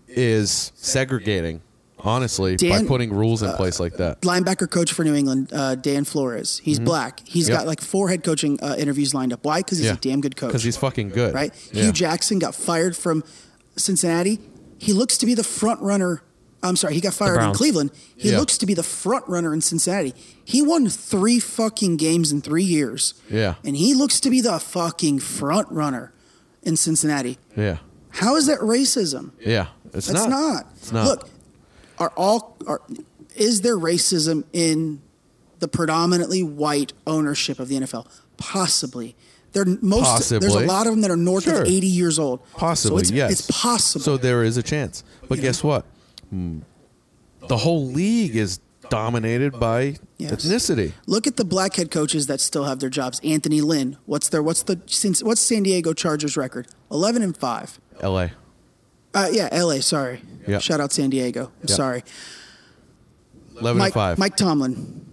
Speaker 3: is segregating, honestly,
Speaker 2: Dan- uh,
Speaker 3: by putting rules in place like that.
Speaker 2: Linebacker coach for New England, uh, Dan Flores. He's black. He's
Speaker 3: Mm-hmm. Yep.
Speaker 2: got like four head coaching uh, interviews lined up. Why? Because he's a damn good coach.
Speaker 3: Because he's fucking good.
Speaker 2: right?
Speaker 3: Yeah.
Speaker 2: Hugh Jackson got fired from Cincinnati. He looks to be the front runner. I'm sorry, he got fired in
Speaker 9: Browns.
Speaker 2: Cleveland. He
Speaker 3: Yeah.
Speaker 2: looks to be the front runner in Cincinnati. He won three fucking games in three years.
Speaker 3: Yeah.
Speaker 2: And he looks to be the fucking front runner in Cincinnati.
Speaker 3: Yeah.
Speaker 2: How is that racism?
Speaker 3: Yeah. It's
Speaker 2: That's
Speaker 3: not.
Speaker 2: not.
Speaker 3: It's not.
Speaker 2: Look, are all are is there racism in the predominantly white ownership of the NFL? Possibly. They're most there's a
Speaker 3: Possibly.
Speaker 2: lot of them that are north
Speaker 3: Sure.
Speaker 2: of 80 years old.
Speaker 3: Possibly,
Speaker 2: so it's,
Speaker 3: yes.
Speaker 2: It's possible.
Speaker 3: So there is a chance. But guess what? Mm, The whole league is dominated by
Speaker 2: Yes.
Speaker 3: ethnicity.
Speaker 2: Look at the black head coaches that still have their jobs. Anthony Lynn, what's their what's the since what's San Diego Chargers record? 11 and 5.
Speaker 3: LA.
Speaker 2: Uh, yeah, LA, sorry.
Speaker 3: Yeah.
Speaker 2: Shout out San Diego. I'm
Speaker 3: Yeah.
Speaker 2: sorry.
Speaker 3: 11
Speaker 2: Mike,
Speaker 3: and 5.
Speaker 2: Mike Tomlin,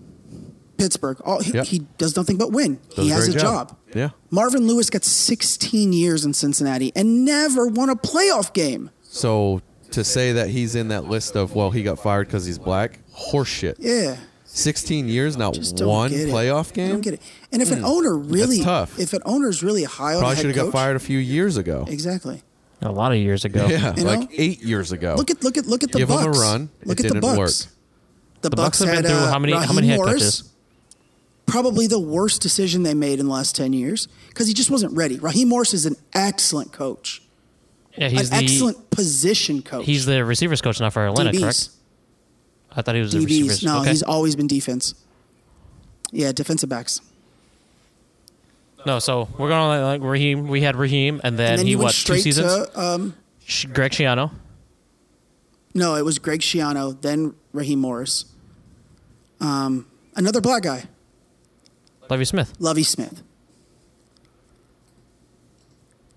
Speaker 2: Pittsburgh. All, he,
Speaker 3: Yep.
Speaker 2: he does nothing but win.
Speaker 3: Does
Speaker 2: he
Speaker 3: a
Speaker 2: has a
Speaker 3: great
Speaker 2: job.
Speaker 3: job. Yeah.
Speaker 2: Marvin Lewis got 16 years in Cincinnati and never won a playoff game.
Speaker 3: So to say that he's in that list of, well, he got fired because he's black, horseshit.
Speaker 2: Yeah.
Speaker 3: 16 years, not
Speaker 2: Just don't
Speaker 3: one
Speaker 2: get it.
Speaker 3: playoff game? Hmm.
Speaker 2: I don't get it. And if an owner really,
Speaker 3: tough.
Speaker 2: if an owner's really high on
Speaker 3: Probably
Speaker 2: the
Speaker 3: should have
Speaker 2: head
Speaker 3: got
Speaker 2: coach,
Speaker 3: fired a few years ago.
Speaker 2: exactly.
Speaker 9: A lot of years ago.
Speaker 3: (laughs) Yeah,
Speaker 2: You know?
Speaker 3: like eight years ago.
Speaker 2: Look at look at look at the
Speaker 3: Give 'em
Speaker 2: Bucks.
Speaker 3: a run. It
Speaker 2: Look at the
Speaker 3: didn't
Speaker 2: Bucks.
Speaker 3: work.
Speaker 2: The,
Speaker 9: The
Speaker 2: Bucks,
Speaker 9: Bucks have
Speaker 2: had
Speaker 9: been through
Speaker 2: uh,
Speaker 9: how many- how
Speaker 2: Raheem
Speaker 9: many head
Speaker 2: Morris,
Speaker 9: coaches?
Speaker 2: Probably the worst decision they made in the last 10 years because he just wasn't ready. Raheem Morris is an excellent coach,
Speaker 9: Yeah, he's
Speaker 2: an
Speaker 9: the
Speaker 2: excellent position coach.
Speaker 9: he's the receivers coach now for Atlanta,
Speaker 2: DBs.
Speaker 9: correct? I thought he was a
Speaker 2: DBs.
Speaker 9: receiver.
Speaker 2: No,
Speaker 9: okay.
Speaker 2: he's always been defense. Yeah, defensive backs.
Speaker 9: no. So we're going on like Raheem. We had Raheem, and then,
Speaker 2: And, then
Speaker 9: he
Speaker 2: you went
Speaker 9: what two
Speaker 2: straight
Speaker 9: seasons?
Speaker 2: to um,
Speaker 9: Sh- Greg Schiano.
Speaker 2: no, it was Greg Schiano, then Raheem Morris. Um, another black guy,
Speaker 9: Levy Smith.
Speaker 2: Lovey Smith.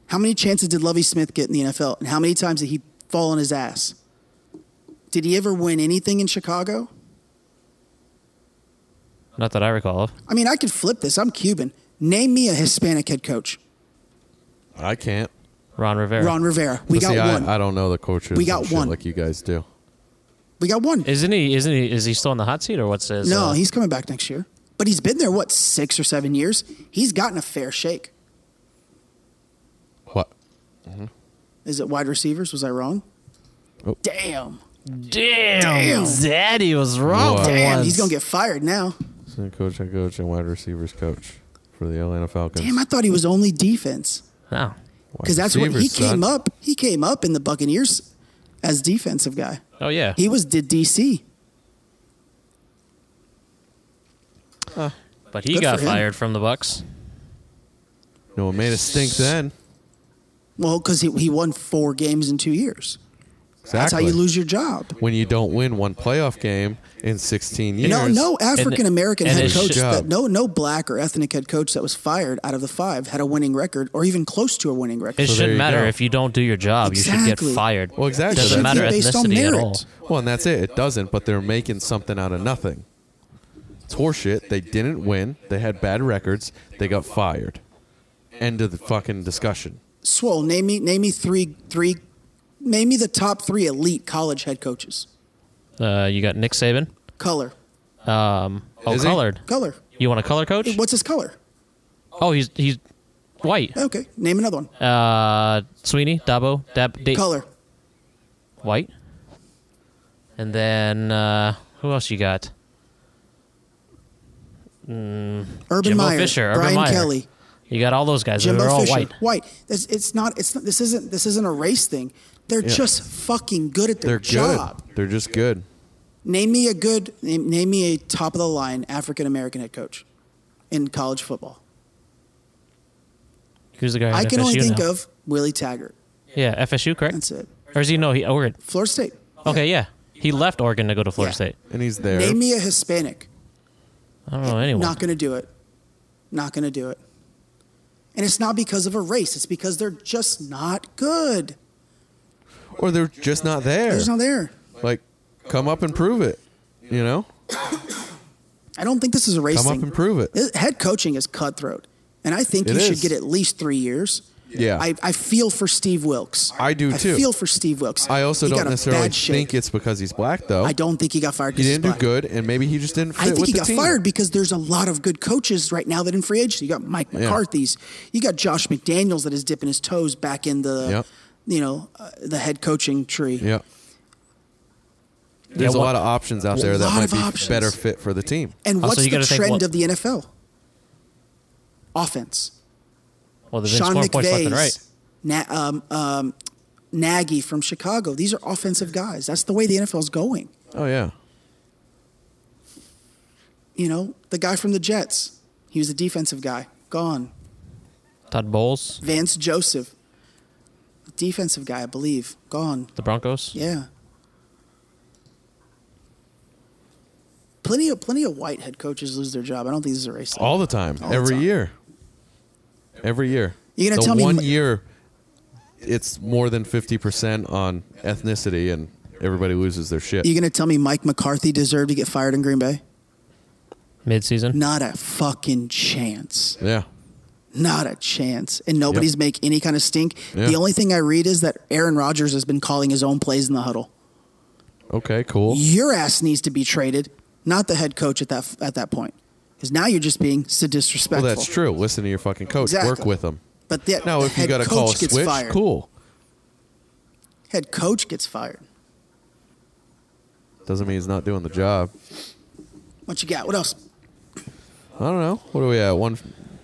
Speaker 2: How many chances did Lovey Smith get in the NFL, and how many times did he fall on his ass? Did he ever win anything in Chicago?
Speaker 9: Not that I recall of.
Speaker 2: I mean, I could flip this. I'm Cuban. Name me a Hispanic head coach.
Speaker 3: I can't.
Speaker 9: Ron Rivera.
Speaker 2: Ron Rivera. We
Speaker 3: But
Speaker 2: got
Speaker 3: see, I-
Speaker 2: one.
Speaker 3: I, don't know the coaches.
Speaker 2: We got
Speaker 3: and shit
Speaker 2: one.
Speaker 3: Like you guys do.
Speaker 2: we got one.
Speaker 9: Isn't he? Isn't he? Is he still in the hot seat or what's his?
Speaker 2: No,
Speaker 9: uh,
Speaker 2: he's coming back next year. But he's been there what six or seven years. He's gotten a fair shake.
Speaker 3: What?
Speaker 2: Is it wide receivers? Was I wrong?
Speaker 3: Oh.
Speaker 2: Damn,
Speaker 9: damn. Daddy was wrong.
Speaker 3: What?
Speaker 9: for
Speaker 2: damn,
Speaker 9: once.
Speaker 2: he's gonna get fired now.
Speaker 3: Assistant coach and coach and wide receivers coach for the Atlanta Falcons.
Speaker 2: Damn, I thought he was only defense
Speaker 9: No.
Speaker 2: because that's what he came up. He came up in the Buccaneers as defensive guy.
Speaker 9: Oh yeah.
Speaker 2: He was did DC.
Speaker 9: but he
Speaker 2: Good
Speaker 9: got
Speaker 2: for him.
Speaker 9: fired from the Bucks.
Speaker 3: No, it made us stink then.
Speaker 2: Well, because he, he won four games in two years.
Speaker 3: Exactly.
Speaker 2: That's how you lose your job.
Speaker 3: when you don't win one playoff game in 16 years.
Speaker 2: No, no African American
Speaker 9: and
Speaker 2: head
Speaker 9: it
Speaker 2: coach.
Speaker 3: should-
Speaker 2: That, no, no black or ethnic head coach that was fired out of the five had a winning record or even close to a winning
Speaker 9: It
Speaker 2: record.
Speaker 3: there
Speaker 9: shouldn't
Speaker 3: you
Speaker 9: matter
Speaker 3: go.
Speaker 9: if you don't do your job. You should
Speaker 2: Exactly.
Speaker 9: get fired.
Speaker 3: Well, exactly.
Speaker 9: Doesn't
Speaker 3: It
Speaker 9: matter
Speaker 2: should be based on
Speaker 9: ethnicity at
Speaker 2: merit.
Speaker 9: all.
Speaker 3: Well, and that's it. It doesn't, but they're making something out of nothing. It's horseshit. They didn't win. They had bad records. They got fired. End of the fucking discussion.
Speaker 2: Swole, name me, name me three, three, name me the top three elite college head coaches.
Speaker 9: Uh, you got Nick Saban.
Speaker 2: Color,
Speaker 9: Oh,
Speaker 3: Is he?
Speaker 9: colored.
Speaker 2: color.
Speaker 9: You want a color coach?
Speaker 2: What's his color?
Speaker 9: Oh, he's he's white.
Speaker 2: Okay, name another one.
Speaker 9: Uh, Sweeney, Dabo, Dab, Da-
Speaker 2: Color.
Speaker 9: white. And then uh, who else you got?
Speaker 2: Urban
Speaker 9: Jimbo
Speaker 2: Meyer,
Speaker 9: Fisher, Urban
Speaker 2: Brian
Speaker 9: Meyer.
Speaker 2: Kelly,
Speaker 9: You got all those guys. They're
Speaker 2: Jimbo
Speaker 9: all
Speaker 2: Fisher,
Speaker 9: white.
Speaker 2: This, it's not. It's not, this isn't. This isn't a race thing. They're just fucking good at
Speaker 3: They're
Speaker 2: their job.
Speaker 3: good. They're just good.
Speaker 2: Name me a good, name, name me a top of the line African American head coach in college football.
Speaker 9: Who's the guy? at
Speaker 2: I can
Speaker 9: FSU
Speaker 2: only think
Speaker 9: now?
Speaker 2: of Willie Taggart.
Speaker 9: yeah, FSU, correct?
Speaker 2: That's it.
Speaker 9: Or is he no? He Oregon.
Speaker 2: Florida State.
Speaker 9: Okay, yeah. He left Oregon to go to Florida
Speaker 2: Yeah.
Speaker 9: State.
Speaker 3: And he's there.
Speaker 2: Name me a Hispanic.
Speaker 9: I don't know anyone.
Speaker 2: Not going to do it. Not going to do it. And it's not because of a race. It's because they're just not good.
Speaker 3: or they're just not there.
Speaker 2: They're just not there.
Speaker 3: Like, come up and prove it. You know?
Speaker 2: I don't think this is a race
Speaker 3: Come up
Speaker 2: thing.
Speaker 3: and prove it.
Speaker 2: This- Head coaching is cutthroat. And I think
Speaker 3: It
Speaker 2: you
Speaker 3: is.
Speaker 2: should get at least three years.
Speaker 3: Yeah.
Speaker 2: I, I feel for Steve Wilkes.
Speaker 3: I do too.
Speaker 2: I feel for Steve Wilkes.
Speaker 3: I also
Speaker 2: He got
Speaker 3: don't
Speaker 2: a
Speaker 3: necessarily
Speaker 2: bad shake.
Speaker 3: think it's because he's black, though.
Speaker 2: I don't think he got fired
Speaker 3: He
Speaker 2: because
Speaker 3: didn't do good, and maybe he just didn't fit
Speaker 2: I think
Speaker 3: with
Speaker 2: he
Speaker 3: the
Speaker 2: got
Speaker 3: team.
Speaker 2: fired because there's a lot of good coaches right now that in free agency. You got Mike McCarthy's, you got Josh McDaniels that is dipping his toes back in the,
Speaker 3: Yep.
Speaker 2: you know, uh, the head coaching tree.
Speaker 3: Yeah. There's
Speaker 9: Yeah,
Speaker 3: a
Speaker 9: what-
Speaker 3: lot of options out there
Speaker 2: lot
Speaker 3: that might
Speaker 2: of
Speaker 3: be
Speaker 2: options.
Speaker 3: better fit for the team.
Speaker 2: And
Speaker 9: Also,
Speaker 2: what's
Speaker 9: you
Speaker 2: the
Speaker 9: gotta think
Speaker 2: trend
Speaker 9: what-
Speaker 2: of the NFL? Offense.
Speaker 9: Well, they've been
Speaker 2: Sean
Speaker 9: scoring points left and right.
Speaker 2: McVay's, Na- um, um, Nagy from Chicago. These are offensive guys. That's the way the NFL's going.
Speaker 3: Oh yeah.
Speaker 2: You know, the guy from the Jets, he was a defensive guy. Gone.
Speaker 9: Todd Bowles,
Speaker 2: Vance Joseph, defensive guy, I believe. Gone.
Speaker 9: the Broncos.
Speaker 2: Yeah. Plenty of plenty of white head coaches lose their job. I don't think this is a race. Thing.
Speaker 3: All the time.
Speaker 2: All the
Speaker 3: Every
Speaker 2: time.
Speaker 3: year. Every year.
Speaker 2: You're gonna
Speaker 3: the
Speaker 2: tell me
Speaker 3: one
Speaker 2: my-
Speaker 3: year it's more than fifty percent on ethnicity and everybody loses their shit.
Speaker 2: you gonna tell me Mike McCarthy deserved to get fired in Green Bay?
Speaker 9: Midseason.
Speaker 2: Not a fucking chance.
Speaker 3: yeah.
Speaker 2: Not a chance. And nobody's
Speaker 3: Yep.
Speaker 2: make any kind of stink.
Speaker 3: Yeah.
Speaker 2: The only thing I read is that Aaron Rodgers has been calling his own plays in the huddle.
Speaker 3: Okay, cool.
Speaker 2: Your ass needs to be traded, not the head coach at that at that point, because now you're just being so
Speaker 3: Well
Speaker 2: disrespectful.
Speaker 3: that's true. Listen to your fucking coach.
Speaker 2: Exactly.
Speaker 3: Work with him.
Speaker 2: But the,
Speaker 3: Now
Speaker 2: the
Speaker 3: if you
Speaker 2: head
Speaker 3: gotta
Speaker 2: coach
Speaker 3: call a
Speaker 2: gets
Speaker 3: switch,
Speaker 2: fired.
Speaker 3: cool.
Speaker 2: Head coach gets fired.
Speaker 3: Doesn't mean he's not doing the job.
Speaker 2: What you got? What else?
Speaker 3: I don't know. What are we at? One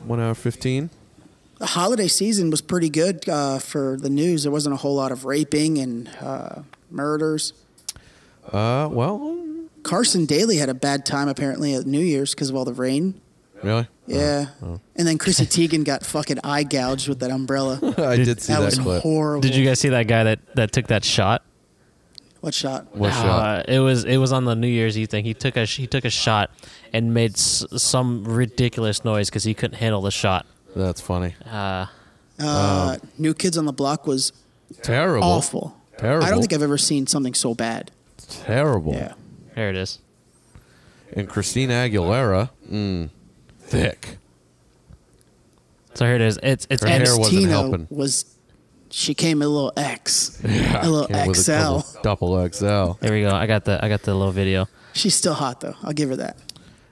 Speaker 3: one hour fifteen?
Speaker 2: The holiday season was pretty good uh, for the news. There wasn't a whole lot of raping and uh, murders.
Speaker 3: Uh well
Speaker 2: Carson Daly had a bad time apparently at New Year's because of all the rain.
Speaker 3: Really? (laughs)
Speaker 2: Yeah. And then Chrissy Teigen got fucking eye gouged with that umbrella.
Speaker 3: I did, (laughs) see
Speaker 2: That
Speaker 3: that,
Speaker 2: was
Speaker 3: clip.
Speaker 2: horrible.
Speaker 9: Did you guys see that guy that, that took that shot?
Speaker 2: What shot?
Speaker 3: What shot?
Speaker 9: Uh, it was it was on the New Year's Eve thing. He took a he took a shot and made s- some ridiculous noise because he couldn't handle the shot.
Speaker 3: That's funny.
Speaker 2: Uh, New Kids on the Block was
Speaker 3: Um, Terrible.
Speaker 2: awful.
Speaker 3: Terrible.
Speaker 2: I don't think I've ever seen something so bad.
Speaker 3: Terrible.
Speaker 2: Yeah.
Speaker 9: There it is.
Speaker 3: And Christina Aguilera, mm, thick.
Speaker 9: So here it is. It's it's
Speaker 3: Her
Speaker 9: and
Speaker 3: hair
Speaker 9: it's-
Speaker 3: wasn't
Speaker 2: Tina
Speaker 3: helping.
Speaker 2: was she came a little
Speaker 3: (laughs)
Speaker 2: X, a
Speaker 3: Came
Speaker 2: little
Speaker 3: with a
Speaker 2: XL.
Speaker 3: couple- double XL.
Speaker 2: (laughs)
Speaker 9: there we go. I got the I got the little video.
Speaker 2: She's still hot though. I'll give her that.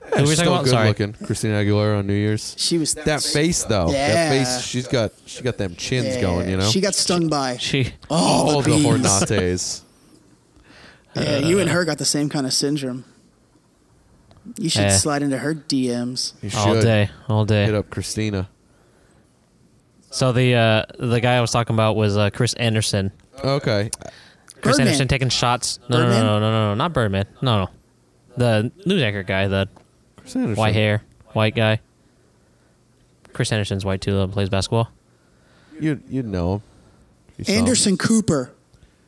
Speaker 9: Who were we
Speaker 3: Still
Speaker 9: talking about?
Speaker 3: good
Speaker 9: Sorry.
Speaker 3: looking. Christina Aguilera on New Year's.
Speaker 2: She was
Speaker 3: That face though. That
Speaker 2: Yeah.
Speaker 3: face. She's got. She got them chins
Speaker 2: yeah.
Speaker 3: going. You know.
Speaker 2: She got stung by.
Speaker 9: She
Speaker 2: oh,
Speaker 3: all
Speaker 2: the,
Speaker 3: the
Speaker 2: beans.
Speaker 3: hornates.
Speaker 2: Yeah, you and her got the same kind of syndrome. You should
Speaker 9: Eh.
Speaker 2: slide into her DMs.
Speaker 3: You should
Speaker 9: all day all
Speaker 3: hit
Speaker 9: day.
Speaker 3: up Christina.
Speaker 9: So the uh, the guy I was talking about was uh, Chris Anderson.
Speaker 3: Okay.
Speaker 9: Chris
Speaker 2: Birdman.
Speaker 9: Anderson taking shots. No, no, no,
Speaker 2: Birdman?
Speaker 9: no, no, no, no, not Birdman. No, no, the news anchor guy, the
Speaker 3: Chris Anderson.
Speaker 9: white hair, white guy. Chris Anderson's white too. That plays basketball.
Speaker 3: You you know him. You saw him.
Speaker 2: Anderson Cooper,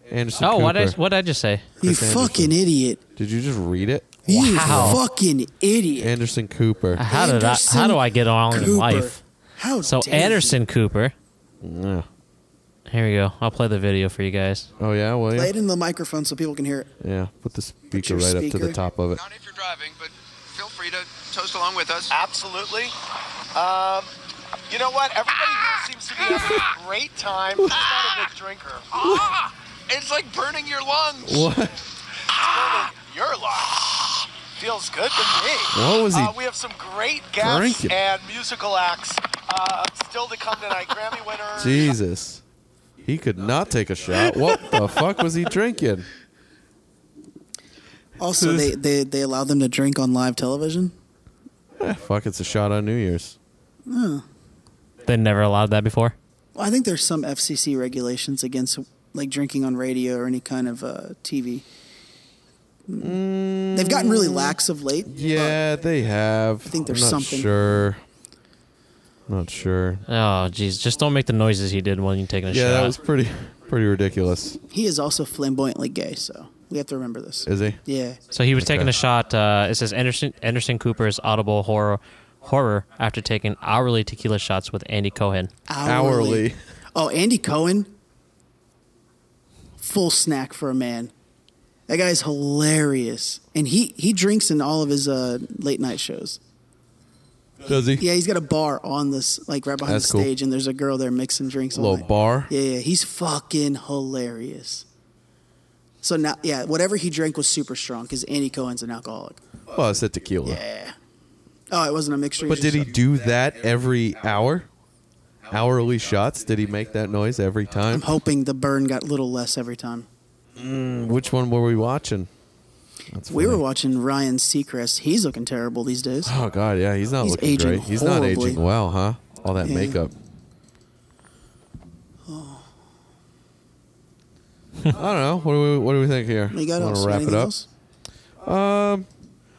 Speaker 3: Anderson.
Speaker 9: Oh, what I
Speaker 3: Cooper.
Speaker 9: what did I just say?
Speaker 2: you
Speaker 3: Anderson.
Speaker 2: fucking idiot.
Speaker 3: Did you just read it?
Speaker 2: You
Speaker 9: Wow.
Speaker 2: fucking idiot.
Speaker 3: Anderson Cooper.
Speaker 9: How did I
Speaker 2: Anderson
Speaker 9: how do I get on in
Speaker 2: Cooper.
Speaker 9: life?
Speaker 2: How
Speaker 9: So
Speaker 2: dare you.
Speaker 9: Anderson Cooper.
Speaker 3: Yeah.
Speaker 9: Here we go. I'll play the video for you guys.
Speaker 3: Oh yeah. Well
Speaker 2: Play
Speaker 3: yeah.
Speaker 2: it in the microphone so people can hear it.
Speaker 3: Yeah. Put the speaker
Speaker 2: your
Speaker 3: right up to the
Speaker 2: speaker.
Speaker 3: top of it.
Speaker 7: Not if you're driving, but feel free to toast along with us.
Speaker 10: Absolutely. Um, you know what? Everybody here seems to be having a great time. He's not a big drinker.
Speaker 7: Ah! It's like burning your lungs.
Speaker 3: What?
Speaker 10: Burning Your lungs. Feels good to me.
Speaker 3: What was he
Speaker 10: Uh, we have some great guests
Speaker 3: drinking?
Speaker 10: and musical acts uh, still to come tonight. Grammy winners.
Speaker 3: Jesus. He could not take a shot. What
Speaker 2: (laughs)
Speaker 3: the fuck was he drinking?
Speaker 9: (laughs)
Speaker 2: Also, they, they, they allow them to drink on live television.
Speaker 3: Eh, fuck, it's a shot on New Year's.
Speaker 9: They never allowed that before.
Speaker 2: Well, I think there's some FCC regulations against like drinking on radio or any kind of uh, TV.
Speaker 9: Mm.
Speaker 2: They've gotten really lax of late.
Speaker 3: Yeah, they have. I
Speaker 2: think there's
Speaker 3: am not
Speaker 2: something.
Speaker 3: Sure. Not sure.
Speaker 9: Oh, jeez. Just don't make the noises he did when you're taking a
Speaker 3: Yeah,
Speaker 9: shot.
Speaker 3: that was pretty pretty ridiculous.
Speaker 2: He is also flamboyantly gay, so we have to remember this.
Speaker 3: Is he?
Speaker 2: Yeah.
Speaker 9: so he was taking
Speaker 3: Okay.
Speaker 9: a shot. Uh, it says Anderson Anderson Cooper's audible horror horror after taking hourly tequila shots with Andy Cohen.
Speaker 3: Hourly.
Speaker 2: Oh, Andy Cohen. Full snack for a man. That guy's hilarious, and he he drinks in all of his uh, late night shows.
Speaker 3: Does he?
Speaker 2: Yeah, he's got a bar on this like right behind
Speaker 3: That's
Speaker 2: the
Speaker 3: cool.
Speaker 2: stage, and there's a girl there mixing drinks. all
Speaker 3: Little
Speaker 2: night.
Speaker 3: bar.
Speaker 2: Yeah, yeah, he's fucking hilarious. So now, yeah, whatever he drank was super strong because Andy Cohen's an alcoholic. Eh.
Speaker 3: Oh, it's a tequila.
Speaker 2: Oh, it wasn't a mixture.
Speaker 3: But did he do that every hour? Hourly shots? Did he make that noise every time?
Speaker 2: I'm hoping the burn got a little less every time.
Speaker 3: Which one were we watching? That's
Speaker 2: We were
Speaker 3: funny.
Speaker 2: watching Ryan Seacrest. He's looking terrible these
Speaker 3: (gasps)
Speaker 2: days.
Speaker 3: Oh God, yeah, he's not
Speaker 2: He's
Speaker 3: looking
Speaker 2: aging
Speaker 3: great. He's not
Speaker 2: horribly.
Speaker 3: aging well, huh? All that
Speaker 2: Yeah. Oh.
Speaker 3: makeup. I don't know. What do we What do we think here?
Speaker 2: You got
Speaker 3: want
Speaker 2: else?
Speaker 3: to wrap it
Speaker 2: Anything
Speaker 3: up? Um,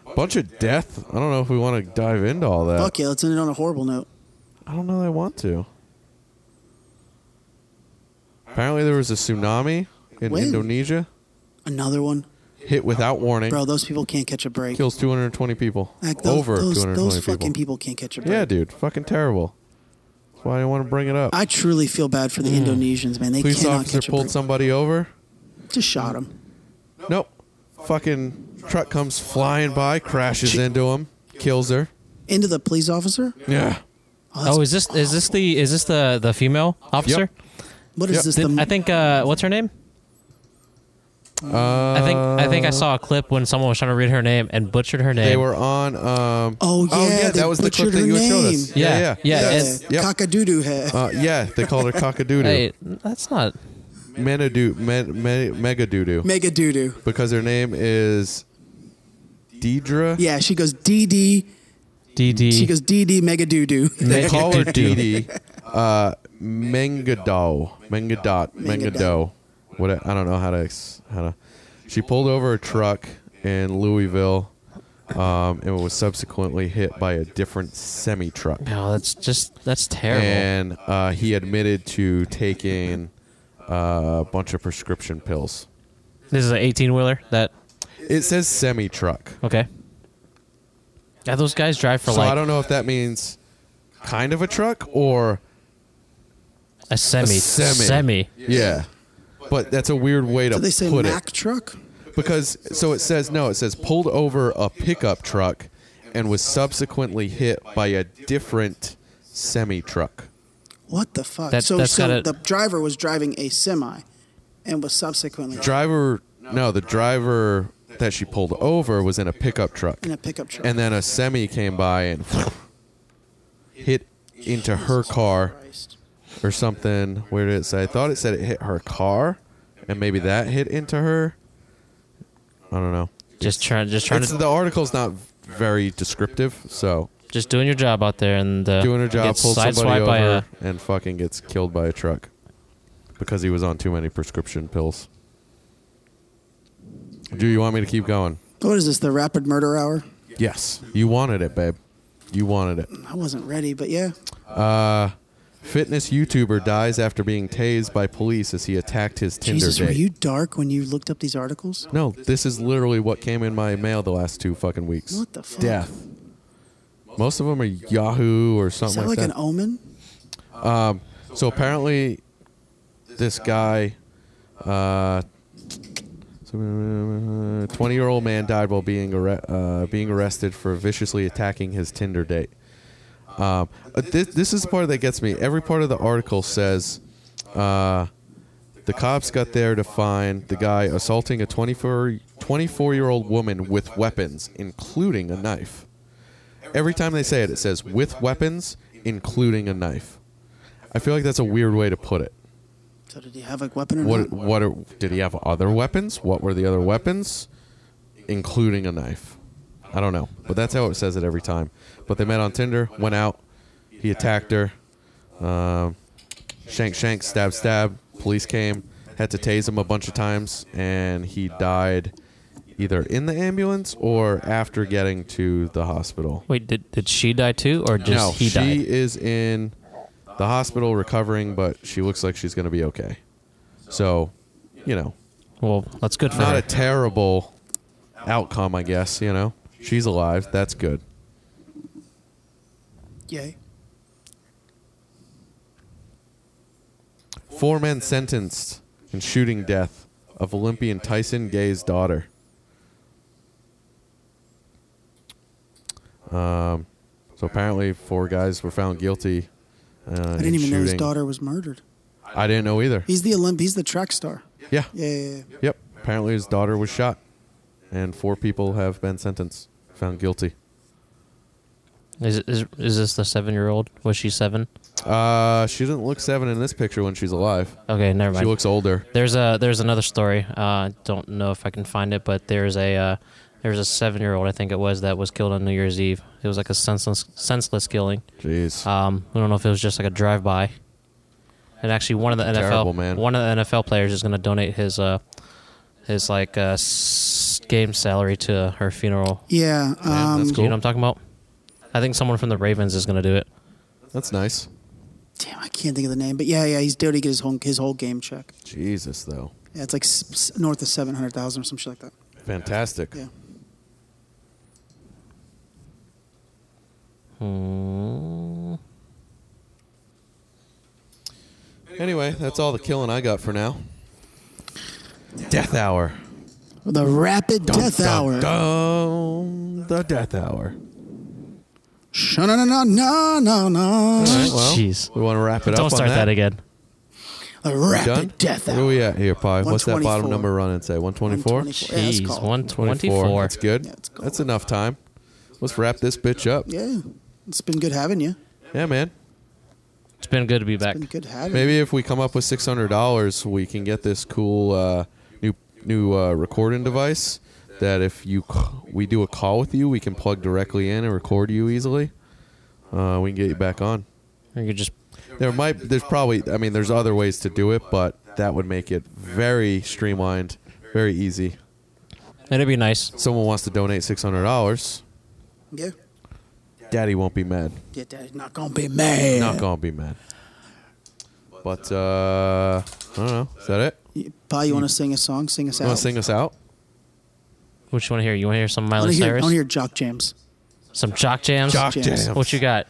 Speaker 2: else?
Speaker 3: Bunch of death. I don't know if we want to dive into all that.
Speaker 2: Fuck yeah, let's end it on a horrible note.
Speaker 3: I don't know. That I want to. Apparently, there was a tsunami in
Speaker 2: When?
Speaker 3: Indonesia.
Speaker 2: Another one,
Speaker 3: Hit without warning.
Speaker 2: bro. Those people can't catch a break.
Speaker 3: Kills 220 people.
Speaker 2: Like, those,
Speaker 3: Over
Speaker 2: those,
Speaker 3: 220
Speaker 2: those
Speaker 3: people.
Speaker 2: fucking people can't catch a break.
Speaker 3: Yeah, dude. Fucking terrible. That's why I didn't want to bring it up.
Speaker 2: I truly feel bad for the Indonesians, man. They
Speaker 3: Mm. Police
Speaker 2: cannot
Speaker 3: officer
Speaker 2: catch a
Speaker 3: pulled
Speaker 2: break.
Speaker 3: somebody over.
Speaker 2: Just shot him.
Speaker 3: Nope. Fucking truck comes flying by, crashes into him, kills her.
Speaker 2: Into the police officer.
Speaker 3: Yeah.
Speaker 9: Oh, is this is this the is this the the female officer?
Speaker 2: What is
Speaker 3: Yep.
Speaker 2: this?
Speaker 9: Did-
Speaker 2: the
Speaker 9: I think uh, what's her name?
Speaker 3: Uh,
Speaker 9: I think I think I saw a clip when someone was trying to read her name and butchered her name.
Speaker 3: they were on. Um,
Speaker 2: Oh, yeah, they
Speaker 3: that was the clip
Speaker 2: butchered
Speaker 3: that
Speaker 2: her
Speaker 3: you had showed us.
Speaker 2: name.
Speaker 9: Yeah,
Speaker 3: yeah,
Speaker 9: yeah,
Speaker 3: yeah.
Speaker 9: and-
Speaker 2: uh,
Speaker 3: yep.
Speaker 2: cockadoodoo head?
Speaker 3: Uh, yeah, they called
Speaker 9: (laughs)
Speaker 3: her cockadoodoo,
Speaker 9: hey,
Speaker 3: hey.
Speaker 9: that's not.
Speaker 3: menadoo, men, me, megadoodoo,
Speaker 2: Mega doodoo.
Speaker 3: because her name is Deidre.
Speaker 2: Yeah, she goes DD.
Speaker 9: DD.
Speaker 2: She goes DD mega doodoo.
Speaker 3: They call her
Speaker 9: Megadoodoo.
Speaker 3: Dee Dee uh, Mengado, Mengadot, Mengado. What I don't know how to ex- how to. She pulled over a truck in Louisville, um, and was subsequently hit by a different semi truck.
Speaker 9: No, that's just that's terrible.
Speaker 3: And uh, he admitted to taking uh, a bunch of prescription pills.
Speaker 9: This is an 18 wheeler that
Speaker 3: It says semi truck.
Speaker 9: okay. Yeah, those guys drive for
Speaker 3: so
Speaker 9: like
Speaker 3: I don't know if that means kind of a truck or
Speaker 9: a semi.
Speaker 3: a semi.
Speaker 9: Semi.
Speaker 3: Yeah. But that's a weird way to
Speaker 2: Did they say
Speaker 3: put
Speaker 2: Mack
Speaker 3: it.
Speaker 2: truck?
Speaker 3: Because so it says no, it says pulled over a pickup truck and was subsequently hit by a different semi truck.
Speaker 2: What the fuck?
Speaker 9: That-
Speaker 2: so
Speaker 9: that's
Speaker 2: so
Speaker 9: gotta-
Speaker 2: the driver was driving a semi and was subsequently
Speaker 3: Driver no, the driver that she pulled over was in a pickup truck.
Speaker 2: in a pickup truck.
Speaker 3: And then a semi came by and (laughs) hit into her car
Speaker 2: Christ.
Speaker 3: or something. Where did it say? I thought it said it hit her car and maybe that hit into her. I don't know.
Speaker 9: Just trying just trying
Speaker 3: It's,
Speaker 9: to
Speaker 3: the article's not very descriptive, so
Speaker 9: just doing your job out there and uh,
Speaker 3: doing her job,
Speaker 9: gets
Speaker 3: pulls somebody
Speaker 9: sideswiped
Speaker 3: over,
Speaker 9: by uh, a-
Speaker 3: and fucking gets killed by a truck because he was on too many prescription pills. Do you want me to keep going?
Speaker 2: What is this? The rapid murder hour?
Speaker 3: Yes. You wanted it, babe. You wanted it.
Speaker 2: I wasn't ready, but yeah.
Speaker 3: Fitness YouTuber dies after being tased by police as he attacked his Tinder
Speaker 2: Jesus, were
Speaker 3: date.
Speaker 2: you dark when you looked up these articles?
Speaker 3: no, this is literally what came in my mail the last two fucking weeks.
Speaker 2: What the fuck?
Speaker 3: Death. Most of them are Yahoo or
Speaker 2: Is
Speaker 3: something
Speaker 2: that like an omen?
Speaker 3: So apparently, this guy, uh, twenty-year-old man died while being arre- uh, being arrested for viciously attacking his Tinder date. Um, uh, this, this is the part that gets me. Every part of the article says, uh, the cops got there to find the guy assaulting a 24 24-year-old woman with weapons, including a knife. Every time they say it, it says with weapons, including a knife. I feel like that's a weird way to put it.
Speaker 2: So did he have a weapon or
Speaker 3: What
Speaker 2: not?
Speaker 3: what are, did he have other weapons? What were the other weapons, including a knife? I don't know, but that's how it says it every time. But they met on Tinder, went out, he attacked her, um, shank shank stab stab. Police came, had to tase him a bunch of times, and he died either in the ambulance or after getting to the hospital.
Speaker 9: Wait, did did she die too or just
Speaker 3: No,
Speaker 9: he
Speaker 3: she
Speaker 9: died?
Speaker 3: is in the hospital recovering, but she looks like she's going to be okay. So, you know,
Speaker 9: Well, that's good for
Speaker 3: not
Speaker 9: her.
Speaker 3: a terrible outcome, I guess. You know, she's alive. That's good.
Speaker 2: Yay.
Speaker 3: Four men sentenced in shooting death of Olympian Tyson Gay's daughter. Um, so apparently, four guys were found guilty. Uh,
Speaker 2: I didn't even
Speaker 3: shooting.
Speaker 2: know his daughter was murdered.
Speaker 3: I didn't know either.
Speaker 2: He's the Olymp. He's the track star.
Speaker 3: Yeah.
Speaker 2: Yeah, yeah, yeah.
Speaker 3: Yep. Apparently, his daughter was shot, and four people have been sentenced, found guilty.
Speaker 9: Is, is is this the seven year old? Was she seven?
Speaker 3: Uh, she doesn't look seven in this picture when she's alive.
Speaker 9: Okay, never mind.
Speaker 3: She looks older.
Speaker 9: There's a there's another story. Uh, don't know if I can find it, but there's a uh, there's a seven year old I think it was that was killed on New Year's Eve. It was like a senseless senseless killing.
Speaker 3: Jeez.
Speaker 9: Um, we don't know if it was just like a drive by. And actually, one of the NFL
Speaker 3: Terrible, man.
Speaker 9: one of the NFL players is going to donate his uh his like uh, s- game salary to her funeral.
Speaker 2: Yeah,
Speaker 3: Man,
Speaker 2: um,
Speaker 3: that's
Speaker 9: Do you
Speaker 3: cool.
Speaker 9: know what I'm talking about? I think someone from the Ravens is going to do it.
Speaker 3: That's nice.
Speaker 2: damn, I can't think of the name, but yeah, yeah, he's due to get his whole his whole game check.
Speaker 3: Jesus, though.
Speaker 2: Yeah, it's like s- s- north of seven hundred thousand or some shit like that.
Speaker 3: Fantastic.
Speaker 2: Yeah.
Speaker 9: Hmm.
Speaker 3: Anyway, that's all the killing I got for now. Death hour.
Speaker 2: The rapid death
Speaker 3: Dun,
Speaker 2: hour.
Speaker 3: dun, the death hour.
Speaker 2: No, no, no, no, no,
Speaker 3: All
Speaker 2: no.
Speaker 3: right, well,
Speaker 9: Jeez.
Speaker 3: We want to wrap it up.
Speaker 9: Don't
Speaker 3: on
Speaker 9: start that, again.
Speaker 3: We
Speaker 2: The
Speaker 3: Done.
Speaker 2: rapid death
Speaker 3: Where
Speaker 2: hour.
Speaker 3: we at here, Pi? What's that bottom
Speaker 2: 124.
Speaker 3: number running say? One twenty-four.
Speaker 2: 124. Yeah, that's
Speaker 9: Jeez,
Speaker 2: called-
Speaker 9: one twenty four.
Speaker 3: That's good.
Speaker 2: Yeah, it's cool.
Speaker 3: That's enough time. Let's wrap this bitch up.
Speaker 2: Yeah, it's been good having you.
Speaker 3: Yeah, man.
Speaker 9: It's been good to be back.
Speaker 2: Been good having. you.
Speaker 3: Maybe if we come up with six hundred dollars, we can get this cool uh, new new uh, recording device. That if you c- we do a call with you, we can plug directly in and record you easily. Uh, we can get you back on.
Speaker 9: You could just
Speaker 3: There might there's probably I mean there's other ways to do it, but that would make it very streamlined, very easy.
Speaker 9: That'd be nice.
Speaker 3: Someone wants to donate six hundred dollars.
Speaker 2: Yeah.
Speaker 3: Daddy won't be mad.
Speaker 2: Get that. Not gonna be mad.
Speaker 3: Not gonna be mad. But uh, I don't know. Is that it?
Speaker 2: Pa, you want to sing a song? Sing us
Speaker 3: Hmm. You want to
Speaker 2: out.
Speaker 3: sing us out?
Speaker 9: What you want to hear? You want to hear some
Speaker 2: I want
Speaker 9: Miley
Speaker 2: to hear, I
Speaker 9: Cyrus?
Speaker 2: wanna hear jock jams.
Speaker 9: Some jock jams.
Speaker 2: Jock jams.
Speaker 9: What you got?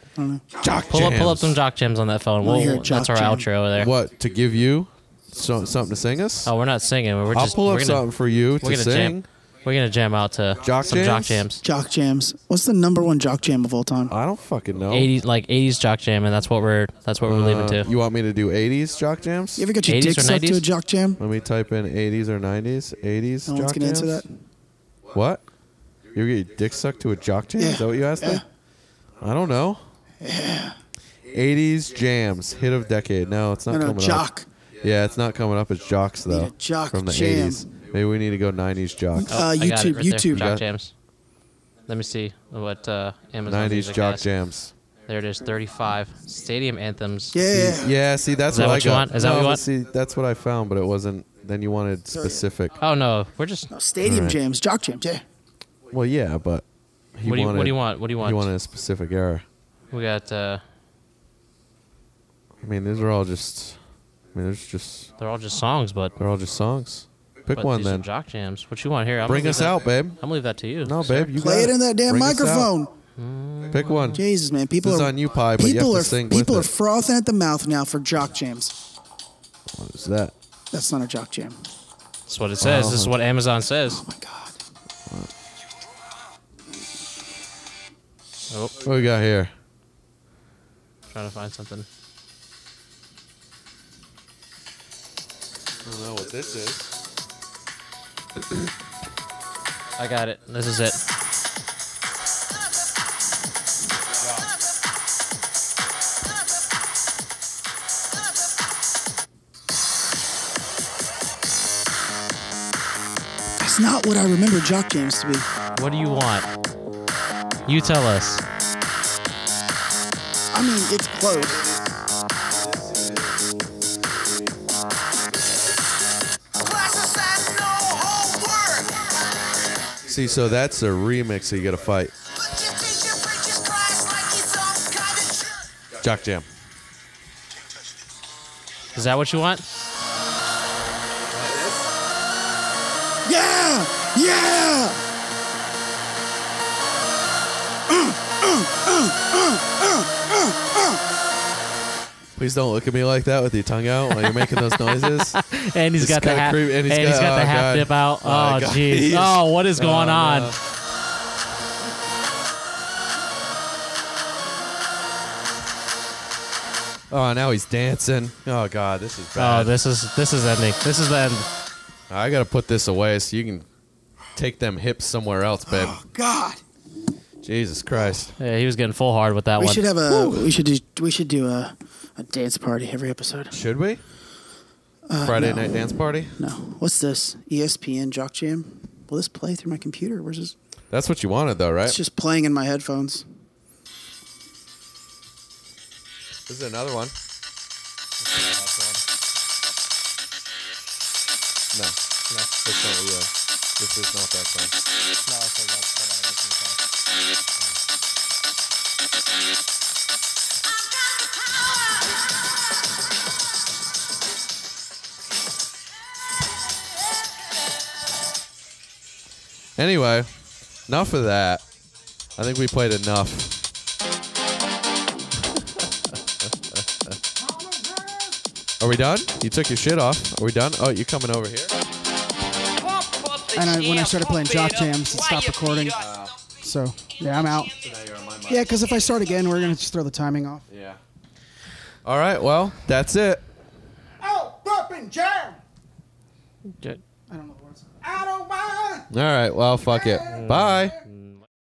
Speaker 3: Jock
Speaker 9: Pull up, pull up
Speaker 3: jams.
Speaker 9: some jock jams on that phone.
Speaker 2: I wanna
Speaker 9: We'll,
Speaker 2: hear a jock
Speaker 9: that's our
Speaker 2: jam.
Speaker 9: outro there.
Speaker 3: What to give you? So, something to sing us?
Speaker 9: Oh, we're not singing. We're
Speaker 3: I'll
Speaker 9: just.
Speaker 3: pull
Speaker 9: we're
Speaker 3: up
Speaker 9: gonna,
Speaker 3: something for you
Speaker 9: We're
Speaker 3: to
Speaker 9: gonna
Speaker 3: sing.
Speaker 9: jam. We're gonna jam out to
Speaker 3: Jock
Speaker 9: some jock jams.
Speaker 3: jams?
Speaker 2: Jock jams. What's the number one jock jam of all time?
Speaker 3: I don't fucking know.
Speaker 9: 80s like 80s jock jam, and that's what we're that's what we're leaving
Speaker 3: Uh,
Speaker 9: to.
Speaker 3: You want me to do 80s jock jams?
Speaker 2: You ever get your
Speaker 9: 80s
Speaker 2: dick
Speaker 9: or
Speaker 2: sucked to a
Speaker 9: 90s?
Speaker 2: jock jam?
Speaker 3: Let me type in 80s or 90s. 80s
Speaker 2: No
Speaker 3: jock
Speaker 2: one's gonna
Speaker 3: jams.
Speaker 2: answer that.
Speaker 3: What? You ever get your dick sucked to a jock jam?
Speaker 2: Yeah.
Speaker 3: Is that what you asked me? I don't know. 80s jams, hit of decade. No, it's not
Speaker 2: No, no,
Speaker 3: coming up.
Speaker 2: jock.
Speaker 3: Yeah, it's not coming up as jocks though.
Speaker 2: a jock
Speaker 3: from the
Speaker 2: jam.
Speaker 3: 80s. Maybe we need to go 90s jocks.
Speaker 2: Uh,
Speaker 9: Oh, I got it
Speaker 2: YouTube,
Speaker 9: right there.
Speaker 2: YouTube.
Speaker 9: jock
Speaker 3: Yeah.
Speaker 9: jams. Let me see what uh, Amazon
Speaker 3: 90s
Speaker 9: Music
Speaker 3: jock
Speaker 9: has.
Speaker 3: jams.
Speaker 9: There it is, 35 stadium anthems.
Speaker 2: Yeah.
Speaker 3: Yeah, see that's
Speaker 9: Is that
Speaker 3: what, I
Speaker 9: what you
Speaker 3: got.
Speaker 9: want? Is that
Speaker 3: No,
Speaker 9: what you
Speaker 3: but
Speaker 9: want?
Speaker 3: See, that's what I found, but it wasn't. Then you wanted specific.
Speaker 9: Oh no, we're just.
Speaker 2: No, stadium
Speaker 3: All right.
Speaker 2: jams, jock jams. Yeah.
Speaker 3: Well, yeah, but he
Speaker 9: What do you- what
Speaker 3: wanted.
Speaker 9: do you want? What do you
Speaker 3: He
Speaker 9: want?
Speaker 3: wanted a specific era.
Speaker 9: We got. Uh,
Speaker 3: I mean, these are all just. I mean, there's just
Speaker 9: they're all just songs, but.
Speaker 3: they're all just songs. Pick
Speaker 9: but
Speaker 3: one
Speaker 9: these are
Speaker 3: then.
Speaker 9: jock jams. What you want here? I'm
Speaker 3: Bring
Speaker 9: gonna
Speaker 3: us
Speaker 9: leave that-
Speaker 3: out, babe.
Speaker 9: I'm gonna leave that to you.
Speaker 3: No,
Speaker 9: sir.
Speaker 3: babe, you
Speaker 2: Play
Speaker 3: got
Speaker 2: it in that damn
Speaker 3: Bring us out.
Speaker 2: microphone.
Speaker 3: Pick one.
Speaker 2: Jesus, man, people
Speaker 3: This is
Speaker 2: are
Speaker 3: on you, Pi, but you
Speaker 2: people
Speaker 3: have to
Speaker 2: are
Speaker 3: sing
Speaker 2: people are
Speaker 3: with it.
Speaker 2: frothing at the mouth now for jock jams.
Speaker 3: What is that?
Speaker 2: That's not a jock jam.
Speaker 9: That's what it says.
Speaker 3: Uh-huh.
Speaker 9: This is what Amazon says.
Speaker 2: Oh my god.
Speaker 9: Oh,
Speaker 3: What we got here?
Speaker 9: trying to find something.
Speaker 3: I don't know what this is.
Speaker 9: I got it. This is it.
Speaker 2: That's not what I remember jock jams to be.
Speaker 9: What do you want? You tell us.
Speaker 2: I mean, it's close.
Speaker 3: See, so that's a remix. So you got to fight. Jock Jam.
Speaker 9: Is that what you want?
Speaker 2: Yeah, yeah.
Speaker 3: Please don't look at me like that with your tongue out while you're making
Speaker 9: (laughs)
Speaker 3: those noises.
Speaker 9: And he's
Speaker 3: It's
Speaker 9: got the
Speaker 3: kinda
Speaker 9: half.
Speaker 3: creepy,
Speaker 9: And he's got
Speaker 3: oh,
Speaker 9: the half
Speaker 3: God.
Speaker 9: dip out. Oh (laughs)
Speaker 3: God.
Speaker 9: jeez. Oh, what is going
Speaker 3: Oh,
Speaker 9: on?
Speaker 3: no. Oh, now he's dancing. Oh God, this is bad.
Speaker 9: Oh, this is this is ending. This is the end.
Speaker 3: I gotta put this away so you can take them hips somewhere else,
Speaker 9: (gasps)
Speaker 3: babe.
Speaker 2: God.
Speaker 3: Jesus Christ.
Speaker 9: Yeah, he was getting full hard with that
Speaker 2: We
Speaker 9: one.
Speaker 2: should have a we should do we should do a, a dance party every episode.
Speaker 3: Should we?
Speaker 9: Uh,
Speaker 3: Friday night dance party.
Speaker 2: No. What's this? E ESPN jock jam? Will this play through my computer? Where's this?
Speaker 3: That's what you wanted, though, right?
Speaker 2: It's just playing in my headphones.
Speaker 3: this is another one. No, no, that's not what you had. This is not that song. Anyway, enough of that. I think we played enough. Are we done? You took your shit off. Are we done? Oh, you coming over here?
Speaker 11: And I, when I started playing Jock Jams, it stopped recording. So, yeah, I'm out. Yeah, because if I start again, we're going to just throw the timing off.
Speaker 3: Yeah. All right. Well, that's it.
Speaker 9: Good.
Speaker 11: I don't know the words.
Speaker 3: All right. Well, fuck it. Bye.